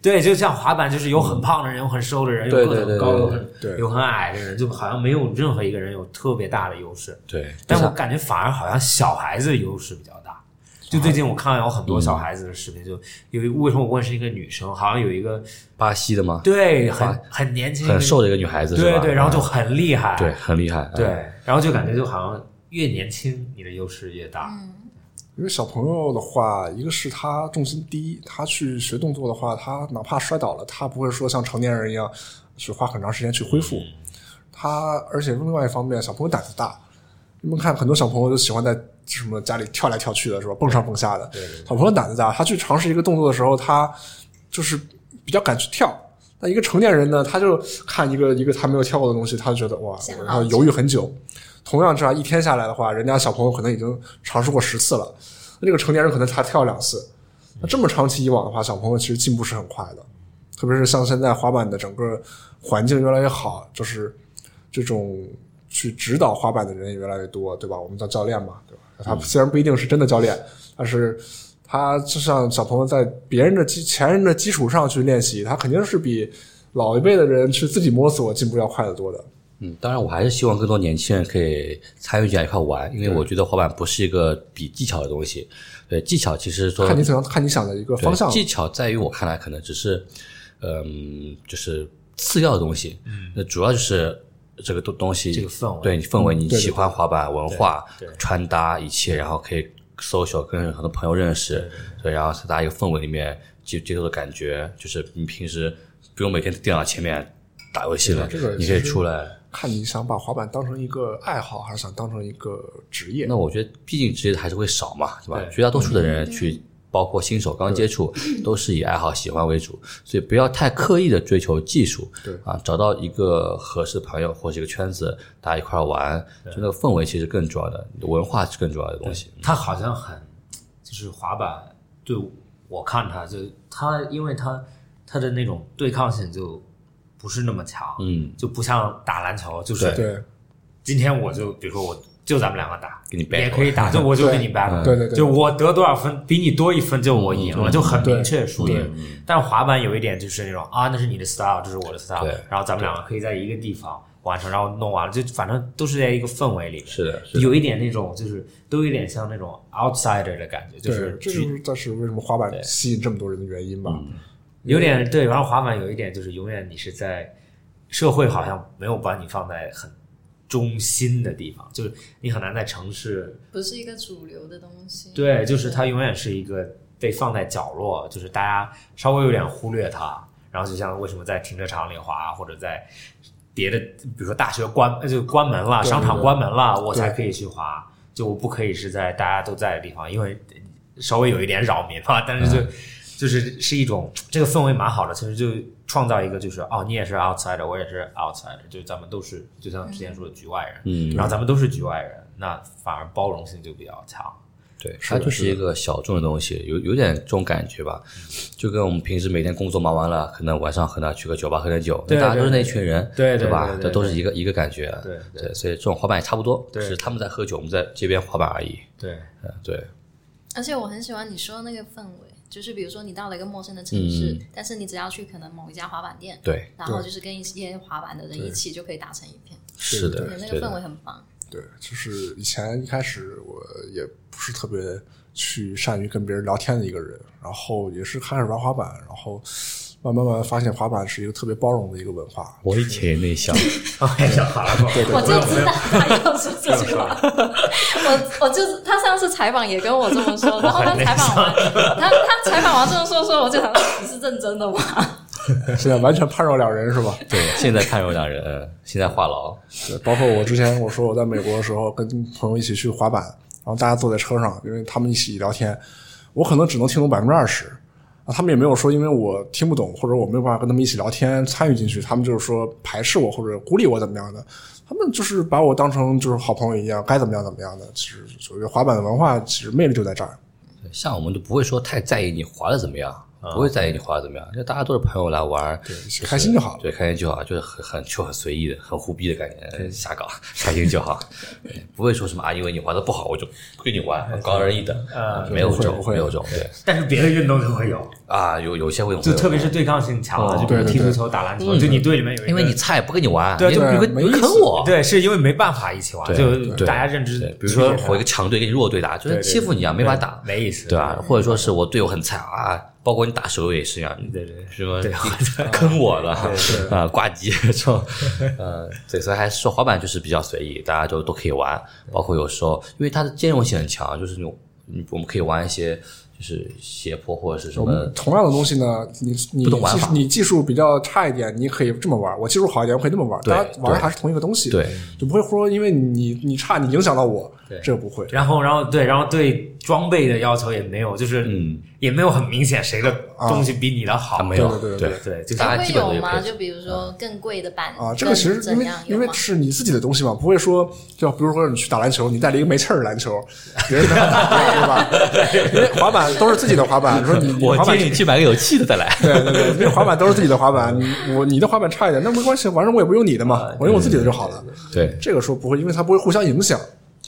Speaker 6: 对，就像滑板，就是有很胖的人，有很瘦的人，有
Speaker 4: 对
Speaker 6: 个
Speaker 4: 对
Speaker 6: 子很
Speaker 4: 对
Speaker 6: 高，
Speaker 4: 对
Speaker 6: 有很
Speaker 5: 对
Speaker 6: 有很矮的人，就好像没有任何一个人有特别大的优势。
Speaker 4: 对，啊
Speaker 6: 但我感觉反而好像小孩子优势比较大。就最近我看到有很多
Speaker 4: 嗯
Speaker 6: 小孩子的视频，就有一为什么我问是一个女生，好像有一个
Speaker 4: 巴西的吗？
Speaker 6: 对很很年轻
Speaker 4: 很瘦的一个女孩子是
Speaker 6: 对
Speaker 4: 吧？
Speaker 6: 对，然后就很厉害，
Speaker 4: 对，嗯很厉害，哎
Speaker 6: 对，然后就感觉就好像越年轻你的优势越大，
Speaker 5: 因为小朋友的话，一个是他重心低，他去学动作的话，他哪怕摔倒了，他不会说像成年人一样去花很长时间去恢复。他而且另外一方面，小朋友胆子大，你们看很多小朋友都喜欢在什么家里跳来跳去的，是吧？蹦上蹦下的。小朋友胆子大，他去尝试一个动作的时候，他就是比较敢去跳。那一个成年人呢，他就看一个一个他没有跳过的东西，他就觉得哇
Speaker 2: 想，
Speaker 5: 然后犹豫很久。同样这啊样一天下来的话，人家小朋友可能已经尝试过十次了，那这个成年人可能才跳两次。那这么长期以往的话，小朋友其实进步是很快的，特别是像现在滑板的整个环境越来越好，就是这种去指导滑板的人也越来越多，对吧？我们叫教练嘛，对吧？他
Speaker 4: 嗯
Speaker 5: 虽然不一定是真的教练，但是他就像小朋友在别人的基前人的基础上去练习，他肯定是比老一辈的人去自己摸索进步要快得多的。
Speaker 4: 嗯，当然，我还是希望更多年轻人可以参与进来一块玩，因为我觉得滑板不是一个比技巧的东西。对，技巧其实说
Speaker 5: 看你怎样，看你想的一个
Speaker 4: 对
Speaker 5: 方向。
Speaker 4: 技巧在于我看来，可能只是，嗯，就是次要的东西。嗯，那主要就是这个东东西，
Speaker 6: 这个氛围
Speaker 4: 对你氛围，你
Speaker 5: 对
Speaker 4: 喜欢滑板文化
Speaker 6: 对对、
Speaker 4: 穿搭一切，然后可以 social 跟很多朋友认识，对，然后在大家一个氛围里面接接受的感觉，就是你平时不用每天在电脑前面打游戏了，
Speaker 5: 这个
Speaker 4: 你可以
Speaker 5: 其实
Speaker 4: 出来。
Speaker 5: 看你想把滑板当成一个爱好，还是想当成一个职业？
Speaker 4: 那我觉得，毕竟职业还是会少嘛，对吧？
Speaker 6: 对
Speaker 4: 绝大多数的人去，包括新手刚接触，都是以爱好、喜欢为主，所以不要太刻意的追求技术。
Speaker 5: 对
Speaker 4: 啊，找到一个合适的朋友或者一个圈子，大家一块儿玩，就那个氛围其实更重要的，文化是更重要的东西。
Speaker 6: 他好像很就是滑板，对我看他就他，因为他他的那种对抗性就不是那么强，
Speaker 4: 嗯，
Speaker 6: 就不像打篮球，就是
Speaker 5: 对
Speaker 6: 今天我就比如说我就咱们两个打，
Speaker 4: 给你
Speaker 6: 也
Speaker 4: battle [laughs]
Speaker 6: 可以打，就我就跟你 battle，
Speaker 5: 对对对
Speaker 6: 就我得多少分比你多一分就我赢
Speaker 4: 嗯
Speaker 6: 了，就很明确输赢。但滑板有一点就是那种啊，那是你的 style，这是我的 style，
Speaker 4: 对
Speaker 6: 然后咱们两个可以在一个地方完成，然后弄完了，就反正都是在一个氛围里面，
Speaker 4: 是的，是的，
Speaker 6: 有一点那种就是都有点像那种 outsider 的感觉，就
Speaker 5: 对，
Speaker 6: 是
Speaker 5: 这
Speaker 6: 局
Speaker 5: 就是这是为什么滑板吸引这么多人的原因吧？
Speaker 4: 嗯
Speaker 6: 有点对，然后滑板有一点就是永远你是在社会好像没有把你放在很中心的地方，就是你很难在城市
Speaker 2: 不是一个主流的东西。
Speaker 6: 对，就是它永远是一个被放在角落，就是大家稍微有点忽略它。然后就像为什么在停车场里滑，或者在别的，比如说大学关呃就关门了，
Speaker 5: 对
Speaker 6: 商场
Speaker 5: 对
Speaker 6: 关门了，我才
Speaker 5: 对
Speaker 6: 可以去滑，就我不可以是在大家都在的地方，因为稍微有一点扰民嘛。但是就、
Speaker 5: 嗯
Speaker 6: [laughs] 就是是一种这个氛围蛮好的，其实就创造一个就是哦，你也是 outsider，我也是 outsider，就咱们都是就像之前说的局外人，
Speaker 4: 嗯
Speaker 6: 然后咱们都是局外人，那反而包容性就比较强。
Speaker 4: 对，
Speaker 5: 是
Speaker 4: 它
Speaker 5: 的
Speaker 4: 就是
Speaker 5: 是
Speaker 4: 一个小众的东西，有有点这种感觉吧，就跟我们平时每天工作忙完了，可能晚上可能去个酒吧喝点酒，
Speaker 6: 对
Speaker 4: 大家都是
Speaker 6: 对
Speaker 4: 那一群人，
Speaker 6: 对对
Speaker 4: 对吧
Speaker 6: 对？对
Speaker 4: 这都是
Speaker 6: 对
Speaker 4: 一个一个感觉，
Speaker 6: 对对
Speaker 4: 对，所以这种滑板也差不多，
Speaker 6: 对
Speaker 4: 只是他们在喝酒，我们在街边滑板而已，
Speaker 6: 对，
Speaker 4: 嗯，对，
Speaker 2: 而且我很喜欢你说的那个氛围，就是比如说你到了一个陌生的城市，
Speaker 6: 嗯
Speaker 2: 但是你只要去可能某一家滑板店，
Speaker 4: 对，
Speaker 2: 然后就是跟一些滑板的人一起就可以打成一片，
Speaker 4: 是的
Speaker 2: 对，那，
Speaker 4: 对
Speaker 2: 个氛围
Speaker 4: 的，
Speaker 2: 很棒。
Speaker 5: 对，就是以前一开始我也不是特别去善于跟别人聊天的一个人，然后也是开始玩滑板，然后慢慢慢慢发现滑板是一个特别包容的一个文化。
Speaker 4: 我以前也内 [laughs] 向，
Speaker 6: 哎呀，好了，对
Speaker 2: 我就知道他要说这句话。 [laughs] 我我就是他上次采访也跟我这么说，然后他采访完，他他采访完这么说说，我就想说你是认真的吗？ [laughs]
Speaker 5: 现在完全判若两人是吧？
Speaker 4: 对，现在判若两人，嗯现在话痨，
Speaker 5: 对，包括我之前我说我在美国的时候，跟朋友一起去滑板，然后大家坐在车上，因为他们一起聊天，我可能只能听懂百分之二十。啊，他们也没有说，因为我听不懂，或者我没有办法跟他们一起聊天参与进去，他们就是说排斥我或者孤立我怎么样的，他们就是把我当成就是好朋友一样，该怎么样怎么样的。其实所谓滑板的文化，其实魅力就在这儿。
Speaker 4: 对像我们就不会说太在意你滑的怎么样，不会在意你滑的怎么样，就大家都是朋友来玩儿，
Speaker 5: 对开心就好了
Speaker 4: 对，开心就好，就是很很就很随意的，很胡逼的感觉，瞎搞，开心就好，对不会说什么啊，因为你滑的不好，我就不跟你玩，高人一等，嗯没有这种，没有这种，对
Speaker 6: 但是别的运动就会有，
Speaker 4: 啊，有有些会有，
Speaker 6: 就特别是对抗性强的，就比如
Speaker 5: 对对
Speaker 6: 踢足
Speaker 5: 对
Speaker 6: 球、打篮球，就你队里面有一个，
Speaker 4: 嗯因为你菜不跟你玩，
Speaker 6: 对
Speaker 4: 你
Speaker 5: 对
Speaker 4: 你会
Speaker 5: 没
Speaker 4: 你会
Speaker 5: 意
Speaker 4: 坑
Speaker 5: 思
Speaker 4: 我，
Speaker 6: 对，是因为没办法一起玩，
Speaker 4: 哦对
Speaker 6: 就
Speaker 4: 对
Speaker 6: 大家认知
Speaker 4: 对，，比如说我一个
Speaker 6: 个
Speaker 4: 强队跟你弱队打，就是欺负你啊，没法打，
Speaker 6: 没意思，
Speaker 4: 对啊，或者说是我队友很菜啊，包括你打手游也是一样，
Speaker 6: 对对对
Speaker 4: 什么坑我了啊，挂机这种，呃，对，所以还是说滑板就是比较随意，大家就都可以玩，包括有时候因为它的兼容性很强，就是那种嗯我们可以玩一些就是斜坡或者是什
Speaker 5: 我
Speaker 4: 么
Speaker 5: 们，同样的东西呢，你你
Speaker 4: 不懂玩
Speaker 5: 技
Speaker 4: 法
Speaker 5: 术你技术比较差一点，你可以这么玩；我技术好一点，我可以那么玩。
Speaker 4: 对
Speaker 5: 大家玩的
Speaker 4: 对
Speaker 5: 还是同一个东西，
Speaker 4: 对，
Speaker 5: 就不会说因为你你差你影响到我，这不会。
Speaker 6: 然后，然后对，然后对装备的要求也没有，就是
Speaker 4: 嗯
Speaker 6: 也没有很明显谁的东西比你的好，
Speaker 4: 啊没有
Speaker 5: 对对对
Speaker 4: 对
Speaker 6: 对，就是
Speaker 4: 大家
Speaker 2: 会
Speaker 4: 基本都
Speaker 2: 有
Speaker 4: 有
Speaker 2: 吗？
Speaker 4: 配置
Speaker 2: 就比如说更贵的版
Speaker 5: 啊，这个其实
Speaker 2: 更
Speaker 5: 因
Speaker 2: 怎
Speaker 5: 为
Speaker 2: 样有
Speaker 5: 因为
Speaker 2: 吗？
Speaker 5: 是你自己的东西嘛，不会说就比如说你去打篮球，你带了一个没气儿的篮
Speaker 4: [laughs]
Speaker 5: 球，别人没法打对吧？因为滑板都是自己的滑板，你说
Speaker 4: [laughs]
Speaker 5: 你你
Speaker 4: 我
Speaker 5: 滑板
Speaker 4: 建议你去买个有气的再
Speaker 5: [laughs]
Speaker 4: 来。
Speaker 5: 对对对，因为滑板都是自己的滑板，你我你的滑板差一点，那没关系，反正我也不用你的嘛，我用我自己的就好了。
Speaker 4: 啊对，
Speaker 5: 这个说不会，因为它不会互相影响。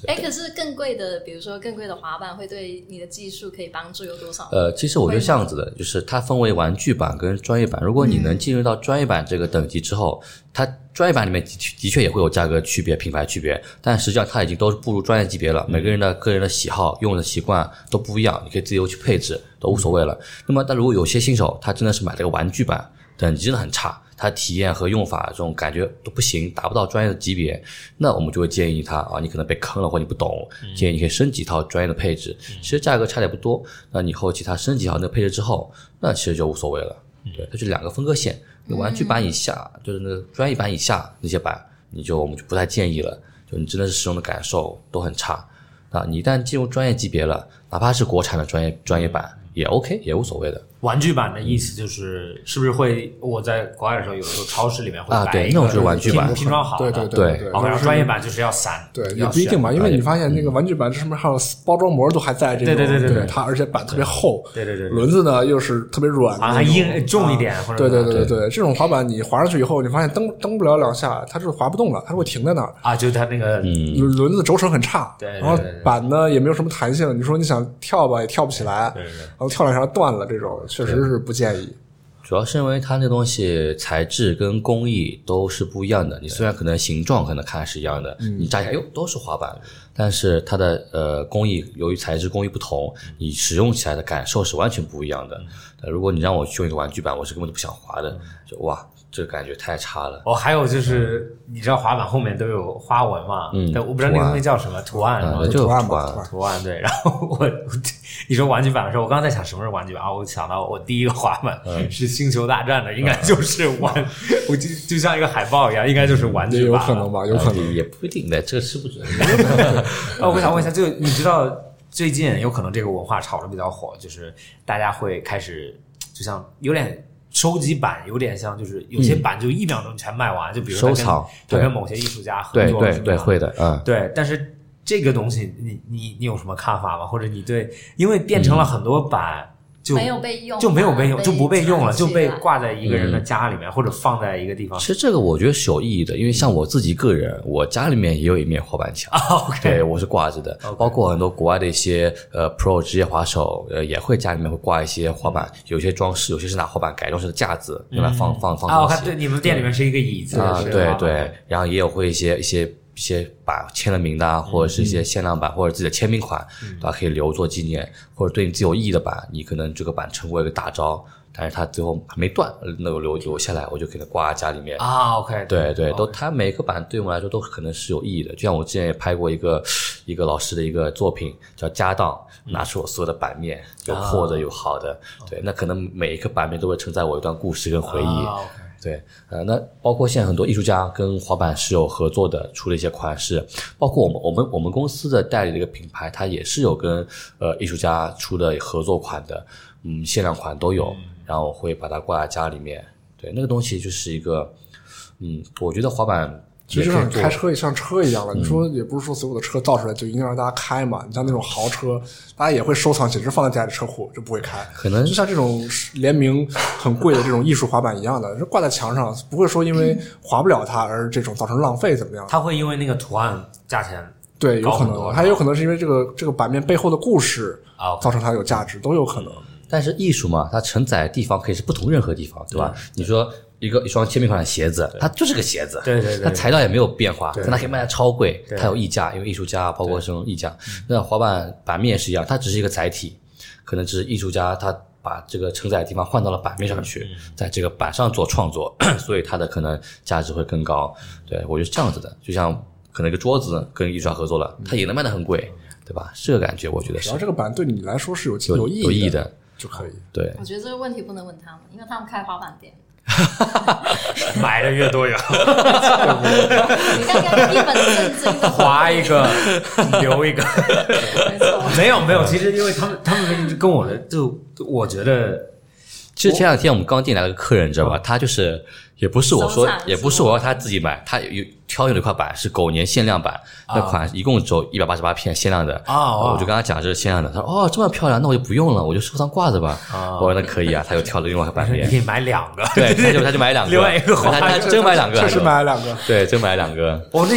Speaker 2: 哎，可是更贵的，比如说更贵的滑板，会对你的技术可以帮助有多少？
Speaker 4: 呃，其实我觉得这样子的，就是它分为玩具版跟专业版。如果你能进入到专业版这个等级之后，它专业版里面的确的确也会有价格区别、品牌区别，但实际上它已经都是步入专业级别了。每个人的个人的喜好、用的习惯都不一样，你可以自由去配置，都无所谓了。那么，但如果有些新手他真的是买了个玩具版，等级真的很差，他体验和用法这种感觉都不行，达不到专业的级别，那我们就会建议他啊，你可能被坑了或你不懂，建议你可以升级一套专业的配置。其实价格差的也不多，那你后期他升级好那个配置之后，那其实就无所谓了。对，它就两个分割线，那玩具版以下就是那个专业版以下那些版，你就我们就不太建议了，就你真的是使用的感受都很差。啊，你一旦进入专业级别了，哪怕是国产的专业专业版也 OK，也无所谓的。
Speaker 6: 玩具版的意思就是，是不是会我在国外的时候，有的时候超市里面会
Speaker 4: 啊
Speaker 6: 摆
Speaker 4: 对
Speaker 6: 一
Speaker 4: 那种
Speaker 6: 个
Speaker 4: 就是玩具版
Speaker 6: 拼拼装好的，
Speaker 5: 对对
Speaker 4: 对
Speaker 5: 对，
Speaker 6: 然后专业版就是要散，
Speaker 5: 对，也
Speaker 6: 要
Speaker 5: 不一定
Speaker 6: 选嗯
Speaker 5: 嘛，因为你发现那个玩具版这上面还有包装膜都还在这种，
Speaker 6: 对对对对
Speaker 5: 对
Speaker 6: 对
Speaker 5: 它而且板特别厚，
Speaker 6: 对对对对
Speaker 5: 轮子呢又是特别软的
Speaker 6: 好
Speaker 5: 那种，
Speaker 6: 像还硬重一点，或者
Speaker 5: 对对对
Speaker 6: 对
Speaker 5: 对对，这种滑板你滑上去以后，你发现蹬蹬不了两下，它就是滑不动了，它会停在那儿。
Speaker 6: 啊，就是它那个
Speaker 5: 轮轮子轴承很差，
Speaker 6: 对对
Speaker 5: 然后
Speaker 6: 对对
Speaker 5: 板呢也没有什么弹性，你说你想跳吧也跳不起来，
Speaker 6: 对对对
Speaker 5: 然后跳两下断了，这种确实是不建议。
Speaker 4: 主要是因为它那东西材质跟工艺都是不一样的。你虽然可能形状可能看是一样的，你乍一看哟都是滑板，但是它的呃工艺由于材质工艺不同，你使用起来的感受是完全不一样的。呃如果你让我去用一个玩具板，我是根本就不想滑的，就哇这个感觉太差了。
Speaker 6: 哦，还有就是，你知道滑板后面都有花纹嘛？
Speaker 4: 嗯
Speaker 6: 但我不知道那个东西叫什么图案，
Speaker 4: 啊
Speaker 6: 然后，
Speaker 4: 就
Speaker 5: 图案吧
Speaker 4: 图案
Speaker 5: 图案
Speaker 6: 图案对。然后我我你说玩具板的时候，我刚才想什么是玩具板啊？我想到我第一个滑板是《星球大战》的，应该就是玩，我就就像一个海报一样，应该就是玩
Speaker 5: 也
Speaker 6: 具啊
Speaker 5: 有
Speaker 6: 板。
Speaker 5: 可能。吧，有可能。
Speaker 4: 也不一定的，这个吃不准。
Speaker 6: 哦，我想问一下，就你知道最近有可能这个文化炒的比较火，就是大家会开始就像有点。收集版有点像，就是有些版就一秒钟全卖完，就比如说他跟
Speaker 4: 收藏
Speaker 6: 他
Speaker 4: 对
Speaker 6: 跟某些艺术家合
Speaker 4: 对
Speaker 6: 作
Speaker 4: 对
Speaker 6: 什么
Speaker 4: 对，
Speaker 6: 的
Speaker 4: 会的，嗯。
Speaker 6: 对，但是这个东西你，你你有什么看法吗？或者你对，因为变成了很多版，就
Speaker 2: 没有被用
Speaker 6: 就没有被用，
Speaker 2: 被
Speaker 6: 就不被用
Speaker 2: 藏
Speaker 6: 了，
Speaker 2: 起
Speaker 6: 就
Speaker 2: 来
Speaker 6: 被挂在一个人的家里面，或者放在一个地方
Speaker 4: 其。实这个我觉得是有意义的，因为像我自己个人，我家里面也有一面滑板墙。
Speaker 6: [laughs] 哦 OK
Speaker 4: 对，我是挂着的，包括很多国外的一些呃 pro 职业滑手，呃，也会家里面会挂一些滑板，有些装饰，有些是拿滑板改装成的架子，用来放放放
Speaker 6: 啊，我
Speaker 4: 东
Speaker 6: 看
Speaker 4: 西
Speaker 6: 对。你们店里面是一个椅子，
Speaker 4: 啊，
Speaker 6: 是
Speaker 4: 对
Speaker 6: 吧
Speaker 4: 对，然后也有会一些一些一些把签了名的啊，或者是一些限量版，或者自己的签名款，
Speaker 6: 嗯
Speaker 4: 对吧？可以留作纪念，或者对你自己有意义的版，你可能这个版成为一个大招，但是它最后还没断，那我留留下来，我就给它挂在家里面。
Speaker 6: 啊，OK，
Speaker 4: 对对，
Speaker 6: 哦
Speaker 4: 都它每个版对我们来说都可能是有意义的。就像我之前也拍过一个一个老师的一个作品叫《家当》，
Speaker 6: 嗯
Speaker 4: 拿出我所有的版面，有
Speaker 6: 啊
Speaker 4: 破的有好的，对，那可能每一个版面都会承载我一段故事跟回忆。
Speaker 6: 啊，OK
Speaker 4: 对，呃，那包括现在很多艺术家跟滑板是有合作的，出了一些款式，包括我们我们我们公司的代理的一个品牌，它也是有跟呃艺术家出的合作款的，嗯，限量款都有，然后我会把它挂在家里面。对，那个东西就是一个，嗯，我觉得滑板
Speaker 5: 其实
Speaker 4: 也可以
Speaker 5: 就像你
Speaker 4: 做嗯
Speaker 5: 开车也像车一样了，你说也不是说所有的车造出来就一定要让大家开嘛。你像那种豪车，大家也会收藏起来，只是放在家里车库就不会开。
Speaker 4: 可能
Speaker 5: 就像这种联名很贵的这种艺术滑板一样的，这挂在墙上不会说因为滑不了它而这种造成浪费怎么样？
Speaker 6: 它会因为那个图案价钱
Speaker 5: 对，有
Speaker 6: 高
Speaker 5: 可
Speaker 6: 很多
Speaker 5: 能，还有可能是因为这个这个版面背后的故事
Speaker 6: 啊，OK
Speaker 5: 造成它有价值，都有可能。
Speaker 4: 但是艺术嘛，它承载的地方可以是不同任何地方，对吧？你说一个一双签名款的鞋子，它就是个鞋子，
Speaker 6: 对对对对
Speaker 4: 它材料也没有变化，但它可以卖的超贵，它有溢价，因为艺术家包括这种溢价。那滑板版面也是一样，它只是一个载体，可能只是艺术家他把这个承载的地方换到了版面上去，在这个版上做创作， [coughs] 所以它的可能价值会更高。对我觉得是这样子的，就像可能一个桌子跟艺术家合作了，它也能卖的很贵，对吧？是这个感觉，我觉得
Speaker 5: 只
Speaker 4: 是
Speaker 5: 要这个版对你来说是有
Speaker 4: 有
Speaker 5: 意
Speaker 4: 有意义
Speaker 5: 的
Speaker 4: 的，
Speaker 5: 就可以。
Speaker 4: 对。
Speaker 2: 我觉得这个问题不能问他们，因为他们开滑板店。
Speaker 6: 买的越多越好，
Speaker 2: 你看，看一本正经的
Speaker 6: [laughs] 划一个留一个。嗯
Speaker 2: 没错。
Speaker 6: [laughs] 没有没有，其实因为他们他们跟我的就我觉得
Speaker 4: 其实前两天我们刚进来了个客人，你知道
Speaker 6: 啊
Speaker 4: 吧？他就是也不是我
Speaker 2: 松
Speaker 4: 说
Speaker 2: 散，
Speaker 4: 也不是我要他自己买，他有挑有一块板是狗年限量版，那款一共只有一百八十八片限量的
Speaker 6: 啊哇
Speaker 4: 我就跟他讲这是限量的，他说哦这么漂亮，那我就不用了，我就收藏挂着吧。我说那可以啊，他又挑了另外一块版
Speaker 6: 你
Speaker 4: 面
Speaker 6: 可，以买两 [laughs] 个，
Speaker 4: 对，他就他就买两个，
Speaker 6: 另外一个
Speaker 4: 他他真买两个，
Speaker 5: 确实买了两个。
Speaker 4: 对，真买两个，
Speaker 6: 我那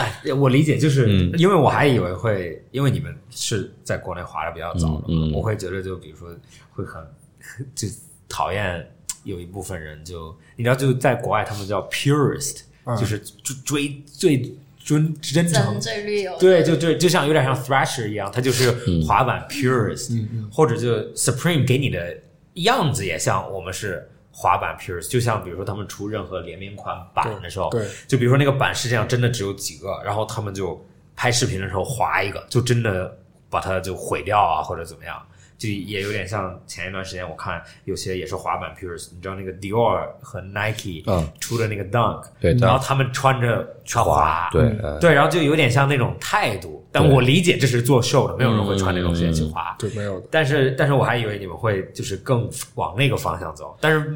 Speaker 6: 哎，我理解，就是、
Speaker 4: 嗯
Speaker 6: 因为我还以为会，因为你们是在国内滑的比较早的嘛，
Speaker 4: 嗯嗯
Speaker 6: 我会觉得就比如说会很 [laughs] 就讨厌有一部分人就你知道就在国外他们叫 purist，、就是追追最尊真诚
Speaker 2: 真最 real，
Speaker 6: 对，就就就像有点像 Thrasher 一样，它就是
Speaker 4: 嗯
Speaker 6: 滑板 purist，、或
Speaker 5: 嗯
Speaker 6: 者就 Supreme 给你的样子也像我们是滑板 purist，就像比如说他们出任何联名款版的时候，
Speaker 5: 对对
Speaker 6: 就比如说那个版实际上真的只有几个，然后他们就拍视频的时候划一个，就真的把它就毁掉啊，或者怎么样。就也有点像前一段时间我看有些也是滑板 purist，你知道那个 Dior 和 Nike
Speaker 4: 嗯
Speaker 6: 出的那个 Dunk，、
Speaker 4: 对
Speaker 6: 然后他们穿着去滑，
Speaker 4: 对，嗯
Speaker 6: 对，然后就有点像那种态度，但我理解这是作秀的，没有人会穿那种鞋去滑。
Speaker 5: 对，没有的。
Speaker 6: 但是，但是我还以为你们会就是更往那个方向走，但是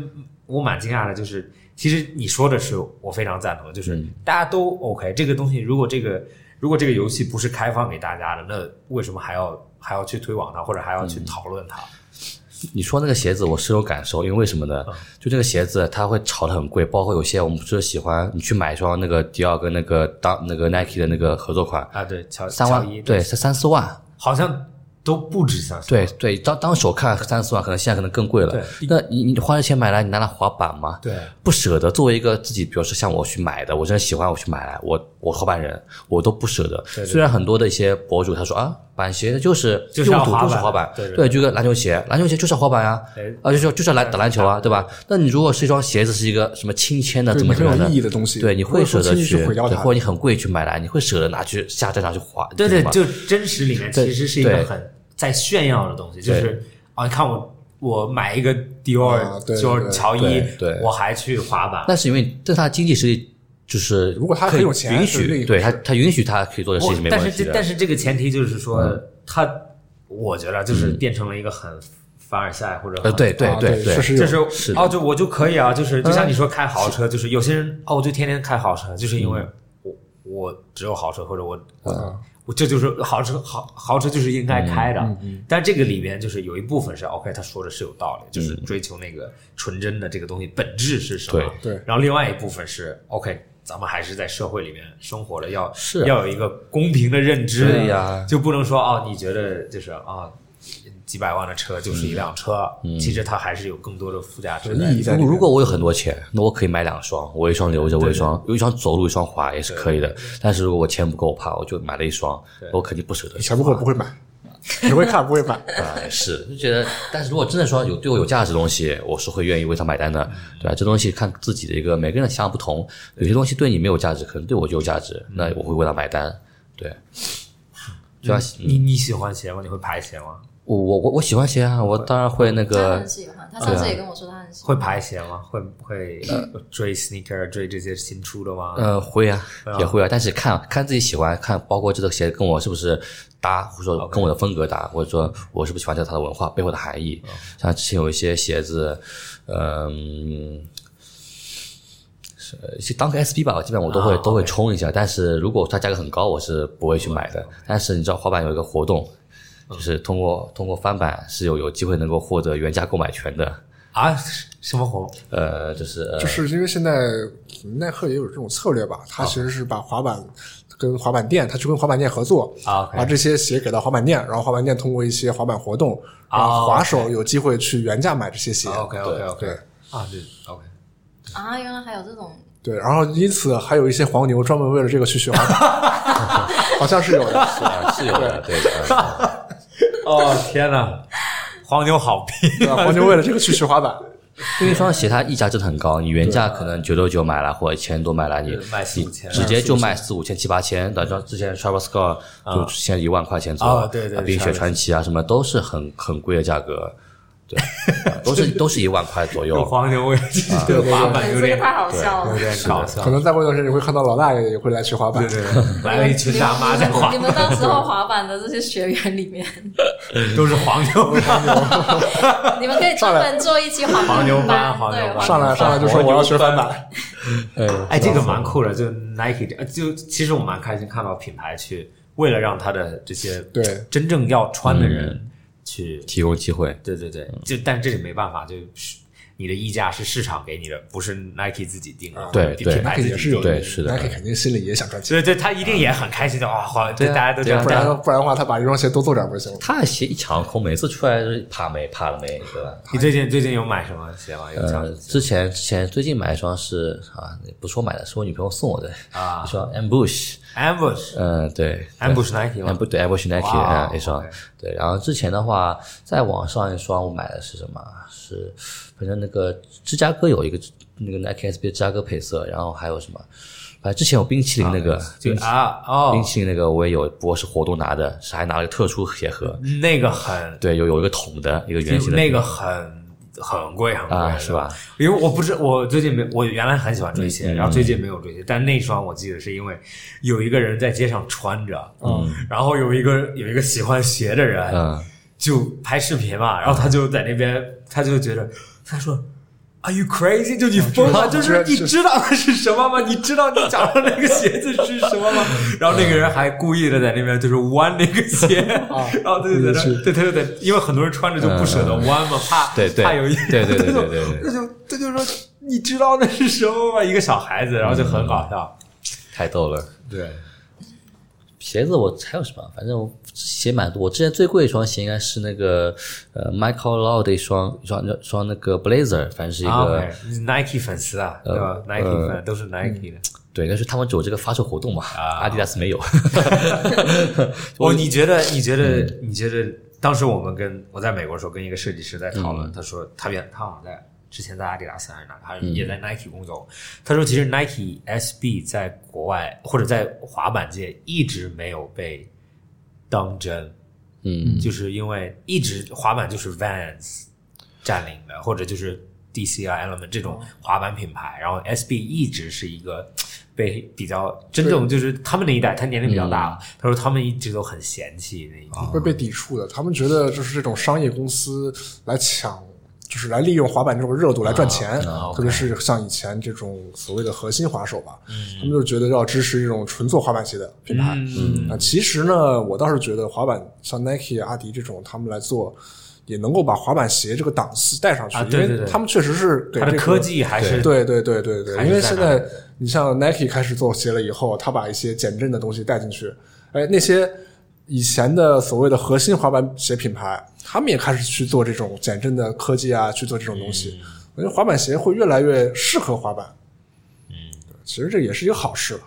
Speaker 6: 我蛮惊讶的，就是其实你说的是我非常赞同的，就是大家都 OK，这个东西如果这个如果这个游戏不是开放给大家的，那为什么还要还要去推广它，或者还要去讨论它？
Speaker 4: 你说那个鞋子，我深有感受，因为为什么呢？
Speaker 6: 嗯
Speaker 4: 就这个鞋子，它会炒得很贵，包括有些我们不是喜欢你去买一双那个迪奥跟那个当那个 Nike 的那个合作款，
Speaker 6: 啊，对，乔
Speaker 4: 三
Speaker 6: 乔伊
Speaker 4: 万，对，，三三四万，
Speaker 6: 好像都不止三
Speaker 4: 对对，当当时我看三四万，可能现在可能更贵了
Speaker 6: 嗯对。
Speaker 4: 那你你花这钱买来，你拿来滑板吗？
Speaker 6: 对，
Speaker 4: 不舍得。作为一个自己，比如说像我去买的，我真的喜欢，我去买来，我我滑板人，我都不舍得。
Speaker 6: 对
Speaker 4: 虽然很多的一些博主他说啊，板鞋就是
Speaker 6: 就是要
Speaker 4: 用途
Speaker 6: 滑
Speaker 4: 就是
Speaker 6: 板
Speaker 4: 滑板，
Speaker 6: 对对对哎
Speaker 4: 对，就跟篮球鞋，篮球鞋就是要滑板啊
Speaker 6: 对，
Speaker 4: 啊，就是要就是要来打篮球啊，对吧？那你如果是一双鞋子，是一个什么亲签的，
Speaker 5: 对
Speaker 4: 怎么怎么
Speaker 5: 没
Speaker 4: 样
Speaker 5: 有
Speaker 4: 的
Speaker 5: 意义的东西
Speaker 4: 对，你
Speaker 5: 不会
Speaker 4: 会
Speaker 5: 说
Speaker 4: 舍得
Speaker 5: 轻易去
Speaker 4: 去，
Speaker 5: 毁掉
Speaker 4: 对
Speaker 5: 它
Speaker 4: 或者你很贵去买来，你会舍得拿去下站上去滑，
Speaker 6: 对
Speaker 4: 你
Speaker 6: 对，
Speaker 4: 懂吗
Speaker 6: 就真实里面其实是一个
Speaker 4: 对
Speaker 6: 很在炫耀的东西，就
Speaker 4: 对
Speaker 6: 是啊，你看我我买一个
Speaker 5: 啊
Speaker 6: Dior，
Speaker 5: 对对
Speaker 6: 就是
Speaker 5: 对
Speaker 6: 乔伊
Speaker 4: 对，对
Speaker 6: 我还去滑板，
Speaker 4: 但是因为但他经济实力就是，
Speaker 5: 如果他
Speaker 4: 可
Speaker 5: 很
Speaker 4: 以
Speaker 5: 有钱
Speaker 4: 允
Speaker 5: 是另
Speaker 4: 许
Speaker 5: 一回
Speaker 4: 对
Speaker 5: 事
Speaker 4: 他他允许他可以做的事
Speaker 6: 我
Speaker 4: 情没
Speaker 6: 但
Speaker 4: 关
Speaker 6: 是
Speaker 4: 系啊嗯
Speaker 6: 这
Speaker 4: 的。
Speaker 6: 但是这个前提就是说，他我觉得就是变成了一个很凡尔赛或者
Speaker 4: 嗯呃，
Speaker 6: 很
Speaker 4: 对嗯对
Speaker 5: 啊
Speaker 4: 对
Speaker 5: 确实有。
Speaker 6: 就是哦，就我就可以啊，就是就像你说开豪车，就是有些人哦，我就天天开豪车，就是因为
Speaker 4: 嗯
Speaker 6: 我我只有豪车，或者我我我这就是豪车豪豪车就是应该开的。
Speaker 4: 嗯
Speaker 6: 但这个里边就是有一部分是 OK，他说的是有道
Speaker 4: 嗯
Speaker 6: 理，就是追求那个纯真的这个东西本质是什么。
Speaker 5: 对对
Speaker 6: 然后另外一部分是 OK。咱们还是在社会里面生活的，要
Speaker 4: 是啊
Speaker 6: 要有一个公平的认知，
Speaker 4: 对呀
Speaker 6: 就不能说哦，你觉得就是啊、几百万的车就是一辆车，
Speaker 4: 嗯
Speaker 6: 其实它还是有更多的附加值
Speaker 5: 有
Speaker 6: 在
Speaker 5: 意义
Speaker 6: 里
Speaker 5: 在
Speaker 6: 面。
Speaker 5: 里
Speaker 4: 如
Speaker 5: 面
Speaker 4: 如果我有很多钱，那我可以买两双，我一双留着，我一双有一双走路，一双滑也是可以的。但是如果我钱不够，我怕我就买了一双，我肯定不舍得。
Speaker 5: 钱不够不会买，只会看不会
Speaker 6: [laughs]
Speaker 5: 买。
Speaker 4: 啊，是就觉得，但是如果真的说有对我有价值的东西，我是会愿意为它买单的，对吧？啊这东西看自己的一个每个人的想法不同，有些东西对你没有价值，可能对我就有价值，那我会为它买单，对。就像
Speaker 6: 你你喜欢鞋吗？你会排鞋吗？
Speaker 4: 我我我我喜欢鞋啊，我当然会那
Speaker 2: 他
Speaker 4: 个
Speaker 2: 很喜欢，他上次也跟我说他很喜欢。
Speaker 6: 会排鞋吗？会会追 sneaker 追这些新出的吗？
Speaker 4: 呃，会啊，也会啊，但是看看自己喜欢，看包括这个鞋跟我是不是搭，或者说跟我的风格搭，或者说我是不是喜欢这它的文化背后的含义。像之前有一些鞋子，嗯、呃，是当个 SB 吧，我基本上我都会、都会冲一下，但是如果它价格很高，我是不会去买的。但是你知道滑板有一个活动，就是通过通过翻版是有有机会能够获得原价购买权的。
Speaker 6: 啊，什什么活？
Speaker 4: 呃，就是呃
Speaker 5: [laughs] 就是因为现在耐克也有这种策略吧，
Speaker 6: 哦
Speaker 5: 它其实是把滑板跟滑板店，它去跟滑板店合作，
Speaker 6: 啊，OK
Speaker 5: 把这些鞋给到滑板店，然后滑板店通过一些滑板活动，让滑手有机会去原价买这些鞋。
Speaker 6: OK OK 哦 OK
Speaker 5: 对
Speaker 6: 啊，这 OK
Speaker 2: 啊，原来还有这种，
Speaker 5: 对，然后因此还有一些黄牛专门为了这个去学滑板，
Speaker 6: [laughs]
Speaker 5: 好像是有的。
Speaker 4: 啊是有的，对的。嗯
Speaker 6: 哦天哪， [laughs] 黄牛好
Speaker 5: 对
Speaker 6: 拼
Speaker 5: 吧黄牛为了这个去学滑板，
Speaker 4: 因为一双鞋它溢价真的很高，你原价可能九九九买了或者一千多买了，你
Speaker 6: 对卖四五千
Speaker 4: 你直接就卖四五千七八千。等像之前 Travis Scott 就现在一万块钱左
Speaker 6: 啊
Speaker 4: 右，
Speaker 6: 对对
Speaker 4: 啊冰雪
Speaker 6: Travis
Speaker 4: 传奇啊什么都是很很贵的价格，
Speaker 6: [laughs]
Speaker 4: 对，啊都是都是一万块左右。
Speaker 6: 黄牛位置，这个滑板有
Speaker 2: 这
Speaker 6: 点
Speaker 2: 个太好笑了
Speaker 6: 有。点搞笑
Speaker 5: 可。能再过一段时间你会看到老大爷也会来学滑板。
Speaker 6: 对对，对来了一群大妈在滑
Speaker 2: 你，们到时候滑板的这些学员里
Speaker 5: [laughs]
Speaker 2: 面，
Speaker 6: 都是黄牛。
Speaker 2: 你们可以专门做一期滑
Speaker 6: 黄牛班
Speaker 2: 班，
Speaker 6: 黄牛
Speaker 2: 对，
Speaker 6: 班
Speaker 5: 上来上来就说我要学翻板，
Speaker 6: [laughs] 哎，这个蛮酷的，就 Nike 这就其实我蛮开心看到品牌去为了让他的这些
Speaker 5: 对
Speaker 6: 真正要穿的人去，
Speaker 4: 提供机会，
Speaker 6: 对对对，就但这里没办法，就是你的溢价是市场给你的，不是 Nike 自己定的，
Speaker 4: 对
Speaker 6: 品
Speaker 4: 对
Speaker 6: 品牌
Speaker 5: 那
Speaker 6: 自己
Speaker 5: 也是有
Speaker 6: 定的
Speaker 4: 对是的
Speaker 5: 那肯定心里也想赚钱，
Speaker 6: 所以对他一定也很开心的哇，好，对大家都这样
Speaker 5: 不
Speaker 6: 干，
Speaker 5: 然不然的话他把这双鞋多做点不就行了？
Speaker 4: 他的鞋一抢空，每次出来就是怕没怕了没，对吧？
Speaker 6: 你最近最近有买什么鞋吗？有想
Speaker 4: 呃，之前之前最近买一双是啊，不是我买的，是我女朋友送我的
Speaker 6: 啊
Speaker 4: [laughs] 一双 Ambush，
Speaker 6: Ambush
Speaker 4: 嗯，对
Speaker 6: 呃 Ambush Nike
Speaker 4: 嗯，
Speaker 6: 吗
Speaker 4: 不？对，Apple Nike
Speaker 6: 哇
Speaker 4: 嗯，一双
Speaker 6: OK
Speaker 4: 对。然后之前的话，在网上一双我买的是什么啊？是反正那个芝加哥有一个那个 Nike SB 芝加哥配色，然后还有什么？反正之前有冰淇淋那个，
Speaker 6: 就
Speaker 4: 冰淇
Speaker 6: 啊哦
Speaker 4: 冰，淇淋那个我也有，不过是活动拿的，是还拿了个特殊鞋盒。
Speaker 6: 那个很
Speaker 4: 对，有有一个桶的，一个圆形的
Speaker 6: 那个很。很贵，很贵
Speaker 4: 啊
Speaker 6: 的
Speaker 4: 是吧？
Speaker 6: 因为我不知我最近没，我原来很喜欢追鞋，然后最近没有追鞋，但那双我记得是因为有一个人在街上穿着，嗯，然后有一个有一个喜欢鞋的人，
Speaker 4: 嗯，
Speaker 6: 就拍视频嘛，然后他就在那边，他就觉得，他说，Are you crazy？就你疯了？就
Speaker 5: 知
Speaker 6: 是
Speaker 5: 道
Speaker 6: 你知道那是什么吗？你知道你脚上那个鞋子是什么吗？
Speaker 4: 嗯
Speaker 6: 然后那个人还故意的在那边就是弯那个鞋，
Speaker 4: 啊
Speaker 6: [laughs] 然后他就在那，对，他就在，因为很多人穿着就不舍得弯嘛，怕
Speaker 4: 嗯对对
Speaker 6: 怕有一，
Speaker 4: 对对对对对对
Speaker 6: [laughs] 他就他就说，你知道那是什么吗？一个小孩子，然后就很搞笑，
Speaker 4: 太逗了。
Speaker 6: 对，
Speaker 4: 鞋子我还有什么？反正我鞋蛮多。我之前最贵的一双鞋应该是那个呃 Michael Lau 的一双一双一双那个 Blazer，反正是一个、呃
Speaker 6: 啊，OK，你是，Nike 粉丝啊，对吧？Nike 粉都是 Nike 的。
Speaker 4: 对，但是他们只有这个发售活动嘛，
Speaker 6: 啊
Speaker 4: 阿迪达斯没有。
Speaker 6: 哦，你觉得？你觉得？你觉得？当时我们跟我在美国的时候，跟一个设计师在讨论，他说他原他好像在之前在阿迪达斯还是哪个，还是也在 Nike 工作。他说，其实 Nike SB 在国外或者在滑板界一直没有被当真，
Speaker 4: 嗯，
Speaker 6: 就是因为一直滑板就是 Vans 占领的，或者就是 DC 啊 Element 这种滑板品牌，然后 SB 一直是一个被比较真正就是他们那一代，他年龄比较大了，啊他说他们一直都很嫌弃那一代。
Speaker 5: 会被抵触的。他们觉得就是这种商业公司来抢，就是来利用滑板这种热度来赚钱，特别是像以前这种所谓的核心滑手吧，他们就觉得要支持这种纯做滑板鞋的品牌。
Speaker 6: 嗯
Speaker 5: 啊，其实呢，我倒是觉得滑板像 Nike 啊、阿迪这种，他们来做。也能够把滑板鞋这个档次带上去，
Speaker 6: 啊对对
Speaker 5: 因
Speaker 6: 对
Speaker 5: 为他们确实是给、这
Speaker 6: 它
Speaker 5: 个、
Speaker 6: 的科技还是
Speaker 5: 对对对对对，
Speaker 6: 还是
Speaker 5: 因为
Speaker 6: 在
Speaker 5: 现
Speaker 6: 那
Speaker 5: 在
Speaker 6: 里
Speaker 5: 你像 Nike 开始做鞋了以后，他把一些减震的东西带进去，哎，那些以前的所谓的核心滑板鞋品牌，他们也开始去做这种减震的科技啊，去做这种东西。
Speaker 6: 嗯
Speaker 5: 我觉得滑板鞋会越来越适合滑板。嗯，其实这也是一个好事了。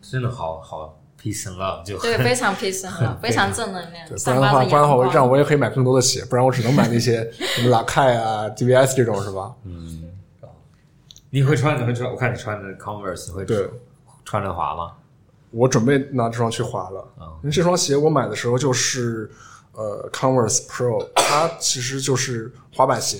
Speaker 6: 真的好好 peace and love 就 [laughs]
Speaker 5: [laughs]
Speaker 2: 对，非常 peace 很，非常正能量。
Speaker 5: 对，不
Speaker 2: 散
Speaker 5: 然的
Speaker 2: 发
Speaker 5: 话，
Speaker 2: 着
Speaker 5: 不然的话，我
Speaker 2: 阳光
Speaker 5: 让我也可以买更多的鞋，不然我只能买那些什么拉凯啊、DVS [laughs] 这种是吧？
Speaker 6: 你会穿，你会穿，我看你穿的 Converse 会
Speaker 5: 对
Speaker 6: 穿着滑吗？
Speaker 5: 我准备拿这双去滑了
Speaker 6: 哦，
Speaker 5: 因为这双鞋我买的时候就是呃 Converse Pro，它其实就是滑板鞋，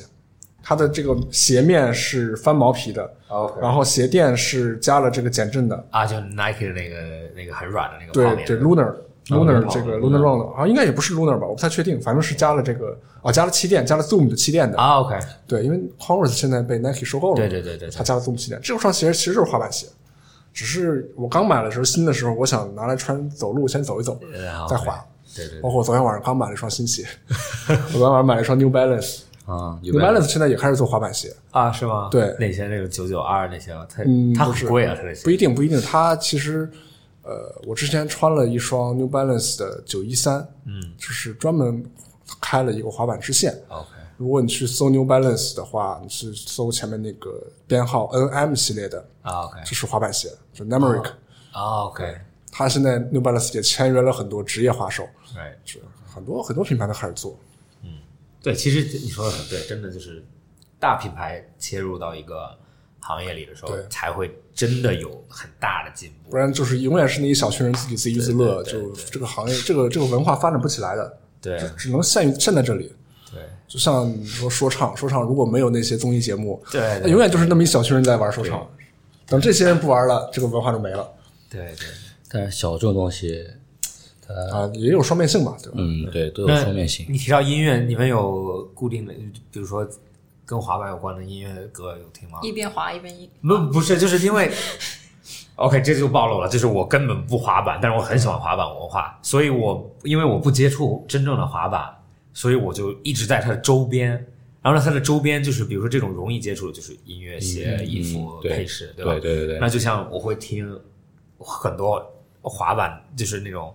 Speaker 5: 它的这个鞋面是翻毛皮的
Speaker 6: 哦 OK
Speaker 5: 然后鞋垫是加了这个减震的，
Speaker 6: 啊，就 Nike 的那个那个很软的那个泡
Speaker 5: 对
Speaker 6: 面
Speaker 5: 对 Lunar。Lunar
Speaker 6: Lunar 嗯
Speaker 5: 这个
Speaker 6: Lunar
Speaker 5: Lunar Round 好像应该也不是 Lunar 吧，我不太确定，反正是加了这个哦，加了气垫，加了 Zoom 的气垫的。
Speaker 6: 啊，OK，
Speaker 5: 对，因为 Converse 现在被 Nike 收购了，
Speaker 6: 对对对对对
Speaker 5: 它加了 Zoom 气垫。这双鞋其实就是滑板鞋，只是我刚买的时候新的时候，我想拿来穿走路先走一走，
Speaker 6: 然后
Speaker 5: 再滑。
Speaker 6: 呃对对
Speaker 5: 包
Speaker 6: 对，
Speaker 5: 括我昨天晚上刚买了一双新
Speaker 6: [laughs]
Speaker 5: 鞋，我昨天晚上买了一双 New
Speaker 4: [laughs]
Speaker 5: Balance，New
Speaker 4: 啊，有
Speaker 5: Balance 现在也开始做滑板鞋，
Speaker 6: 啊，是吗？
Speaker 5: 对
Speaker 6: 那些那个九九二那些，它
Speaker 5: 嗯
Speaker 6: 它
Speaker 5: 不
Speaker 6: 很
Speaker 5: 是
Speaker 6: 贵啊，它那些
Speaker 5: 不一定不一定。它其实，呃，我之前穿了一双 New Balance 的九一三，嗯，就是专门开了一个滑板支线。
Speaker 6: OK
Speaker 5: 如果你去搜 New Balance 的话，你是搜前面那个编号 NM 系列的，
Speaker 6: 啊，OK
Speaker 5: 这是滑板鞋，就 Nameric。
Speaker 6: 啊，OK，
Speaker 5: 它现在 New Balance 也签约了很多职业滑手，
Speaker 6: right。
Speaker 5: 是很多很多品牌都开始做。
Speaker 6: 对，其实你说的很对，真的就是大品牌切入到一个行业里的时候
Speaker 5: 对，
Speaker 6: 才会真的有很大的进步
Speaker 5: 不。然就是永远是那一小群人自己自娱自乐，
Speaker 6: 对对对
Speaker 5: 就这个行业，这个这个文化发展不起来的，
Speaker 6: 对
Speaker 5: 只只能限于限在这里。
Speaker 6: 对
Speaker 5: 就像你说说唱，说唱如果没有那些综艺节目，
Speaker 6: 对
Speaker 5: 那永远就是那么一小群人在玩说唱。等这些人不玩了，这个文化就没了
Speaker 6: 对对，
Speaker 4: 但是小众东西，
Speaker 6: 呃
Speaker 5: 啊，也有双面性吧，对吧？
Speaker 4: 嗯，对，都有
Speaker 6: 那
Speaker 4: 双面性。
Speaker 6: 你提到音乐，你们有固定的，比如说跟滑板有关的音乐歌有听吗？
Speaker 2: 一边滑一边一
Speaker 6: 不，不是，就是因为，OK，这就暴露了，就是我根本不滑板，但是我很喜欢滑板文化，所以我因为我不接触真正的滑板，所以我就一直在它的周边。然后呢，它的周边就是比如说这种容易接触的，就是音乐、鞋、衣服、
Speaker 4: 嗯对
Speaker 6: 配饰，吧？
Speaker 4: 对对对对
Speaker 6: 那就像我会听很多滑板，就是那种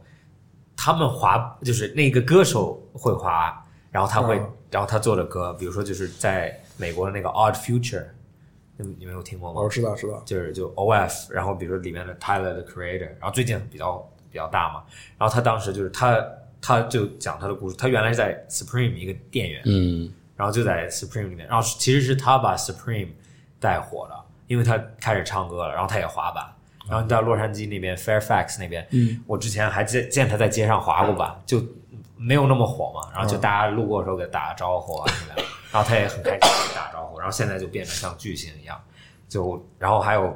Speaker 6: 他们滑，就是那个歌手会滑，然后他会，
Speaker 5: 嗯
Speaker 6: 然后他做的歌，比如说就是在美国的那个 Odd Future，你们你们有听过吗？
Speaker 5: 我知道，知道。
Speaker 6: 就是就 OF，然后比如说里面的 Tyler 的 Creator，然后最近比较比较大嘛，然后他当时就是他他就讲他的故事，他原来是在 Supreme 一个店员，
Speaker 4: 嗯，
Speaker 6: 然后就在 Supreme 里面，然后其实是他把 Supreme 带火了，因为他开始唱歌了，然后他也滑板，然后到洛杉矶那边 Fairfax 那边，嗯，我之前还见见他在街上滑过板，就没有那么火嘛，然后就大家路过的时候给他打个招呼啊什么的，然后他也很开心地打招呼，然后现在就变得像巨星一样，就然后还有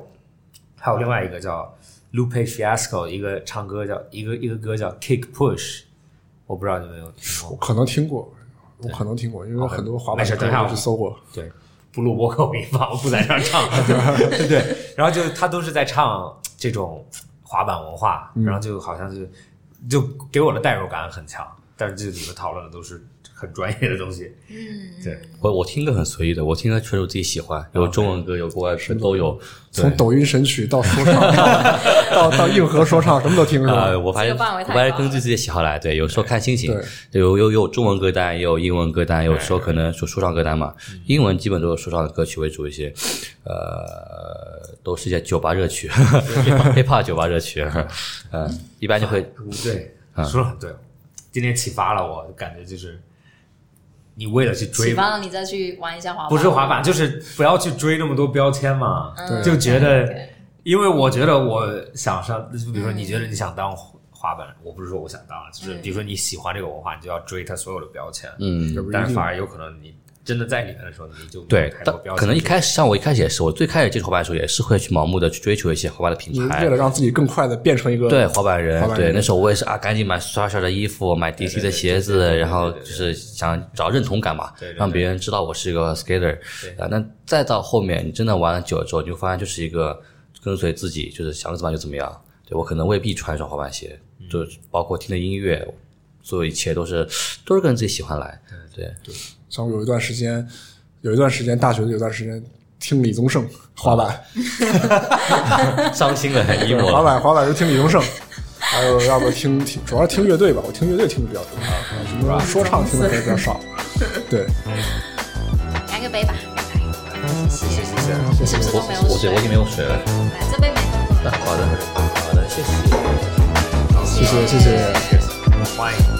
Speaker 6: 还有另外一个叫 Lupe Fiasco，一个唱歌叫一个一个歌叫 Kick Push，我不知道你们有听过
Speaker 5: 我
Speaker 6: 吗？
Speaker 5: 可能听过，我可能听过，因为很多滑板
Speaker 6: 没事等一下
Speaker 5: 我去搜过。
Speaker 6: 对，不录播客我给你放，我不在这儿唱。对对，然后就他都是在唱这种滑板文化，然后就好像是就给我的代入感很强，但是这里面讨论的都是很专业的东西。嗯，对，
Speaker 4: 我我听歌很随意的，我听歌确实我自己喜欢，
Speaker 6: 啊
Speaker 4: 有中文歌，有国外歌都有。对
Speaker 5: 从抖音神曲到说唱，到到到硬核说唱，什么都听是
Speaker 4: 呃，
Speaker 5: 吧？
Speaker 4: 我发
Speaker 2: 啊这
Speaker 4: 现
Speaker 2: 个范围
Speaker 4: 我
Speaker 2: 太
Speaker 4: 发现
Speaker 2: 广
Speaker 4: 根据
Speaker 2: 了
Speaker 4: 自己的喜好来，对，有时候看心情
Speaker 5: 对，
Speaker 4: 有有有中文歌单，也有英文歌
Speaker 2: 哎
Speaker 4: 单，有时候可能说说唱歌单嘛，
Speaker 2: 嗯
Speaker 4: 英文基本都是说唱的歌曲为主一些，呃，都是一些酒吧
Speaker 2: [laughs]
Speaker 4: 热曲，hiphop 酒吧热曲，嗯，一般就会
Speaker 6: 对，嗯说的很对。今天启发了我，感觉就是你为了去追
Speaker 2: 启发了你再去玩一下滑板。
Speaker 6: 不是滑板，就是不要去追那么多标签嘛，
Speaker 5: 对
Speaker 6: 就觉得
Speaker 2: 嗯对，
Speaker 6: 因为我觉得我想上，就比如说你觉得你想当滑板，我不是说我想当，啊就是
Speaker 2: 嗯
Speaker 6: 比如说你喜欢这个文化，你就要追它所有的标签，
Speaker 4: 嗯，
Speaker 5: 也不一
Speaker 6: 但是
Speaker 5: 定
Speaker 6: 反。而有可能你真的在里面的时候，你就没有
Speaker 4: 对
Speaker 6: 太，多
Speaker 4: 但
Speaker 6: 标签，
Speaker 4: 可能一开始像我一开始也是，我最开始接触滑板的时候也是会去盲目的去追求一些滑板的
Speaker 5: 你
Speaker 4: 品牌
Speaker 5: 为，了让自己更快的变成一个
Speaker 4: 对滑板人
Speaker 5: 滑，板
Speaker 4: 对
Speaker 5: 人
Speaker 4: 那时候我也是啊，赶紧买 Sasha 的衣服，买 DC 的鞋
Speaker 6: 对对对
Speaker 4: 子，
Speaker 6: 对
Speaker 4: 然后就是想找认同感嘛
Speaker 6: 对对，对
Speaker 4: 让别人知道我是一个 skater 啊。那再到后面，你真的玩了久了之后，你就发现就是一个跟随自己，就是想怎么样就怎么样。对我可能未必穿一双滑板鞋，
Speaker 6: 嗯
Speaker 4: 就是包括听的音乐，所有一切都是都是跟自己喜欢来。对，
Speaker 5: 像我有一段时间，有一段时间大学有一段时间听李宗盛滑板，
Speaker 4: 啊伤心了，很
Speaker 5: 对滑
Speaker 4: emo 了。
Speaker 6: [laughs]
Speaker 5: 板滑板就听李宗盛，还有要不听听，主要是听乐队吧，我听乐队听的比较多，啊什么说唱听的可能比较少。对，
Speaker 2: 干个杯吧，干杯！谢谢谢谢，
Speaker 5: 谢
Speaker 2: 是
Speaker 5: 谢
Speaker 2: 不。是
Speaker 4: 我
Speaker 2: 都没有
Speaker 4: 我
Speaker 2: 水
Speaker 4: 对我已？经没有水了。
Speaker 2: 来，这杯没有了。
Speaker 4: 那好的，好的，谢谢。
Speaker 5: 谢谢谢谢，
Speaker 6: 欢迎。